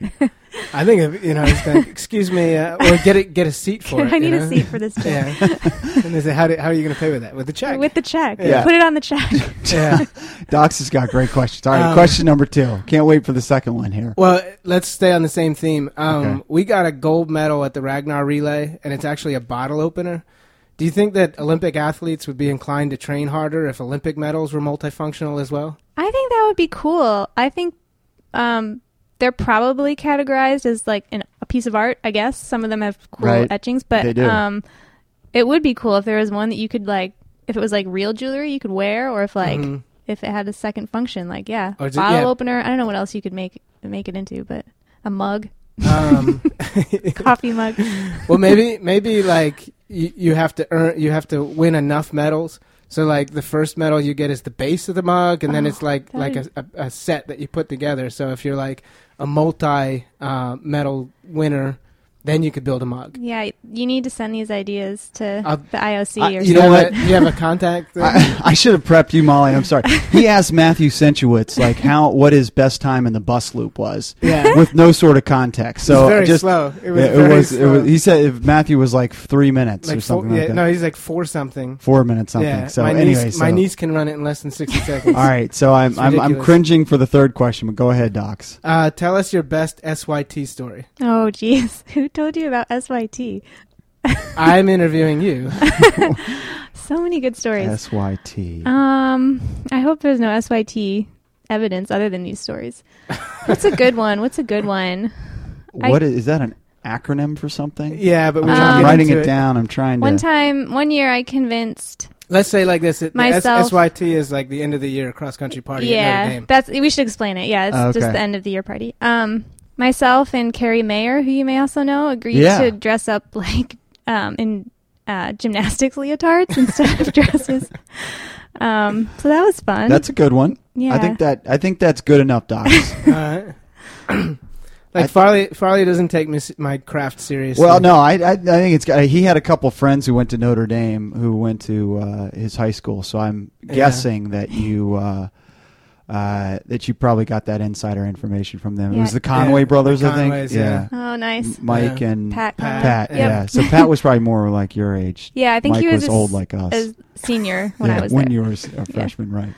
[SPEAKER 4] I think if, you know. It's like, <laughs> Excuse me, uh, or get a, get a seat for it.
[SPEAKER 6] <laughs> I need
[SPEAKER 4] you
[SPEAKER 6] a
[SPEAKER 4] know?
[SPEAKER 6] seat for this check.
[SPEAKER 4] Yeah. <laughs> and they say, how, do, how are you going to pay with that? With the check.
[SPEAKER 6] With the check.
[SPEAKER 2] Yeah.
[SPEAKER 6] Put it on
[SPEAKER 2] <laughs>
[SPEAKER 6] the check.
[SPEAKER 4] yeah.
[SPEAKER 2] Docs has got great questions. All right,
[SPEAKER 4] Um,
[SPEAKER 2] question number two. Can't wait for the second one here.
[SPEAKER 4] <laughs> Well, let's stay on the same theme. Um,
[SPEAKER 2] Okay.
[SPEAKER 4] We got a gold medal at the Ragnar Relay, and it's actually a bottle opener. Do you think that Olympic athletes would be inclined to train harder if Olympic medals were multifunctional as
[SPEAKER 6] <laughs>
[SPEAKER 4] well?
[SPEAKER 6] I think that would be cool. I think um, they're probably categorized as like an, a piece of art, I guess. Some of them have cool
[SPEAKER 2] Right.
[SPEAKER 6] etchings, but
[SPEAKER 2] They do.
[SPEAKER 6] Um, it would be cool if there was one that you could like, if it was like real jewelry you could wear, or if like
[SPEAKER 2] Mm-hmm.
[SPEAKER 4] Mhm.
[SPEAKER 6] if it had a second function, like yeah,
[SPEAKER 4] Or is it-
[SPEAKER 6] bottle
[SPEAKER 4] yeah.
[SPEAKER 6] opener. I don't know what else you could make make it into, but
[SPEAKER 2] <laughs>
[SPEAKER 6] a mug,
[SPEAKER 4] Um,
[SPEAKER 6] coffee mug.
[SPEAKER 4] well, maybe maybe like you, you have to earn, you have to win enough medals. So like the first medal you get is the base of the mug, and then
[SPEAKER 6] Oh,
[SPEAKER 4] it's like
[SPEAKER 6] that
[SPEAKER 4] like a,
[SPEAKER 6] would-
[SPEAKER 4] a, a set that you put together. So if you're like a multi uh, medal winner, then you could build a mug.
[SPEAKER 6] Yeah, you need to send these ideas to
[SPEAKER 4] I'll-
[SPEAKER 6] the IOC
[SPEAKER 2] I-
[SPEAKER 6] or
[SPEAKER 2] you
[SPEAKER 4] Uh, You
[SPEAKER 2] know
[SPEAKER 4] have
[SPEAKER 2] what?
[SPEAKER 4] A, you have a contact. there?
[SPEAKER 2] <laughs> I, I should have prepped you, Molly. I'm sorry.
[SPEAKER 4] <laughs>
[SPEAKER 2] He asked Matthew Sensuitz like how what his best time in the bus loop was,
[SPEAKER 4] Yeah.
[SPEAKER 2] with no sort of context.
[SPEAKER 4] It
[SPEAKER 2] So
[SPEAKER 4] was very
[SPEAKER 2] just
[SPEAKER 4] slow. It was
[SPEAKER 2] yeah,
[SPEAKER 4] very
[SPEAKER 2] it
[SPEAKER 4] slow.
[SPEAKER 2] was. He said if Matthew was like three minutes
[SPEAKER 4] like
[SPEAKER 2] or something
[SPEAKER 4] four,
[SPEAKER 2] like
[SPEAKER 4] yeah,
[SPEAKER 2] that.
[SPEAKER 4] no, he's like four something.
[SPEAKER 2] Four minutes something.
[SPEAKER 4] yeah,
[SPEAKER 2] so
[SPEAKER 4] my
[SPEAKER 2] anyway,
[SPEAKER 4] niece,
[SPEAKER 2] so-
[SPEAKER 4] my niece can run it in less than sixty
[SPEAKER 2] <laughs>
[SPEAKER 4] seconds.
[SPEAKER 2] All right, so I'm
[SPEAKER 4] It's
[SPEAKER 2] I'm, I'm
[SPEAKER 4] ridiculous.
[SPEAKER 2] cringing for the third question, but go ahead, Docs.
[SPEAKER 4] Uh, tell us your best SYT story.
[SPEAKER 6] Oh, geez. <laughs> Who told you about SYT?
[SPEAKER 4] I'm interviewing you.
[SPEAKER 6] So many good stories.
[SPEAKER 2] S Y T.
[SPEAKER 6] Um, I hope there's no SYT evidence other than
[SPEAKER 2] <laughs>
[SPEAKER 6] these stories. What's a good one? What's a good one? I-
[SPEAKER 2] What is, is that an acronym for something?
[SPEAKER 4] Yeah, but we
[SPEAKER 6] Um,
[SPEAKER 4] won't
[SPEAKER 2] I'm
[SPEAKER 4] get
[SPEAKER 2] writing
[SPEAKER 4] into
[SPEAKER 2] it down. I'm trying
[SPEAKER 6] One
[SPEAKER 2] to.
[SPEAKER 6] time, one year, I convinced
[SPEAKER 4] Let's say like this: it, the S-
[SPEAKER 6] Myself.
[SPEAKER 4] SYT is like the end of the year cross country party. at Notre
[SPEAKER 6] yeah,
[SPEAKER 4] Dame.
[SPEAKER 6] that's we should explain it. Yeah, it's
[SPEAKER 2] Oh,
[SPEAKER 6] just
[SPEAKER 2] okay.
[SPEAKER 6] the end of the year party. Um, myself and Carrie Mayer, who you may also know, agreed
[SPEAKER 2] Yeah.
[SPEAKER 6] to dress up <laughs> like um in uh, gymnastics leotards instead of <laughs> dresses. Um, so that was fun.
[SPEAKER 2] That's a good one.
[SPEAKER 6] yeah.
[SPEAKER 2] I think that I think that's good enough,
[SPEAKER 6] <laughs>
[SPEAKER 2] Docs. <laughs>
[SPEAKER 4] Alright. <clears throat> like
[SPEAKER 2] I-
[SPEAKER 4] Farley, Farley doesn't take me, s- my craft seriously.
[SPEAKER 2] well, no, I, I I think it's got- he had a couple friends who went to Notre Dame who went to uh, his high school, so I'm guessing that you. Uh, uh, that you probably got that insider information from them. It was
[SPEAKER 6] Yeah.
[SPEAKER 2] the Conway
[SPEAKER 4] Yeah,
[SPEAKER 2] brothers,
[SPEAKER 4] the
[SPEAKER 2] I
[SPEAKER 4] Conways,
[SPEAKER 2] think. Yeah,
[SPEAKER 6] oh, nice.
[SPEAKER 2] Mike
[SPEAKER 4] Yeah.
[SPEAKER 2] and
[SPEAKER 6] Pat.
[SPEAKER 4] Pat.
[SPEAKER 2] Pat,
[SPEAKER 4] Yep.
[SPEAKER 2] yeah. So Pat was probably more like your age.
[SPEAKER 6] Yeah, I think
[SPEAKER 2] Mike
[SPEAKER 6] he was, a s-
[SPEAKER 2] old like us.
[SPEAKER 6] a senior when
[SPEAKER 2] yeah,
[SPEAKER 6] I was
[SPEAKER 2] when
[SPEAKER 6] there.
[SPEAKER 2] you were a freshman, right?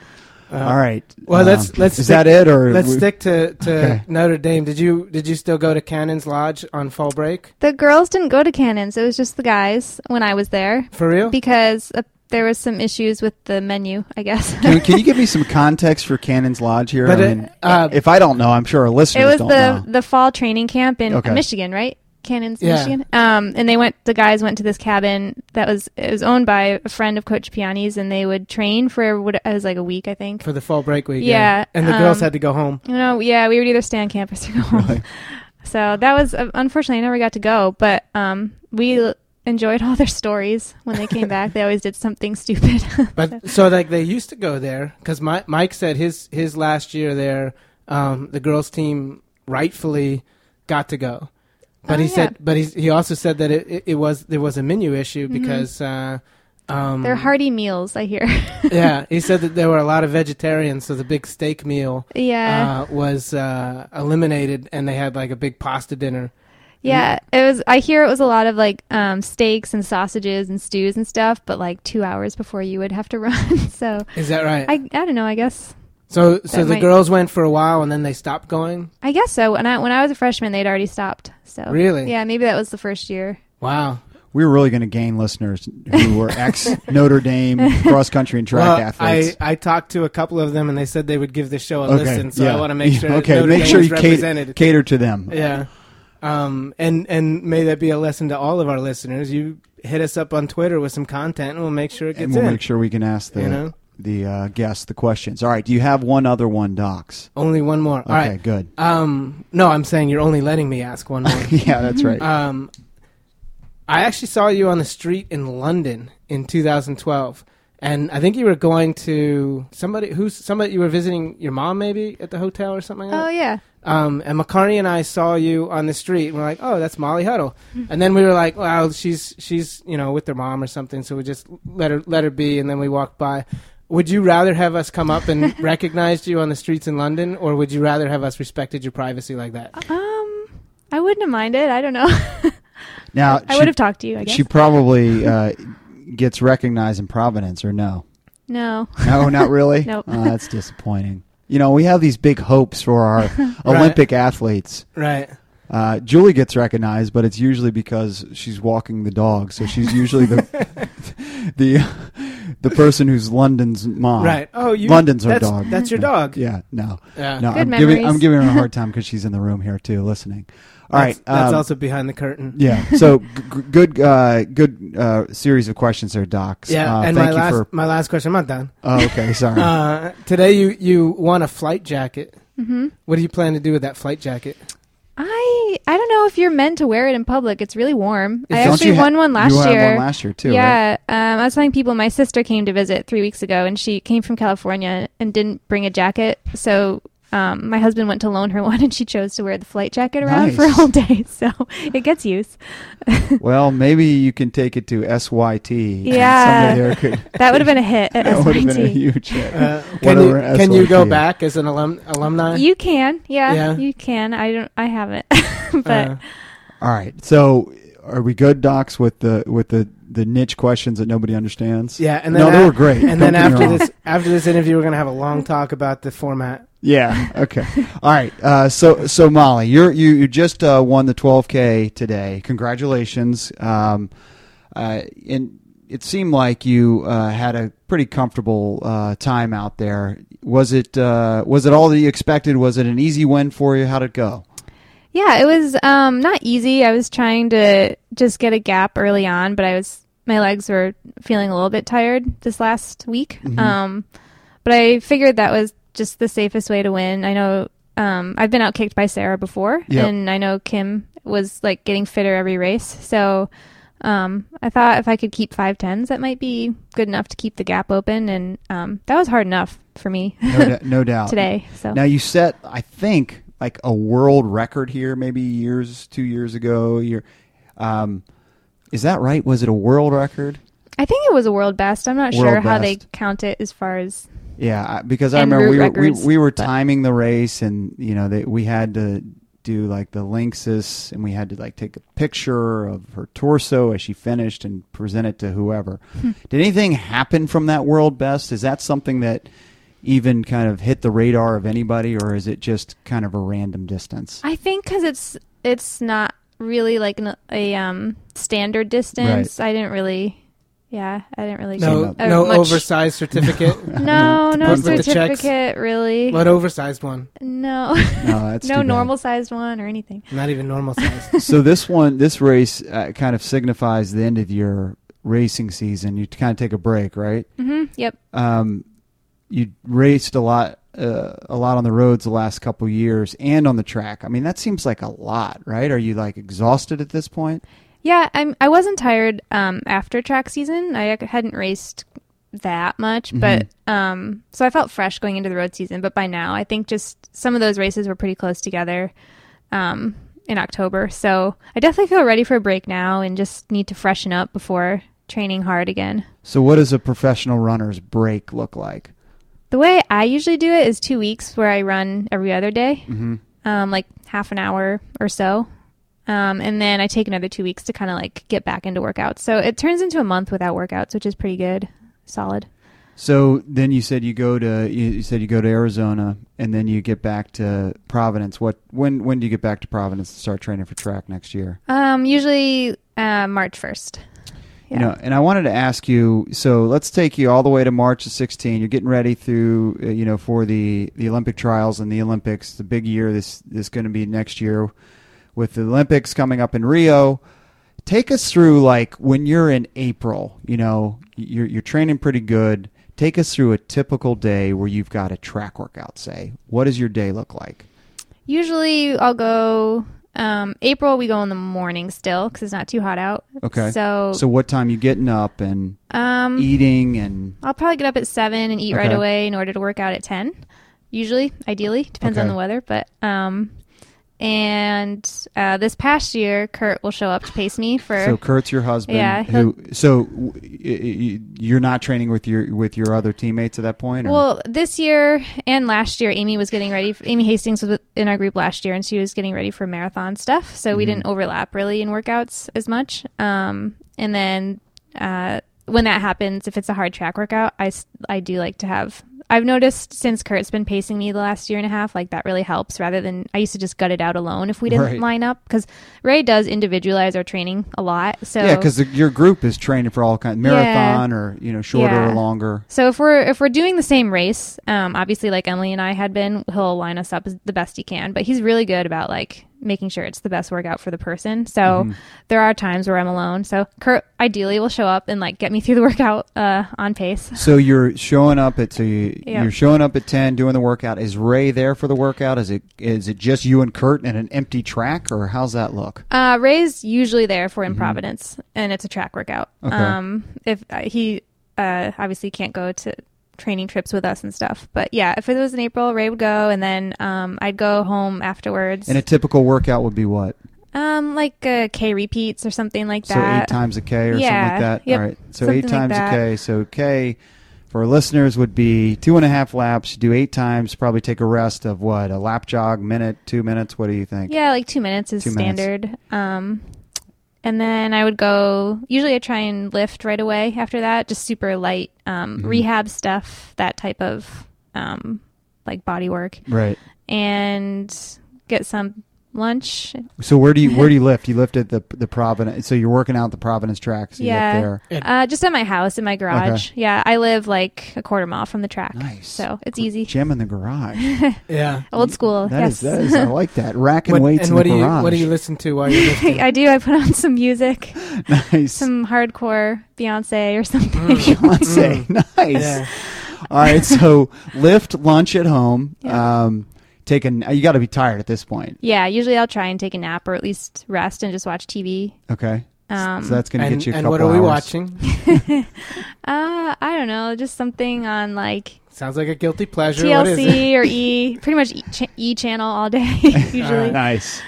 [SPEAKER 4] Uh,
[SPEAKER 2] All right. um,
[SPEAKER 4] Well, let's- let's
[SPEAKER 2] Is
[SPEAKER 4] stick-
[SPEAKER 2] that it, or
[SPEAKER 4] Let's
[SPEAKER 2] we-
[SPEAKER 4] stick to, to
[SPEAKER 2] Okay.
[SPEAKER 4] Notre Dame. Did you did you still go to Cannon's Lodge on fall break
[SPEAKER 6] The girls didn't go to cannons. It was just the guys when I was there
[SPEAKER 4] for real?
[SPEAKER 6] because uh, there was some issues with the menu, I guess.
[SPEAKER 2] <laughs>
[SPEAKER 6] <laughs>
[SPEAKER 2] Can, can you give me some context for Cannon's Lodge here?
[SPEAKER 4] But,
[SPEAKER 2] I
[SPEAKER 4] uh,
[SPEAKER 2] mean,
[SPEAKER 4] uh,
[SPEAKER 2] if I don't know, I'm sure our listeners
[SPEAKER 6] it was
[SPEAKER 2] don't
[SPEAKER 6] the
[SPEAKER 2] know.
[SPEAKER 6] the fall training camp in uh,
[SPEAKER 2] Okay.
[SPEAKER 6] Michigan, right? Cannons,
[SPEAKER 4] Yeah.
[SPEAKER 6] Michigan. Um, and they went. The guys went to this cabin that was it was owned by a friend of Coach Piani's, and they would train for what it was like a week, I think.
[SPEAKER 4] for the fall break weekend.
[SPEAKER 6] Yeah,
[SPEAKER 4] and the girls
[SPEAKER 6] um,
[SPEAKER 4] had to go home.
[SPEAKER 6] You know, yeah, we would either stay on
[SPEAKER 4] <laughs>
[SPEAKER 6] campus or go home.
[SPEAKER 2] Really?
[SPEAKER 6] So that was uh, unfortunately I never got to go, but um, we l- enjoyed all their stories when they came back. They always did something stupid. <laughs>
[SPEAKER 4] But so like they used to go there because Mike said his his last year there, um, the girls team rightfully got to go. But
[SPEAKER 6] Oh,
[SPEAKER 4] he
[SPEAKER 6] yeah.
[SPEAKER 4] said, but he he also said that it, it, it was there was a menu issue because uh, um,
[SPEAKER 6] Mm-hmm. They're hearty meals, I hear.
[SPEAKER 4] <laughs>
[SPEAKER 6] <laughs>
[SPEAKER 4] yeah, he said that there were a lot of vegetarians, so the big steak meal
[SPEAKER 6] yeah,
[SPEAKER 4] uh, was uh, eliminated, and they had like a big pasta dinner.
[SPEAKER 6] yeah. It was. I hear it was a lot of like um, steaks and sausages and stews and stuff, but like two hours before you would have to <laughs> run. so
[SPEAKER 4] Is that right?
[SPEAKER 6] I, I don't know. I guess
[SPEAKER 4] so so
[SPEAKER 6] That
[SPEAKER 4] the
[SPEAKER 6] might-
[SPEAKER 4] girls went for a while, and then they stopped going.
[SPEAKER 6] I guess so. When I when I was a freshman, they'd already stopped. So
[SPEAKER 4] Really?
[SPEAKER 6] yeah, maybe that was the first year.
[SPEAKER 4] Wow.
[SPEAKER 2] we were really going to gain listeners who
[SPEAKER 4] <laughs>
[SPEAKER 2] were ex Notre Dame cross country and track
[SPEAKER 4] Well,
[SPEAKER 2] athletes.
[SPEAKER 4] I, I talked to a couple of them, and they said they would give the show a
[SPEAKER 2] okay,
[SPEAKER 4] listen. So
[SPEAKER 2] yeah.
[SPEAKER 4] I want to make sure.
[SPEAKER 2] okay,
[SPEAKER 4] Notre
[SPEAKER 2] make
[SPEAKER 4] Dame
[SPEAKER 2] sure
[SPEAKER 4] is
[SPEAKER 2] you cater,
[SPEAKER 4] represented.
[SPEAKER 2] cater to them.
[SPEAKER 4] yeah. Um, and and may that be a lesson to all of our listeners. You hit us up on Twitter with some content, and we'll make sure it gets
[SPEAKER 2] and we'll
[SPEAKER 4] in.
[SPEAKER 2] make sure we can ask the
[SPEAKER 4] You know?
[SPEAKER 2] the uh, guests the questions. All right, do you have one other one, Docs?
[SPEAKER 4] Only one more.
[SPEAKER 2] Okay,
[SPEAKER 4] All right.
[SPEAKER 2] good. <laughs>
[SPEAKER 4] Um, no, I'm saying you're only letting me ask one more.
[SPEAKER 2] yeah, that's right.
[SPEAKER 4] Um, I actually saw you on the street in London in 2012, and I think you were going to somebody who's somebody you were visiting your mom maybe at the hotel or something. Like
[SPEAKER 6] Oh
[SPEAKER 4] that.
[SPEAKER 6] yeah.
[SPEAKER 4] Um, and McCartney and I saw you on the street. And we're like, oh, that's Molly Huddle, and then we were like, wow, she's she's you know with her mom or something. So we just let her let her be, and then we walked by. Would you rather have us come up and recognized you on the streets in London, or would you rather have us respected your privacy like that?
[SPEAKER 6] Um, I wouldn't have minded. I don't know. <laughs>
[SPEAKER 2] now
[SPEAKER 6] I
[SPEAKER 2] she-
[SPEAKER 6] would have talked to you, I guess.
[SPEAKER 2] She probably uh, gets recognized in Providence, or no?
[SPEAKER 6] no.
[SPEAKER 2] No, not really.
[SPEAKER 6] <laughs> Nope.
[SPEAKER 2] Oh, that's disappointing. You know, we have these big hopes for
[SPEAKER 4] <laughs>
[SPEAKER 2] our Olympic athletes.
[SPEAKER 4] Right.
[SPEAKER 2] Uh, Julie gets recognized, but it's usually because she's walking the dog, so she's usually the <laughs> the the person who's London's mom.
[SPEAKER 4] Right. Oh, you.
[SPEAKER 2] London's her
[SPEAKER 4] that's,
[SPEAKER 2] dog.
[SPEAKER 4] That's your dog.
[SPEAKER 2] Yeah. No.
[SPEAKER 4] Yeah.
[SPEAKER 2] No.
[SPEAKER 6] Uh, Good
[SPEAKER 2] I'm giving,
[SPEAKER 6] memories.
[SPEAKER 2] I'm giving her a
[SPEAKER 6] <laughs>
[SPEAKER 2] hard time because she's in the room here too, listening. All right.
[SPEAKER 4] That's, that's
[SPEAKER 2] um,
[SPEAKER 4] also behind the curtain.
[SPEAKER 2] Yeah. So g- g- good, uh, good uh, series of questions there, Docs.
[SPEAKER 4] Yeah.
[SPEAKER 2] Uh, thank
[SPEAKER 4] and my
[SPEAKER 2] you
[SPEAKER 4] last,
[SPEAKER 2] for.
[SPEAKER 4] my last question. I'm
[SPEAKER 2] <laughs>
[SPEAKER 4] not done.
[SPEAKER 2] Oh,
[SPEAKER 4] <laughs>
[SPEAKER 2] okay. Sorry.
[SPEAKER 4] Uh, today, you you won a flight jacket. Mm-hmm. What do you plan to do with that flight jacket?
[SPEAKER 6] I I don't know if you're meant to wear it in public. It's really warm. I
[SPEAKER 2] Don't
[SPEAKER 6] actually
[SPEAKER 2] you ha-
[SPEAKER 6] won one last
[SPEAKER 2] you had
[SPEAKER 6] year.
[SPEAKER 2] one last year too. right?
[SPEAKER 6] yeah, um, I was telling people my sister came to visit three weeks ago, and she came from California and didn't bring a jacket. So um, my husband went to loan her <laughs> one, and she chose to wear the flight jacket around for a
[SPEAKER 2] Nice.
[SPEAKER 6] whole day. <laughs> So it gets used.
[SPEAKER 2] Well, maybe you can take it to SYT. and
[SPEAKER 6] Yeah.
[SPEAKER 2] somebody there could-
[SPEAKER 6] That would have been a hit
[SPEAKER 2] <laughs>
[SPEAKER 6] at
[SPEAKER 2] that would have been a
[SPEAKER 6] SIT.
[SPEAKER 2] huge hit.
[SPEAKER 4] Uh, can you
[SPEAKER 2] Whatever
[SPEAKER 4] can you go
[SPEAKER 2] SYT.
[SPEAKER 4] back as an alum alumni?
[SPEAKER 6] you can, yeah,
[SPEAKER 4] Yeah.
[SPEAKER 6] you can. I don't. I haven't, <laughs> but
[SPEAKER 4] Uh,
[SPEAKER 2] All right. So, are we good, Docs, with the with the the niche questions that nobody understands?
[SPEAKER 4] yeah, and then
[SPEAKER 2] no, they
[SPEAKER 4] af-
[SPEAKER 2] were great. Don't
[SPEAKER 4] And then
[SPEAKER 2] get me
[SPEAKER 4] after
[SPEAKER 2] wrong.
[SPEAKER 4] this after this interview, we're gonna have a long talk about the format.
[SPEAKER 2] yeah,
[SPEAKER 4] <laughs>
[SPEAKER 2] okay, all right. Uh, so, so Molly, you're you you just uh, won the 12k today. Congratulations. Um, uh, and it seemed like you uh, had a pretty comfortable uh, time out there. Was it uh, was it all that you expected? Was it an easy win for you? How'd it go?
[SPEAKER 6] Yeah, it was um, not easy. I was trying to just get a gap early on, but I was my legs were feeling a little bit tired this last week.
[SPEAKER 2] Mm-hmm.
[SPEAKER 6] Um, but I figured that was just the safest way to win. I know um, I've been outkicked by Sarah before,
[SPEAKER 2] Yep.
[SPEAKER 6] and I know Kim was like getting fitter every race. So um, I thought if I could keep five tens, that might be good enough to keep the gap open, and um, that was hard enough for me
[SPEAKER 2] No, dou- no doubt.
[SPEAKER 6] today. So
[SPEAKER 2] Now you set, I think, like a world record here, maybe years, two years ago. Year, um, is that right? Was it a world record?
[SPEAKER 6] I think it was a world best. I'm not
[SPEAKER 2] World
[SPEAKER 6] sure how they
[SPEAKER 2] best.
[SPEAKER 6] count it as far as
[SPEAKER 2] Yeah, I- because I
[SPEAKER 6] And
[SPEAKER 2] remember
[SPEAKER 6] route
[SPEAKER 2] we were,
[SPEAKER 6] records,
[SPEAKER 2] we, we were
[SPEAKER 6] but-
[SPEAKER 2] timing the race, and you know they, we had to do like the lynxes, and we had to like take a picture of her torso as she finished and present it to whoever.
[SPEAKER 6] Hmm.
[SPEAKER 2] Did anything happen from that world best? Is that something that even kind of hit the radar of anybody, or is it just kind of a random distance?
[SPEAKER 6] I think because it's it's not really like an, a um standard distance. I didn't really, yeah, I didn't really.
[SPEAKER 7] No,
[SPEAKER 6] get, uh,
[SPEAKER 7] no
[SPEAKER 6] much-
[SPEAKER 7] oversized
[SPEAKER 6] <laughs>
[SPEAKER 7] certificate.
[SPEAKER 6] No, no
[SPEAKER 7] Put with the checks.
[SPEAKER 6] certificate really.
[SPEAKER 7] what oversized one?
[SPEAKER 6] No,
[SPEAKER 2] No, that's too
[SPEAKER 6] <laughs> no
[SPEAKER 2] bad.
[SPEAKER 6] normal sized one or anything.
[SPEAKER 7] Not even normal size.
[SPEAKER 6] <laughs>
[SPEAKER 2] so this one, this race, uh, kind of signifies the end of your racing season. You kind of take a break, right?
[SPEAKER 6] hmm Yep.
[SPEAKER 2] um, you raced a lot uh, a lot on the roads the last couple years and on the track. I mean, that seems like a lot, right? Are you like exhausted at this point?
[SPEAKER 6] Yeah, I'm. I wasn't tired um, after track season. I ac- hadn't raced that much, but um, so I felt fresh going into the road season. But by now, I think just some of those races were pretty close together um, in October, so I definitely feel ready for a break now and just need to freshen up before training hard again.
[SPEAKER 2] So, what does a professional runner's break look like?
[SPEAKER 6] The way I usually do it is two weeks where I run every other day, um, like half an hour or so. Um, and then I take another two weeks to kind of like get back into workouts. So it turns into a month without workouts, which is pretty good, solid.
[SPEAKER 2] So then you said you go to you you said you go to Arizona and then you get back to Providence. What when when do you get back to Providence to start training for track next year?
[SPEAKER 6] Um, usually uh, March 1st.
[SPEAKER 2] You know, and I wanted to ask you. So let's take you all the way to March of 16. You're getting ready through, uh, you know, for the the Olympic trials and the Olympics. The big year this this going to be next year, with the Olympics coming up in Rio. Take us through like when you're in April. You know, you're you're training pretty good. Take us through a typical day where you've got a track workout. Say, what does your day look like?
[SPEAKER 6] Usually I'll go um, April, we go in the morning still because it's not too hot out.
[SPEAKER 2] Okay.
[SPEAKER 6] So,
[SPEAKER 2] So what time you getting up and
[SPEAKER 6] Oh. um,
[SPEAKER 2] eating and
[SPEAKER 6] I'll probably get up at seven and eat right
[SPEAKER 2] Okay.
[SPEAKER 6] away in order to work out at ten. Usually, ideally, depends on
[SPEAKER 2] Okay.
[SPEAKER 6] the weather. But um, and uh, this past year, Kurt will show up to pace me for.
[SPEAKER 2] So Kurt's your husband.
[SPEAKER 6] Yeah,
[SPEAKER 2] Who? So w- y- y- you're not training with your with your other teammates at that point. Or?
[SPEAKER 6] well, this year and last year, Amy was getting ready. Amy Hastings was in our group last year, and she was getting ready for marathon stuff. So
[SPEAKER 2] Mm-hmm.
[SPEAKER 6] we didn't overlap really in workouts as much. Um, and then uh, when that happens, if it's a hard track workout, I, s- I do like to have. I've noticed since Kurt's been pacing me the last year and a half, like that really helps rather than I used to just gut it out alone if we didn't
[SPEAKER 2] Right.
[SPEAKER 6] line up because Ray does individualize our training a lot. So
[SPEAKER 2] yeah, because your group is training for all kind marathon or you know shorter
[SPEAKER 6] Yeah.
[SPEAKER 2] or longer.
[SPEAKER 6] So if we're if we're doing the same race, um, obviously like Emily and I had been, he'll line us up as the best he can. But he's really good about like making sure it's the best workout for the person. So
[SPEAKER 2] Mm-hmm.
[SPEAKER 6] there are times where I'm alone. So Kurt ideally will show up and like get me through the <laughs> workout uh, on pace.
[SPEAKER 2] So you're showing up at so you,
[SPEAKER 6] Yeah.
[SPEAKER 2] you're showing up at ten doing the workout. Is Ray there for the workout? Is it is it just you and Kurt and an empty track or how's that look?
[SPEAKER 6] Uh, Ray's usually there for in Providence, and it's a track workout.
[SPEAKER 2] Mm-hmm. Okay.
[SPEAKER 6] Um, if uh, he uh, obviously can't go to training trips with us and stuff, but yeah, if it was in April, Ray would go, and then um, I'd go home afterwards.
[SPEAKER 2] And a typical workout would be what?
[SPEAKER 6] Um, like uh, K repeats or something like
[SPEAKER 2] So eight
[SPEAKER 6] that.
[SPEAKER 2] times a K or
[SPEAKER 6] Yeah.
[SPEAKER 2] something like that.
[SPEAKER 6] Yep.
[SPEAKER 2] All right. So eight
[SPEAKER 6] Something like
[SPEAKER 2] times a
[SPEAKER 6] that.
[SPEAKER 2] K. So K for our listeners would be two and a half laps. You do eight times. Probably take a rest of what a lap jog, minute, two minutes. What do you think?
[SPEAKER 6] Yeah, like two minutes is
[SPEAKER 2] Two minutes.
[SPEAKER 6] standard. Um, and then I would go. Usually, I try and lift right away after that. Just super light um,
[SPEAKER 2] Mm-hmm.
[SPEAKER 6] rehab stuff, that type of um, like body work,
[SPEAKER 2] Right.
[SPEAKER 6] and get some lunch.
[SPEAKER 2] So where do you where do you lift? You lift at the the Providence. So you're working out the Providence tracks. You
[SPEAKER 6] Yeah.
[SPEAKER 2] lift there.
[SPEAKER 6] Uh, just at my house in my garage. Yeah, I live like a quarter mile from the track.
[SPEAKER 2] Nice.
[SPEAKER 6] So it's easy.
[SPEAKER 2] Gym in the garage.
[SPEAKER 6] <laughs>
[SPEAKER 7] Yeah.
[SPEAKER 6] Old school.
[SPEAKER 2] That
[SPEAKER 6] yes.
[SPEAKER 2] is that is. I like that. Racking
[SPEAKER 7] What-
[SPEAKER 2] weights
[SPEAKER 7] and
[SPEAKER 2] in
[SPEAKER 7] what
[SPEAKER 2] the
[SPEAKER 7] do you
[SPEAKER 2] garage.
[SPEAKER 7] what do you listen to while you're
[SPEAKER 6] <laughs>
[SPEAKER 7] lifting?
[SPEAKER 6] <laughs> I do. I put on some music,
[SPEAKER 2] <laughs> nice.
[SPEAKER 6] some hardcore Beyonce or something.
[SPEAKER 7] Mm.
[SPEAKER 2] <laughs>
[SPEAKER 6] <laughs>
[SPEAKER 2] Beyonce. Nice.
[SPEAKER 7] Yeah.
[SPEAKER 2] All right. So lift lunch at home.
[SPEAKER 6] Yeah.
[SPEAKER 2] Um, take a. You got to be tired at this point.
[SPEAKER 6] yeah, usually I'll try and take a nap or at least rest and just watch TV.
[SPEAKER 2] Okay.
[SPEAKER 6] Um,
[SPEAKER 2] so that's going to
[SPEAKER 7] and
[SPEAKER 2] get you a
[SPEAKER 7] and
[SPEAKER 2] couple
[SPEAKER 7] what are we
[SPEAKER 2] hours.
[SPEAKER 7] watching?
[SPEAKER 6] uh, I don't know, just something on like
[SPEAKER 7] Sounds like a guilty pleasure. What is it?
[SPEAKER 6] TLC or E, pretty much E, cha- e channel all
[SPEAKER 7] <laughs>
[SPEAKER 6] day <laughs> usually. <laughs>
[SPEAKER 2] Nice.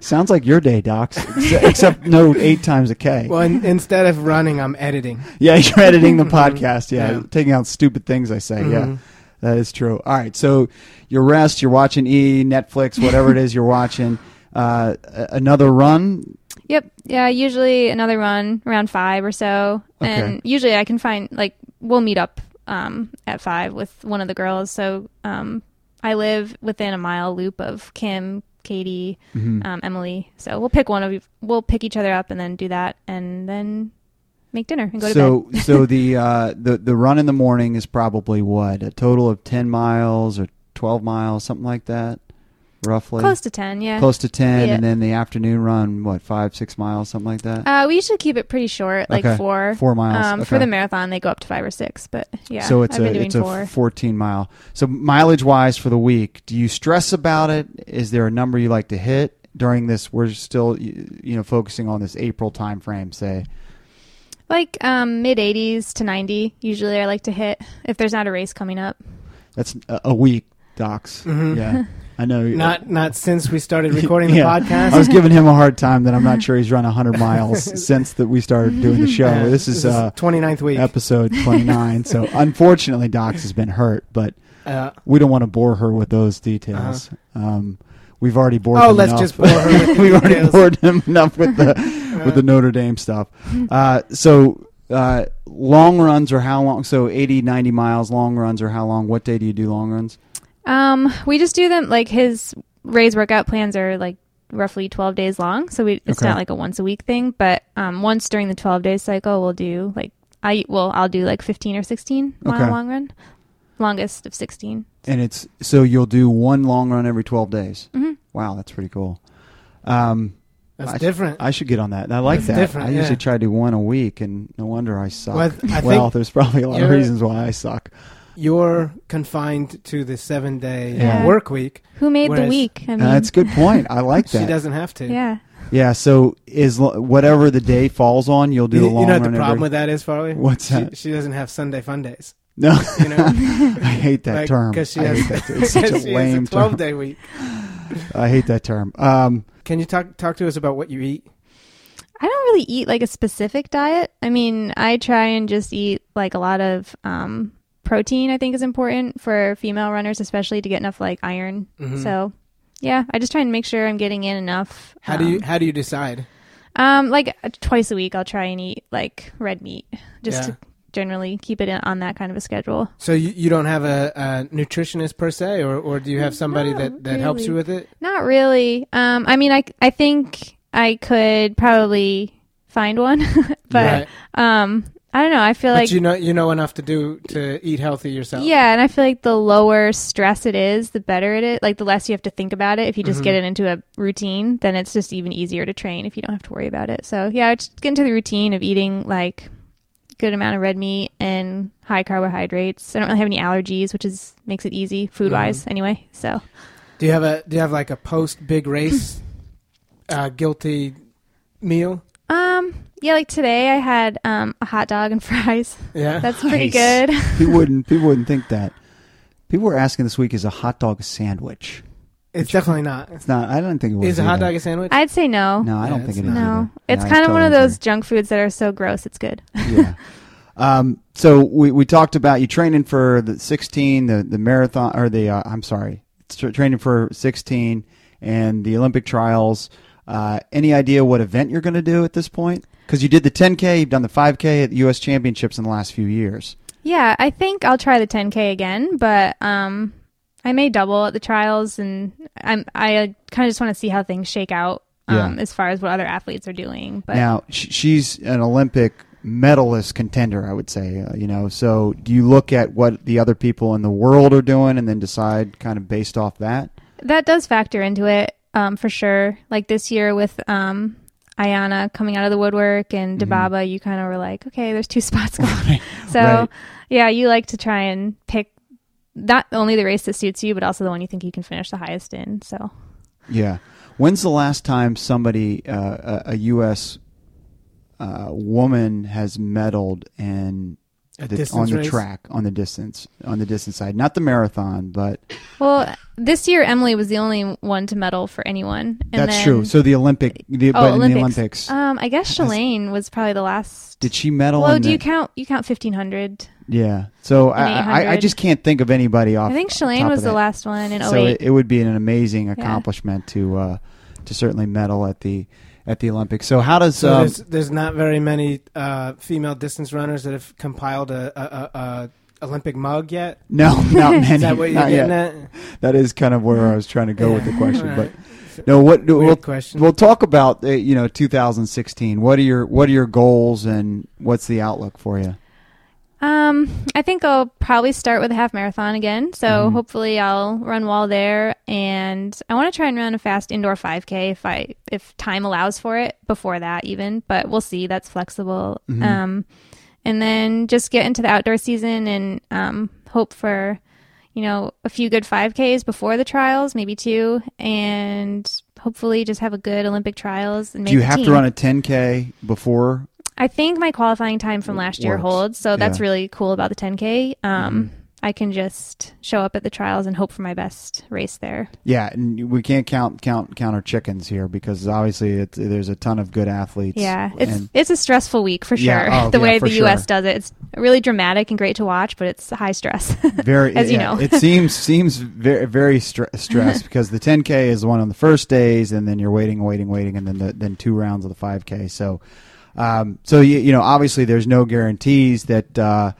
[SPEAKER 2] Sounds like your day, Docs. Ex- Except no eight times a K.
[SPEAKER 7] Well, in, instead of running, I'm editing.
[SPEAKER 2] <laughs> Yeah, you're editing
[SPEAKER 6] <laughs>
[SPEAKER 2] the podcast. Yeah,
[SPEAKER 7] Yeah.
[SPEAKER 2] taking out stupid things I say. Yeah,
[SPEAKER 7] Mhm.
[SPEAKER 2] that is true. All right, so your rest, you're watching E, Netflix, whatever it is you're watching. Uh, a- another run.
[SPEAKER 6] Yep. Yeah, usually another run around five or so.
[SPEAKER 2] Okay.
[SPEAKER 6] And usually I can find, like, we'll meet up um, at five with one of the girls. So um, I live within a mile loop of Kim, Katie,
[SPEAKER 2] Mm-hmm.
[SPEAKER 6] um, Emily. So we'll pick one of you, we'll pick each other up and then do that and then make dinner and go to
[SPEAKER 2] so,
[SPEAKER 6] bed.
[SPEAKER 2] <laughs> so
[SPEAKER 6] <laughs>
[SPEAKER 2] the uh, the the run in the morning is probably what a total of ten miles or twelve miles, something like that, roughly.
[SPEAKER 6] Close to 10, yeah.
[SPEAKER 2] Close to ten,
[SPEAKER 6] Yeah.
[SPEAKER 2] and then the afternoon run, what five, six miles, something like that.
[SPEAKER 6] Uh, we usually keep it pretty short, like
[SPEAKER 2] Okay.
[SPEAKER 6] four.
[SPEAKER 2] Four miles,
[SPEAKER 6] Um, For
[SPEAKER 2] okay.
[SPEAKER 6] the marathon, they go up to five or six, but yeah.
[SPEAKER 2] so it's
[SPEAKER 6] I've been
[SPEAKER 2] a
[SPEAKER 6] doing
[SPEAKER 2] it's a
[SPEAKER 6] four.
[SPEAKER 2] 14 mile. So mileage wise for the week, do you stress about it? Is there a number you like to hit during this? We're still you you know focusing on this April time frame. Say
[SPEAKER 6] Like um, mid 80s to 90, usually I like to hit if there's not a race coming up.
[SPEAKER 2] that's a, a week, docs.
[SPEAKER 7] <laughs>
[SPEAKER 2] Yeah, I know.
[SPEAKER 7] Mm-hmm. Not not since we
[SPEAKER 2] <laughs>
[SPEAKER 7] started recording the
[SPEAKER 2] Yeah.
[SPEAKER 7] podcast.
[SPEAKER 2] I was giving him a hard time that I'm not sure he's run 100 miles <laughs> since that we started doing the show.
[SPEAKER 7] Yeah.
[SPEAKER 2] This is uh,
[SPEAKER 7] 29th week.
[SPEAKER 2] episode
[SPEAKER 7] <laughs>
[SPEAKER 2] 29. so unfortunately, docs has been hurt, but
[SPEAKER 7] Uh,
[SPEAKER 2] we don't want to bore her with those details. Um, we've already bored.
[SPEAKER 7] Uh-huh. Oh,
[SPEAKER 2] him
[SPEAKER 7] let's
[SPEAKER 2] enough.
[SPEAKER 7] just bore her
[SPEAKER 2] <laughs>
[SPEAKER 7] with the
[SPEAKER 2] we've already
[SPEAKER 7] details.
[SPEAKER 2] bored him enough with the
[SPEAKER 7] <laughs>
[SPEAKER 2] with the Notre Dame stuff. Uh, so uh, long runs are how long? So 80, 90 miles. Long runs are how long? What day do you do long runs?
[SPEAKER 6] Um, we just do them like his Ray's workout plans are like roughly 12 days long, so we it's
[SPEAKER 2] Okay.
[SPEAKER 6] not like a once a week thing, but um, once during the 12 day cycle, we'll do like I well, I'll do like 15 or 16 mile
[SPEAKER 2] Okay.
[SPEAKER 6] long run, longest of 16.
[SPEAKER 2] And it's so you'll do one long run every twelve days.
[SPEAKER 7] Mm-hmm.
[SPEAKER 2] Wow, that's pretty cool. Um,
[SPEAKER 7] that's
[SPEAKER 2] I-
[SPEAKER 7] different.
[SPEAKER 2] I should get on that. I like
[SPEAKER 7] That's
[SPEAKER 2] that.
[SPEAKER 7] different,
[SPEAKER 2] I usually
[SPEAKER 7] yeah.
[SPEAKER 2] try to do one a week, and no wonder I suck.
[SPEAKER 7] Well,
[SPEAKER 2] Well,
[SPEAKER 7] I think
[SPEAKER 2] there's probably a lot of
[SPEAKER 7] you're-
[SPEAKER 2] reasons why I suck.
[SPEAKER 7] You're confined to the seven day
[SPEAKER 6] Yeah.
[SPEAKER 7] work week.
[SPEAKER 6] Who made the
[SPEAKER 7] Whereas-
[SPEAKER 6] week? I mean,
[SPEAKER 2] That's a good point. I like
[SPEAKER 7] <laughs> She
[SPEAKER 2] that.
[SPEAKER 7] doesn't have to.
[SPEAKER 6] yeah.
[SPEAKER 2] Yeah, so is lo- whatever the day falls on, you'll do
[SPEAKER 7] You,
[SPEAKER 2] a long
[SPEAKER 7] you know what
[SPEAKER 2] run
[SPEAKER 7] the problem
[SPEAKER 2] every-
[SPEAKER 7] with that is, Farley?
[SPEAKER 2] <laughs> What's
[SPEAKER 7] she,
[SPEAKER 2] that?
[SPEAKER 7] She doesn't have Sunday fun
[SPEAKER 2] <laughs>
[SPEAKER 7] days.
[SPEAKER 2] No,
[SPEAKER 7] You know,
[SPEAKER 2] I hate that term.
[SPEAKER 7] Because she
[SPEAKER 2] I
[SPEAKER 7] has <laughs>
[SPEAKER 2] hate that term. It's such a
[SPEAKER 7] 'cause she has
[SPEAKER 2] lame
[SPEAKER 7] twelve
[SPEAKER 2] term.
[SPEAKER 7] day week.
[SPEAKER 2] I hate that term. Um,
[SPEAKER 7] Can you talk talk to us about what you eat?
[SPEAKER 6] I don't really eat like a specific diet. I mean, I try and just eat like a lot of um, protein. I think is important for female runners, especially to get enough like iron. Mm-hmm.
[SPEAKER 7] Mm-hmm.
[SPEAKER 6] So, yeah, I just try and make sure I'm getting in enough.
[SPEAKER 7] How do you
[SPEAKER 6] um,
[SPEAKER 7] how do you decide?
[SPEAKER 6] Um, like uh, twice a week, I'll try and eat like red meat, just
[SPEAKER 7] Yeah.
[SPEAKER 6] to generally keep it in, on that kind of a schedule.
[SPEAKER 7] So you, you don't have a, a nutritionist per se, or, or do you have somebody
[SPEAKER 6] No,
[SPEAKER 7] that, that helps you
[SPEAKER 6] really.
[SPEAKER 7] with it?
[SPEAKER 6] Not really. Um, I mean, I I think I could probably find one, <laughs> but
[SPEAKER 7] Right.
[SPEAKER 6] um, I don't know. I feel
[SPEAKER 7] but
[SPEAKER 6] like
[SPEAKER 7] you know you know enough to do to eat healthy yourself.
[SPEAKER 6] Yeah, and I feel like the lower stress it is, the better it is. Like the less you have to think about it. If you just get it into a routine, then it's just even easier to train if you don't have to worry about it. So yeah, I just get into the routine of eating like good amount of red meat and high carbohydrates. I don't really have any allergies, which is makes it easy food wise anyway. So
[SPEAKER 7] Do you have a do you have like a post big
[SPEAKER 2] <clears throat>
[SPEAKER 7] race uh, guilty meal?
[SPEAKER 6] um yeah, like today I had um a hot dog and <laughs> fries.
[SPEAKER 7] Yeah.
[SPEAKER 6] That's <laughs> pretty
[SPEAKER 2] Nice.
[SPEAKER 6] good.
[SPEAKER 2] people wouldn't people wouldn't think that. People were asking this week is a hot dog a sandwich?
[SPEAKER 7] It's definitely not.
[SPEAKER 2] It's not. I don't think it uh, was.
[SPEAKER 7] Is a hot
[SPEAKER 2] either.
[SPEAKER 7] dog a sandwich?
[SPEAKER 6] I'd say no.
[SPEAKER 2] No, I
[SPEAKER 7] Yeah,
[SPEAKER 2] don't think
[SPEAKER 7] it's
[SPEAKER 2] it is.
[SPEAKER 7] not.
[SPEAKER 6] No.
[SPEAKER 2] either.
[SPEAKER 6] It's
[SPEAKER 2] Yeah,
[SPEAKER 6] kind of
[SPEAKER 2] totally
[SPEAKER 6] one of
[SPEAKER 2] agree.
[SPEAKER 6] those junk foods that are so gross it's good.
[SPEAKER 2] yeah. Um, so we, we talked about you training for the 16, the, the marathon, or the, uh, I'm sorry, tra- training for 16 and the Olympic trials. Uh, any idea what event you're going to do at this point? Because you did the 10K, you've done the 5K at the U.S. Championships in the last few years.
[SPEAKER 6] Yeah, I think I'll try the 10K again, but um, I may double at the trials, and I'm I kind of just want to see how things shake out um,
[SPEAKER 2] Yeah.
[SPEAKER 6] as far as what other athletes are doing. But
[SPEAKER 2] Now sh- she's an Olympic medalist contender, I would say. Uh, you know, so do you look at what the other people in the world are doing and then decide kind of based off that?
[SPEAKER 6] that does factor into it um, for sure. Like this year with um, Ayana coming out of the woodwork and Debaba, you kind of were like, okay, there's two <laughs> spots going.
[SPEAKER 2] <laughs> Mm-hmm.
[SPEAKER 6] so
[SPEAKER 2] Right.
[SPEAKER 6] yeah, you like to try and pick not only the race that suits you, but also the one you think you can finish the highest in. So
[SPEAKER 2] Yeah. When's the last time somebody, uh, a, a U.S. Uh, woman, has medaled in the,
[SPEAKER 7] distance
[SPEAKER 2] on the
[SPEAKER 7] race?
[SPEAKER 2] track on the distance on the distance side, not the marathon, but
[SPEAKER 6] well, this year Emily was the only one to medal for anyone. And
[SPEAKER 2] that's
[SPEAKER 6] then- Oh,
[SPEAKER 2] true. So the Olympic, the, but in the Olympics,
[SPEAKER 6] Um, I guess Shalane was probably the last.
[SPEAKER 2] did she medal?
[SPEAKER 6] well,
[SPEAKER 2] in
[SPEAKER 6] do
[SPEAKER 2] the-
[SPEAKER 6] you count? You count fifteen hundred.
[SPEAKER 2] Yeah. So
[SPEAKER 6] And
[SPEAKER 2] I, I, I
[SPEAKER 6] 800.
[SPEAKER 2] just can't think of anybody off.
[SPEAKER 6] I think Shalane
[SPEAKER 2] top
[SPEAKER 6] was
[SPEAKER 2] of
[SPEAKER 6] the
[SPEAKER 2] that.
[SPEAKER 6] last one in
[SPEAKER 2] So
[SPEAKER 6] 08.
[SPEAKER 2] it, it would be an amazing accomplishment to uh, to certainly medal at the at the Olympics. So how does
[SPEAKER 7] So
[SPEAKER 2] um,
[SPEAKER 7] there's, there's not very many uh, female distance runners that have compiled a, a, a, a Olympic mug yet.
[SPEAKER 2] <laughs> no not
[SPEAKER 7] <laughs>
[SPEAKER 2] many
[SPEAKER 7] Is that what you're
[SPEAKER 2] not yet.
[SPEAKER 7] getting at?
[SPEAKER 2] that is kind of where I was trying to go with the
[SPEAKER 7] Yeah.
[SPEAKER 2] question.
[SPEAKER 7] All
[SPEAKER 2] But
[SPEAKER 7] right.
[SPEAKER 2] no, what
[SPEAKER 7] Weird
[SPEAKER 2] we'll,
[SPEAKER 7] question.
[SPEAKER 2] we'll talk about uh, you know 2016. What are your what are your goals and what's the outlook for you?
[SPEAKER 6] Um, I think I'll probably start with a half marathon again. So
[SPEAKER 2] Mm-hmm.
[SPEAKER 6] hopefully I'll run well there, and I want to try and run a fast indoor 5K if I if time allows for it before that even. But we'll see. That's flexible.
[SPEAKER 2] Mm-hmm.
[SPEAKER 6] Um, and then just get into the outdoor season and um, hope for you know a few good 5Ks before the trials, maybe two, and hopefully just have a good Olympic trials. And make
[SPEAKER 2] Do you
[SPEAKER 6] the
[SPEAKER 2] have to
[SPEAKER 6] team.
[SPEAKER 2] run a 10k before?
[SPEAKER 6] I think my qualifying time from last year
[SPEAKER 2] Works.
[SPEAKER 6] holds, so that's
[SPEAKER 2] Yeah. Mm-hmm.
[SPEAKER 6] really cool about the 10K. Um, I can just show up at the trials and hope for my best race there.
[SPEAKER 2] Yeah, and we can't count count count our chickens here because obviously it's, there's a ton of good athletes.
[SPEAKER 6] Yeah, it's
[SPEAKER 2] and-
[SPEAKER 6] it's a stressful week for sure.
[SPEAKER 2] Yeah, oh,
[SPEAKER 6] <laughs> the
[SPEAKER 2] yeah,
[SPEAKER 6] way
[SPEAKER 2] for
[SPEAKER 6] the U.S.
[SPEAKER 2] sure.
[SPEAKER 6] does it, it's really dramatic and great to watch, but it's
[SPEAKER 2] <laughs>
[SPEAKER 6] high stress.
[SPEAKER 2] very
[SPEAKER 6] as you
[SPEAKER 2] yeah,
[SPEAKER 6] know.
[SPEAKER 2] it
[SPEAKER 6] <laughs>
[SPEAKER 2] seems seems very very stre- stressed because the 10k is the one on the first days and then you're waiting waiting waiting and then the, then two rounds of the 5k so um, so you, you know obviously there's no guarantees that uh, y-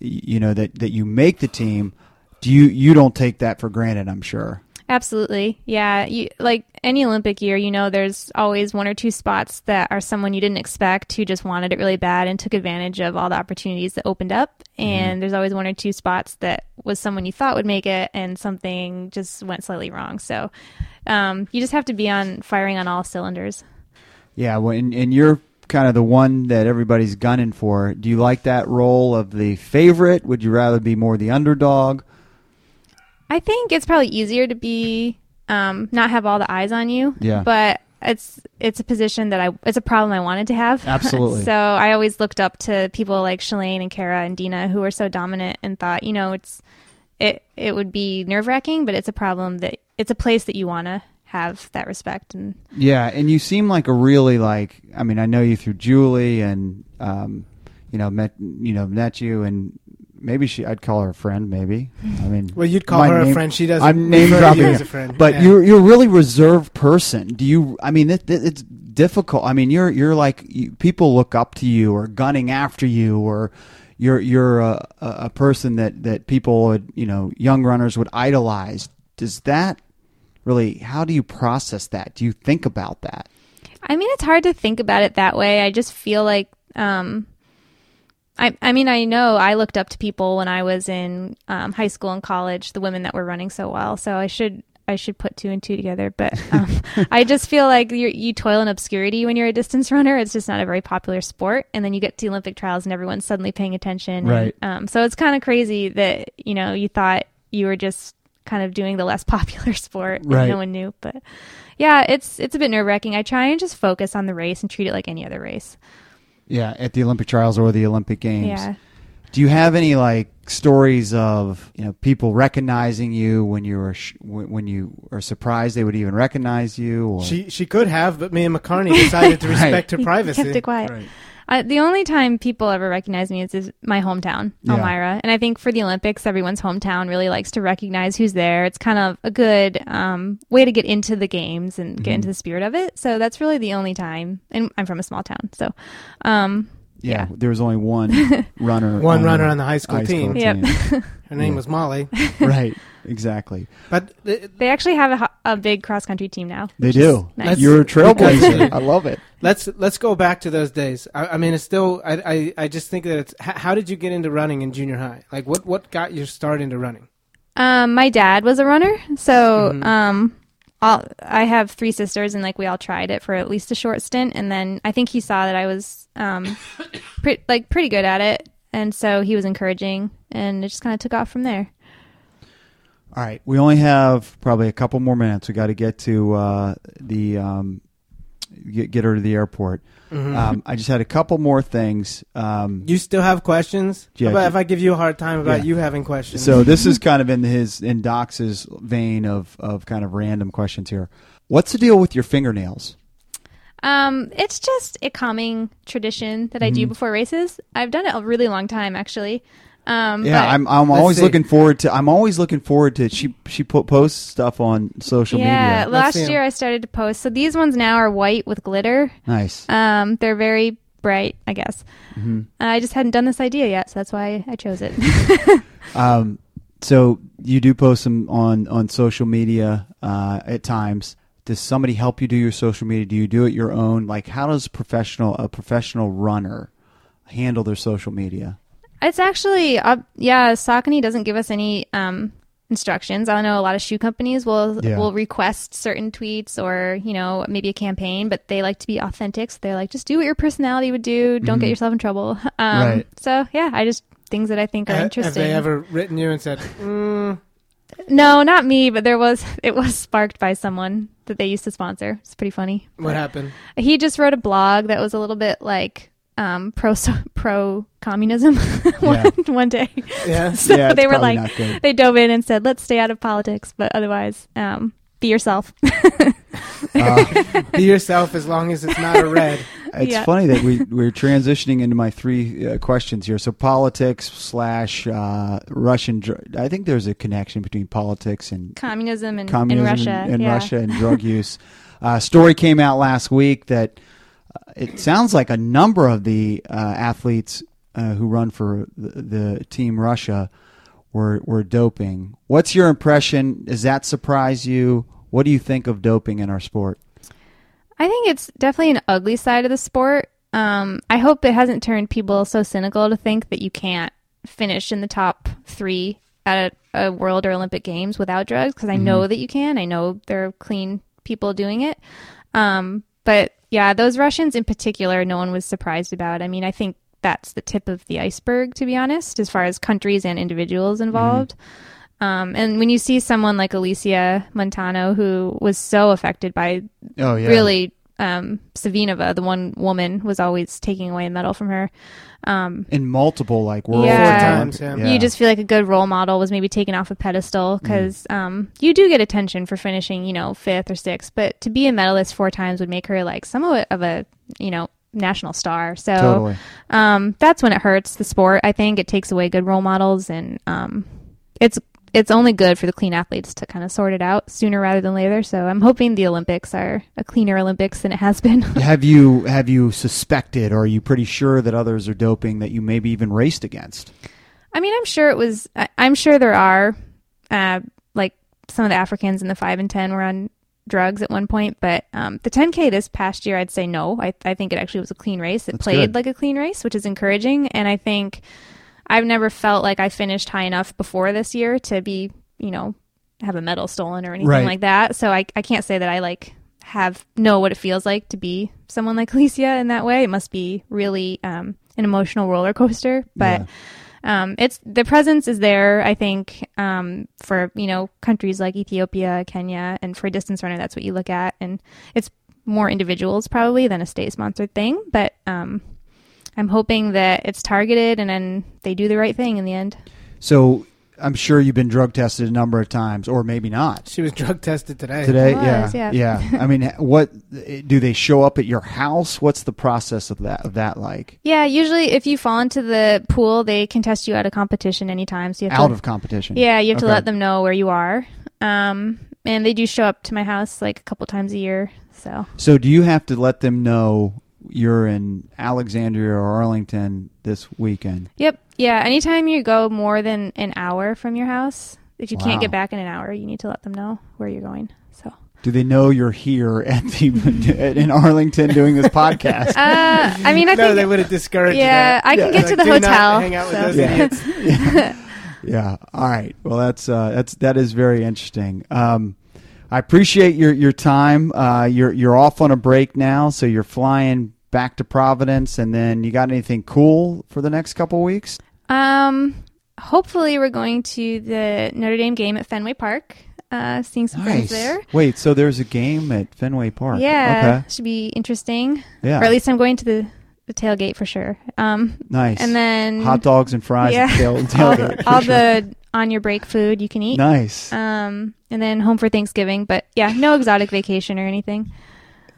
[SPEAKER 2] you know that that you make the team do you you don't take that for granted i'm sure
[SPEAKER 6] Absolutely. Yeah. You, like any Olympic year, you know, there's always one or two spots that are someone you didn't expect who just wanted it really bad and took advantage of all the opportunities that opened up. And there's always one or two spots that was someone you thought would make it and something just went slightly wrong. So um, you just have to be on firing on all cylinders.
[SPEAKER 2] yeah well, and, and you're kind of the one that everybody's gunning for do you like that role of the favorite would you rather be more the underdog
[SPEAKER 6] I think it's probably easier to be um, not have all the eyes on you.
[SPEAKER 2] Yeah.
[SPEAKER 6] But it's it's a position that I it's a problem I wanted to have. <laughs>
[SPEAKER 2] Absolutely.
[SPEAKER 6] so I always looked up to people like Shalane and Kara and Dina who were so dominant and thought, you know, it's it it would be nerve wracking, but it's a problem that it's a place that you wanna have that respect and
[SPEAKER 2] Yeah, and you seem like a really like. I mean, I know you through Julie, and um, you know, met you know, met you, and maybe she. I'd call her a friend. Maybe. I mean,
[SPEAKER 7] <laughs> Well, you'd call
[SPEAKER 2] my
[SPEAKER 7] her a
[SPEAKER 2] name-
[SPEAKER 7] friend. She doesn't. <laughs>
[SPEAKER 2] I'm name
[SPEAKER 7] refer to
[SPEAKER 2] dropping
[SPEAKER 7] you
[SPEAKER 2] you.
[SPEAKER 7] as a friend.
[SPEAKER 2] But
[SPEAKER 7] Yeah.
[SPEAKER 2] you're you're a really reserved person. Do you? I mean, it, it, it's difficult. I mean, you're you're like you, people look up to you or gunning after you or. You're you're a, a a person that, that people would you know young runners would idolize. Does that really? How do you process that? Do you think about that?
[SPEAKER 6] I mean, it's hard to think about it that way. I just feel like, um, I, I mean, I know I looked up to people when I was in um, high school and college, the women that were running so well. So I should, I should put two and two together. But um, I just feel like you you toil in obscurity when you're a distance runner. It's just not a very popular sport. And then you get to Olympic trials and everyone's suddenly paying attention.
[SPEAKER 2] Right.
[SPEAKER 6] um, so it's kind of crazy that you know you thought you were just kind of doing the less <laughs> popular sport and
[SPEAKER 2] Right.
[SPEAKER 6] no one knew, but yeah, it's it's a bit nerve wracking. I try and just focus on the race and treat it like any other race.
[SPEAKER 2] Yeah, at the Olympic trials or the Olympic games.
[SPEAKER 6] Yeah.
[SPEAKER 2] Do you have any like stories of you know people recognizing you when you were sh- when when you are surprised they would even recognize you? Or
[SPEAKER 7] she she could have, but me and
[SPEAKER 2] <laughs>
[SPEAKER 7] McCarney decided to respect her
[SPEAKER 6] You
[SPEAKER 7] privacy.
[SPEAKER 6] kept it quiet. I, the only time people ever recognize me is, is my hometown,
[SPEAKER 2] Yeah.
[SPEAKER 6] Elmira, and I think for the Olympics, everyone's hometown really likes to recognize who's there. It's kind of a good um, way to get into the games
[SPEAKER 2] Mm-hmm.
[SPEAKER 6] and get into the spirit of it. So that's really the only time, and I'm from a small town, so um,
[SPEAKER 2] yeah, there was only
[SPEAKER 6] <laughs>
[SPEAKER 2] one runner.
[SPEAKER 7] One
[SPEAKER 2] on
[SPEAKER 7] runner
[SPEAKER 2] the
[SPEAKER 7] on the high school
[SPEAKER 2] high
[SPEAKER 7] team.
[SPEAKER 2] school
[SPEAKER 6] Yep.
[SPEAKER 2] team.
[SPEAKER 7] Her name
[SPEAKER 2] Yeah.
[SPEAKER 7] was Molly.
[SPEAKER 2] right, exactly.
[SPEAKER 7] But th-
[SPEAKER 6] <laughs> They actually have a, ho- a big cross country team now.
[SPEAKER 2] They do.
[SPEAKER 6] nice.
[SPEAKER 2] You're a
[SPEAKER 7] Because-
[SPEAKER 2] trailblazer. I love it.
[SPEAKER 7] let's let's go back to those days. I, I mean, it's still. I, I I just think that it's. h- How did you get into running in junior high? Like, what what got your start into running?
[SPEAKER 6] Um, my dad was a runner, so
[SPEAKER 2] Mm-hmm.
[SPEAKER 6] um, all, I have three sisters, and like we all tried it for at least a short stint, and then I think he saw that I was um,
[SPEAKER 2] <coughs>
[SPEAKER 6] pre- like pretty good at it, and so he was encouraging, and it just kind of took off from there.
[SPEAKER 2] All right, we only have probably a couple more minutes. We got to get to uh, the um, get, get her to the airport. Um, I just had a couple more things. Um,
[SPEAKER 7] You still have questions?
[SPEAKER 2] Yeah,
[SPEAKER 7] How about
[SPEAKER 2] ju-
[SPEAKER 7] if I give you a hard time about
[SPEAKER 2] Yeah.
[SPEAKER 7] you having questions?
[SPEAKER 2] So this is kind of in his in Doc's vein of of kind of random questions here. What's the deal with your fingernails?
[SPEAKER 6] Um, it's just a calming tradition that I
[SPEAKER 2] Mm-hmm.
[SPEAKER 6] do before races. I've done it a really long time, actually. Um,
[SPEAKER 2] Yeah,
[SPEAKER 6] but-
[SPEAKER 2] I'm I'm
[SPEAKER 7] Let's
[SPEAKER 2] always
[SPEAKER 7] see.
[SPEAKER 2] looking forward to I'm always looking forward to she she put posts stuff on social
[SPEAKER 6] yeah.
[SPEAKER 2] media.
[SPEAKER 6] Last
[SPEAKER 7] see 'em.
[SPEAKER 6] year I started to post, so these ones now are white with glitter.
[SPEAKER 2] Nice.
[SPEAKER 6] Um, they're very bright, I guess.
[SPEAKER 2] Mm-hmm.
[SPEAKER 6] I just hadn't done this idea yet, so that's why I chose it. <laughs>
[SPEAKER 2] Um, so you do post them on on social media uh, at times. Does somebody help you do your social media? Do you do it your own? Like, how does professional a professional runner handle their social media?
[SPEAKER 6] it's actually, uh, yeah, Saucony doesn't give us any um, instructions. I know a lot of shoe companies will
[SPEAKER 2] Yeah.
[SPEAKER 6] will request certain tweets or you know maybe a campaign, but they like to be authentic. So they're like, just do what your personality would do. Don't get yourself in trouble. <laughs> Um,
[SPEAKER 2] Mm-hmm. Right.
[SPEAKER 6] So yeah, I just things that I think are
[SPEAKER 7] Ha- have
[SPEAKER 6] interesting.
[SPEAKER 7] they ever written you and said, mm,
[SPEAKER 6] no, not me, but there was <laughs> it was sparked by someone that they used to sponsor. It's pretty funny.
[SPEAKER 7] "What
[SPEAKER 6] <laughs>
[SPEAKER 7] happened?"
[SPEAKER 6] he just wrote a blog that was a little bit like um, pro <laughs> pro communism <laughs> one, one
[SPEAKER 2] <laughs>
[SPEAKER 6] day.
[SPEAKER 7] Yeah.
[SPEAKER 6] <laughs> So
[SPEAKER 2] Yeah, it's
[SPEAKER 6] they were
[SPEAKER 2] probably
[SPEAKER 6] like
[SPEAKER 2] not
[SPEAKER 6] <laughs>
[SPEAKER 2] good.
[SPEAKER 6] they dove in and said, "Let's stay out of politics, but otherwise, um, be yourself." <laughs>
[SPEAKER 2] Uh,
[SPEAKER 7] Be yourself as long as it's not a red.
[SPEAKER 2] It's
[SPEAKER 6] Yeah.
[SPEAKER 2] funny that
[SPEAKER 6] <laughs>
[SPEAKER 2] we we're transitioning into my three uh, questions here. So politics slash uh, Russian. dr- I think there's a connection between politics and
[SPEAKER 6] communism in, in
[SPEAKER 2] communism
[SPEAKER 6] Russia.
[SPEAKER 2] and, and
[SPEAKER 6] yeah.
[SPEAKER 2] Russia and
[SPEAKER 6] <laughs>
[SPEAKER 2] drug use. Uh, story came out last week that uh, it sounds like a number of the uh, athletes uh, who run for the, the team Russia were were doping. What's your impression? Does that surprise you? What do you think of doping in our sport?
[SPEAKER 6] I think it's definitely an ugly side of the sport. Um, I hope it hasn't turned people so cynical to think that you can't finish in the top three at a, a World or Olympic Games without drugs. Because I know that you can. I know there are clean people doing it. Um, but yeah, those Russians in particular, no one was surprised about. I mean, I think that's the tip of the iceberg, to be honest, as far as countries and individuals involved. Um, and when you see someone like Alicia Montano, who was so affected by
[SPEAKER 2] Oh yeah,
[SPEAKER 6] really um Savinova, the one woman was always taking away a medal from her. Um
[SPEAKER 2] in multiple like world
[SPEAKER 6] Yeah. Four
[SPEAKER 7] times, yeah.
[SPEAKER 6] you just feel like a good role model was maybe taken off a pedestal
[SPEAKER 2] Mm.
[SPEAKER 6] cuz um you do get attention for finishing, you know, 5th or 6th, but to be a medalist four times would make her like somewhat of a, you know, national star. So
[SPEAKER 2] totally.
[SPEAKER 6] um, that's when it hurts the sport. I think it takes away good role models, and um, it's it's only good for the clean athletes to kind of sort it out sooner rather than later. So I'm hoping the Olympics are a cleaner Olympics than it has been. <laughs>
[SPEAKER 2] Have you have you suspected or are you pretty sure that others are doping that you maybe even raced against?
[SPEAKER 6] I mean, I'm sure it was. I, I'm sure there are uh, like some of the Africans in the five and ten were on drugs at one point, but um, the 10k this past year, I'd say no. I, I think it actually was a clean race. It
[SPEAKER 2] That's
[SPEAKER 6] played
[SPEAKER 2] good.
[SPEAKER 6] like a clean race, which is encouraging, and I think I've never felt like I finished high enough before this year to be, you know, have a medal stolen or anything
[SPEAKER 2] Right.
[SPEAKER 6] like that. So I, I can't say that I like have know what it feels like to be someone like <laughs> Alicia in that way. It must be really um, an emotional roller coaster, but. Um, it's the presence is there, I think, um, for you know countries like Ethiopia, Kenya, and for a distance runner, that's what you look at, and it's more individuals probably than a state-sponsored thing. But um, I'm hoping that it's targeted and then they do the right thing in the end.
[SPEAKER 2] So I'm sure you've been drug tested a number of times, or maybe not.
[SPEAKER 7] She was drug tested today.
[SPEAKER 2] Today,
[SPEAKER 6] was,
[SPEAKER 2] yeah, yeah.
[SPEAKER 6] yeah. <laughs>
[SPEAKER 2] I mean, what do they show up at your house? What's the process of that of that like?
[SPEAKER 6] Yeah, usually if you fall into the pool, they can test you out of competition anytime. So you have
[SPEAKER 2] Out
[SPEAKER 6] to,
[SPEAKER 2] of competition,
[SPEAKER 6] yeah, you have to
[SPEAKER 2] Okay.
[SPEAKER 6] let them know where you are. Um, and they do show up to my house like a couple times a year. So
[SPEAKER 2] So do you have to let them know you're in Alexandria or Arlington this weekend.
[SPEAKER 6] Yep. Yeah. Anytime you go more than an hour from your house, if you
[SPEAKER 2] Wow.
[SPEAKER 6] can't get back in an hour, you need to let them know where you're going. So,
[SPEAKER 2] Do they know you're here at the <laughs> at- in Arlington doing
[SPEAKER 6] <laughs>
[SPEAKER 2] this podcast?
[SPEAKER 6] uh, I
[SPEAKER 2] <laughs>
[SPEAKER 6] mean, I
[SPEAKER 7] no,
[SPEAKER 6] think
[SPEAKER 7] they would have discouraged
[SPEAKER 6] yeah,
[SPEAKER 7] that.
[SPEAKER 6] I can
[SPEAKER 2] Yeah.
[SPEAKER 6] get
[SPEAKER 7] Like,
[SPEAKER 6] to the
[SPEAKER 7] do not
[SPEAKER 6] hotel.
[SPEAKER 7] hang out with
[SPEAKER 6] so.
[SPEAKER 7] those
[SPEAKER 2] Yeah.
[SPEAKER 7] idiots.
[SPEAKER 2] yeah. All right. Well, that's uh, that's that is very interesting. Um, I appreciate your your time. Uh, you're you're off on a break now, so you're flying back to Providence, and then you got anything cool for the next couple weeks?
[SPEAKER 6] Um, hopefully, we're going to the Notre Dame game at Fenway Park. Uh, seeing some friends there.
[SPEAKER 2] Wait, so there's a game at Fenway Park.
[SPEAKER 6] Yeah, should be interesting.
[SPEAKER 2] Okay. Yeah.
[SPEAKER 6] Or at least I'm going to the, the tailgate for sure. Um,
[SPEAKER 2] nice.
[SPEAKER 6] and then
[SPEAKER 2] hot dogs and fries
[SPEAKER 6] Yeah.
[SPEAKER 2] and tail,
[SPEAKER 6] <laughs> all,
[SPEAKER 2] tailgate.
[SPEAKER 6] all the on your break food you can eat.
[SPEAKER 2] nice.
[SPEAKER 6] Um, and then home for Thanksgiving. But yeah, no exotic vacation or anything.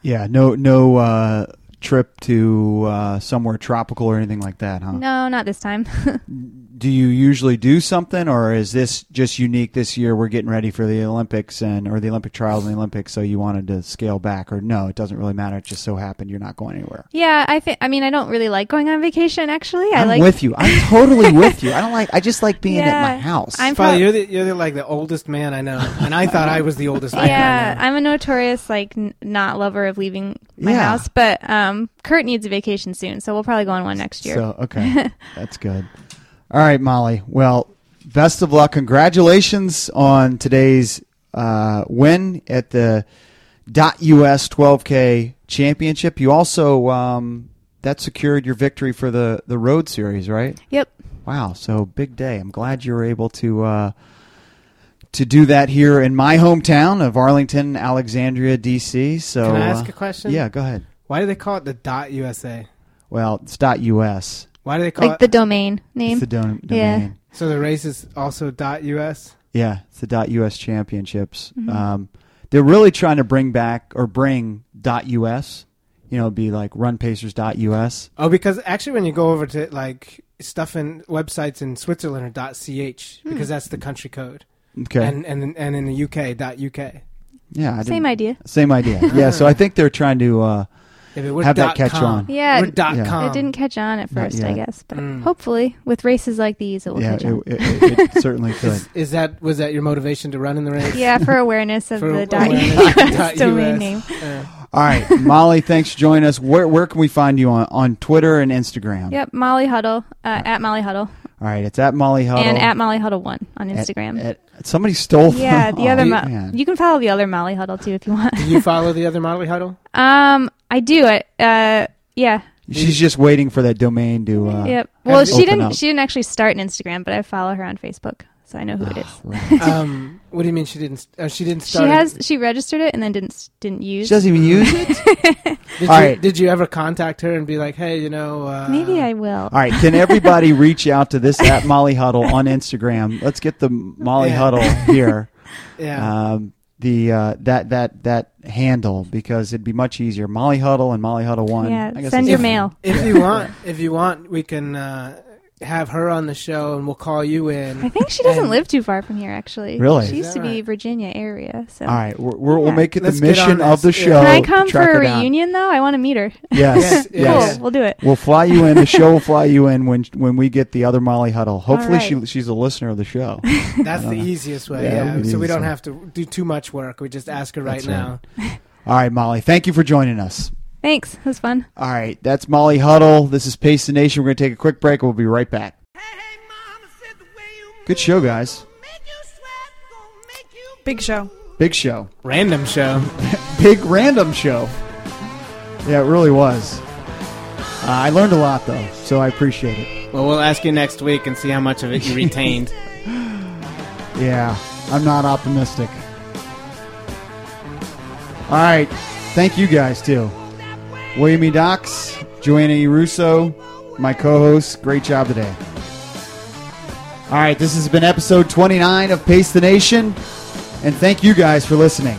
[SPEAKER 2] yeah. No. No. Uh, trip to uh, somewhere tropical or anything like that, huh?
[SPEAKER 6] No, not this time. <laughs>
[SPEAKER 2] Do you usually do something, or is this just unique this year? We're getting ready for the Olympics and or the Olympic trials and the Olympics, so you wanted to scale back, or no? It doesn't really matter. It just so happened you're not going anywhere.
[SPEAKER 6] yeah, I think. I mean, I don't really like going on vacation. Actually, I
[SPEAKER 2] I'm
[SPEAKER 6] like.
[SPEAKER 2] with you. I'm
[SPEAKER 6] <laughs>
[SPEAKER 2] totally with you. I don't like. I just like being at my
[SPEAKER 6] Yeah.
[SPEAKER 2] house.
[SPEAKER 6] I'm
[SPEAKER 7] Father,
[SPEAKER 6] prob-
[SPEAKER 7] you're the, you're the, like the oldest man I know, and I thought I was the oldest man.
[SPEAKER 6] yeah,
[SPEAKER 7] I know.
[SPEAKER 6] I'm a notorious like n- not lover of leaving my
[SPEAKER 2] Yeah.
[SPEAKER 6] house, but um, Kurt needs a vacation soon, so we'll probably go on one next year.
[SPEAKER 2] So
[SPEAKER 6] <laughs>
[SPEAKER 2] okay, that's good. All right, Molly. Well, best of luck. Congratulations on today's uh, win at the .us 12K championship. You also um, that secured your victory for the the road series, right?
[SPEAKER 6] Yep.
[SPEAKER 2] Wow, so big day. I'm glad you were able to uh, to do that here in my hometown of Arlington, Alexandria, DC. So
[SPEAKER 7] Can I ask
[SPEAKER 2] uh,
[SPEAKER 7] a question?
[SPEAKER 2] Yeah, go ahead.
[SPEAKER 7] Why do they call it the dot USA?
[SPEAKER 2] Well, it's .us.
[SPEAKER 7] Why do they call
[SPEAKER 6] Like
[SPEAKER 7] it?
[SPEAKER 6] the domain name.
[SPEAKER 2] It's the dom-
[SPEAKER 6] Yeah.
[SPEAKER 2] domain.
[SPEAKER 7] so the race is also dot US.
[SPEAKER 2] Yeah, it's the dot .us championships.
[SPEAKER 6] Mm-hmm.
[SPEAKER 2] Um, they're really trying to bring back or bring dot .us. You know, it'd be like runpacers.us.
[SPEAKER 7] Oh, because actually, when you go over to like stuff in websites in Switzerland are dot ch
[SPEAKER 6] Hmm.
[SPEAKER 7] because that's the country code,
[SPEAKER 2] Okay.
[SPEAKER 7] and and and in the UK dot uk.
[SPEAKER 2] yeah. I didn't-
[SPEAKER 6] Same idea.
[SPEAKER 2] Same
[SPEAKER 6] <laughs>
[SPEAKER 2] idea. yeah. So I think they're trying to. Uh,
[SPEAKER 7] Yeah, but we're
[SPEAKER 2] Have
[SPEAKER 7] dot
[SPEAKER 2] that catch
[SPEAKER 7] com.
[SPEAKER 2] on.
[SPEAKER 6] Yeah,
[SPEAKER 7] we're dot
[SPEAKER 2] yeah.
[SPEAKER 7] com.
[SPEAKER 6] It didn't catch on at first, I
[SPEAKER 2] Um, yet.
[SPEAKER 6] guess, but
[SPEAKER 7] Mm.
[SPEAKER 6] hopefully with races like these, it will
[SPEAKER 2] yeah.
[SPEAKER 6] catch on.
[SPEAKER 2] It, it, it, it
[SPEAKER 6] <laughs>
[SPEAKER 2] certainly could.
[SPEAKER 7] Is, is that was that your motivation to run in the race?
[SPEAKER 2] <laughs>
[SPEAKER 6] yeah, for awareness of
[SPEAKER 7] For
[SPEAKER 6] the dot <laughs>
[SPEAKER 7] awareness of
[SPEAKER 6] US
[SPEAKER 7] <laughs> dot Uh,
[SPEAKER 6] domain
[SPEAKER 7] US.
[SPEAKER 6] name.
[SPEAKER 7] Yeah.
[SPEAKER 2] All right,
[SPEAKER 6] <laughs>
[SPEAKER 2] Molly. Thanks for joining us. Where where can we find you on on Twitter and Instagram?
[SPEAKER 6] Yep, Molly Huddle uh, at Molly Huddle
[SPEAKER 2] All right. It's at Molly Huddle
[SPEAKER 6] and at Molly Huddle one on
[SPEAKER 2] At-
[SPEAKER 6] Instagram.
[SPEAKER 2] at- somebody stole.
[SPEAKER 6] yeah, the
[SPEAKER 2] <laughs> Oh,
[SPEAKER 6] other Mo-
[SPEAKER 2] man.
[SPEAKER 6] you can follow the other Molly Huddle too if you want.
[SPEAKER 7] Do you follow the other Motley Huddle?
[SPEAKER 6] <laughs> Um, I do. I, uh, yeah.
[SPEAKER 2] She's just waiting for that domain to. Uh,
[SPEAKER 6] yep. Well, she
[SPEAKER 2] open
[SPEAKER 6] didn't.
[SPEAKER 2] up.
[SPEAKER 6] She didn't actually start an Instagram, but I follow her on Facebook, so I know who it
[SPEAKER 7] <sighs>
[SPEAKER 6] is.
[SPEAKER 2] Right.
[SPEAKER 7] um, what do you mean she didn't? Uh, she didn't
[SPEAKER 6] She
[SPEAKER 7] start. it?
[SPEAKER 6] has. She registered it and then didn't s- didn't
[SPEAKER 2] She
[SPEAKER 6] use.
[SPEAKER 2] doesn't even use it.
[SPEAKER 7] Did
[SPEAKER 2] All
[SPEAKER 7] you,
[SPEAKER 2] right.
[SPEAKER 7] Did you ever contact her and be like, hey, you know? Uh,
[SPEAKER 6] Maybe I will.
[SPEAKER 2] All right, can everybody reach out to this at Molly Huddle on Instagram? Let's get the Molly
[SPEAKER 7] Yeah.
[SPEAKER 2] Huddle here,
[SPEAKER 7] <laughs> Yeah.
[SPEAKER 2] um, the uh, that that that handle because it'd be much easier. Molly Huddle and Molly Huddle One.
[SPEAKER 6] Yeah,
[SPEAKER 2] I guess
[SPEAKER 6] send
[SPEAKER 2] that's
[SPEAKER 6] your
[SPEAKER 2] fine.
[SPEAKER 6] mail.
[SPEAKER 7] if you want, if you want, we can uh, have her on the show and we'll call you
[SPEAKER 6] I
[SPEAKER 7] in.
[SPEAKER 6] think she doesn't
[SPEAKER 7] And-
[SPEAKER 6] live too far from here, actually.
[SPEAKER 2] Really?
[SPEAKER 6] She
[SPEAKER 7] Is
[SPEAKER 6] used
[SPEAKER 7] that
[SPEAKER 6] to be
[SPEAKER 7] right?
[SPEAKER 6] Virginia area. So.
[SPEAKER 2] All right, we're, we're, we'll
[SPEAKER 6] Yeah.
[SPEAKER 2] make it
[SPEAKER 7] Let's
[SPEAKER 2] the
[SPEAKER 7] get
[SPEAKER 2] mission
[SPEAKER 7] on
[SPEAKER 2] of the
[SPEAKER 7] this.
[SPEAKER 2] show.
[SPEAKER 6] Can I
[SPEAKER 2] to
[SPEAKER 6] come for
[SPEAKER 2] track
[SPEAKER 6] a
[SPEAKER 2] her down.
[SPEAKER 6] reunion though? I want to meet her.
[SPEAKER 2] Yes,
[SPEAKER 7] Yes,
[SPEAKER 2] yes.
[SPEAKER 6] Cool. We'll do it.
[SPEAKER 2] We'll fly you in to show. We'll fly you in when when we get the other Molly Huddle. Hopefully,
[SPEAKER 6] right.
[SPEAKER 2] she she's a listener of the show.
[SPEAKER 7] That's
[SPEAKER 2] <laughs>
[SPEAKER 7] the easiest way.
[SPEAKER 2] Yeah,
[SPEAKER 7] Yeah.
[SPEAKER 2] it
[SPEAKER 7] So we
[SPEAKER 2] is,
[SPEAKER 7] don't
[SPEAKER 2] yeah.
[SPEAKER 7] have to do too much work. We just ask her right
[SPEAKER 2] That's right.
[SPEAKER 7] now.
[SPEAKER 2] All right, Molly, thank you for joining us.
[SPEAKER 6] Thanks. It was fun.
[SPEAKER 2] All right, that's Molly Huddle. This is Pace the Nation. We're going to take a quick break. We'll be right back. Good show, guys.
[SPEAKER 3] Big show.
[SPEAKER 2] Big show.
[SPEAKER 7] Random show.
[SPEAKER 2] Big random show. Yeah, it really was. Uh, I learned a lot, though, so I appreciate it.
[SPEAKER 4] Well, we'll ask you next week and see how much of
[SPEAKER 2] <laughs>
[SPEAKER 4] it you retained.
[SPEAKER 2] Yeah, I'm not optimistic. All right, thank you guys, too. William E. Docs, Joanna E. Russo, my co host. Great job today. All right, this has been episode 29 of Pace the Nation, and thank you guys for listening.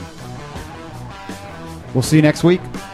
[SPEAKER 2] We'll see you next week.
[SPEAKER 1] Uh, Oh,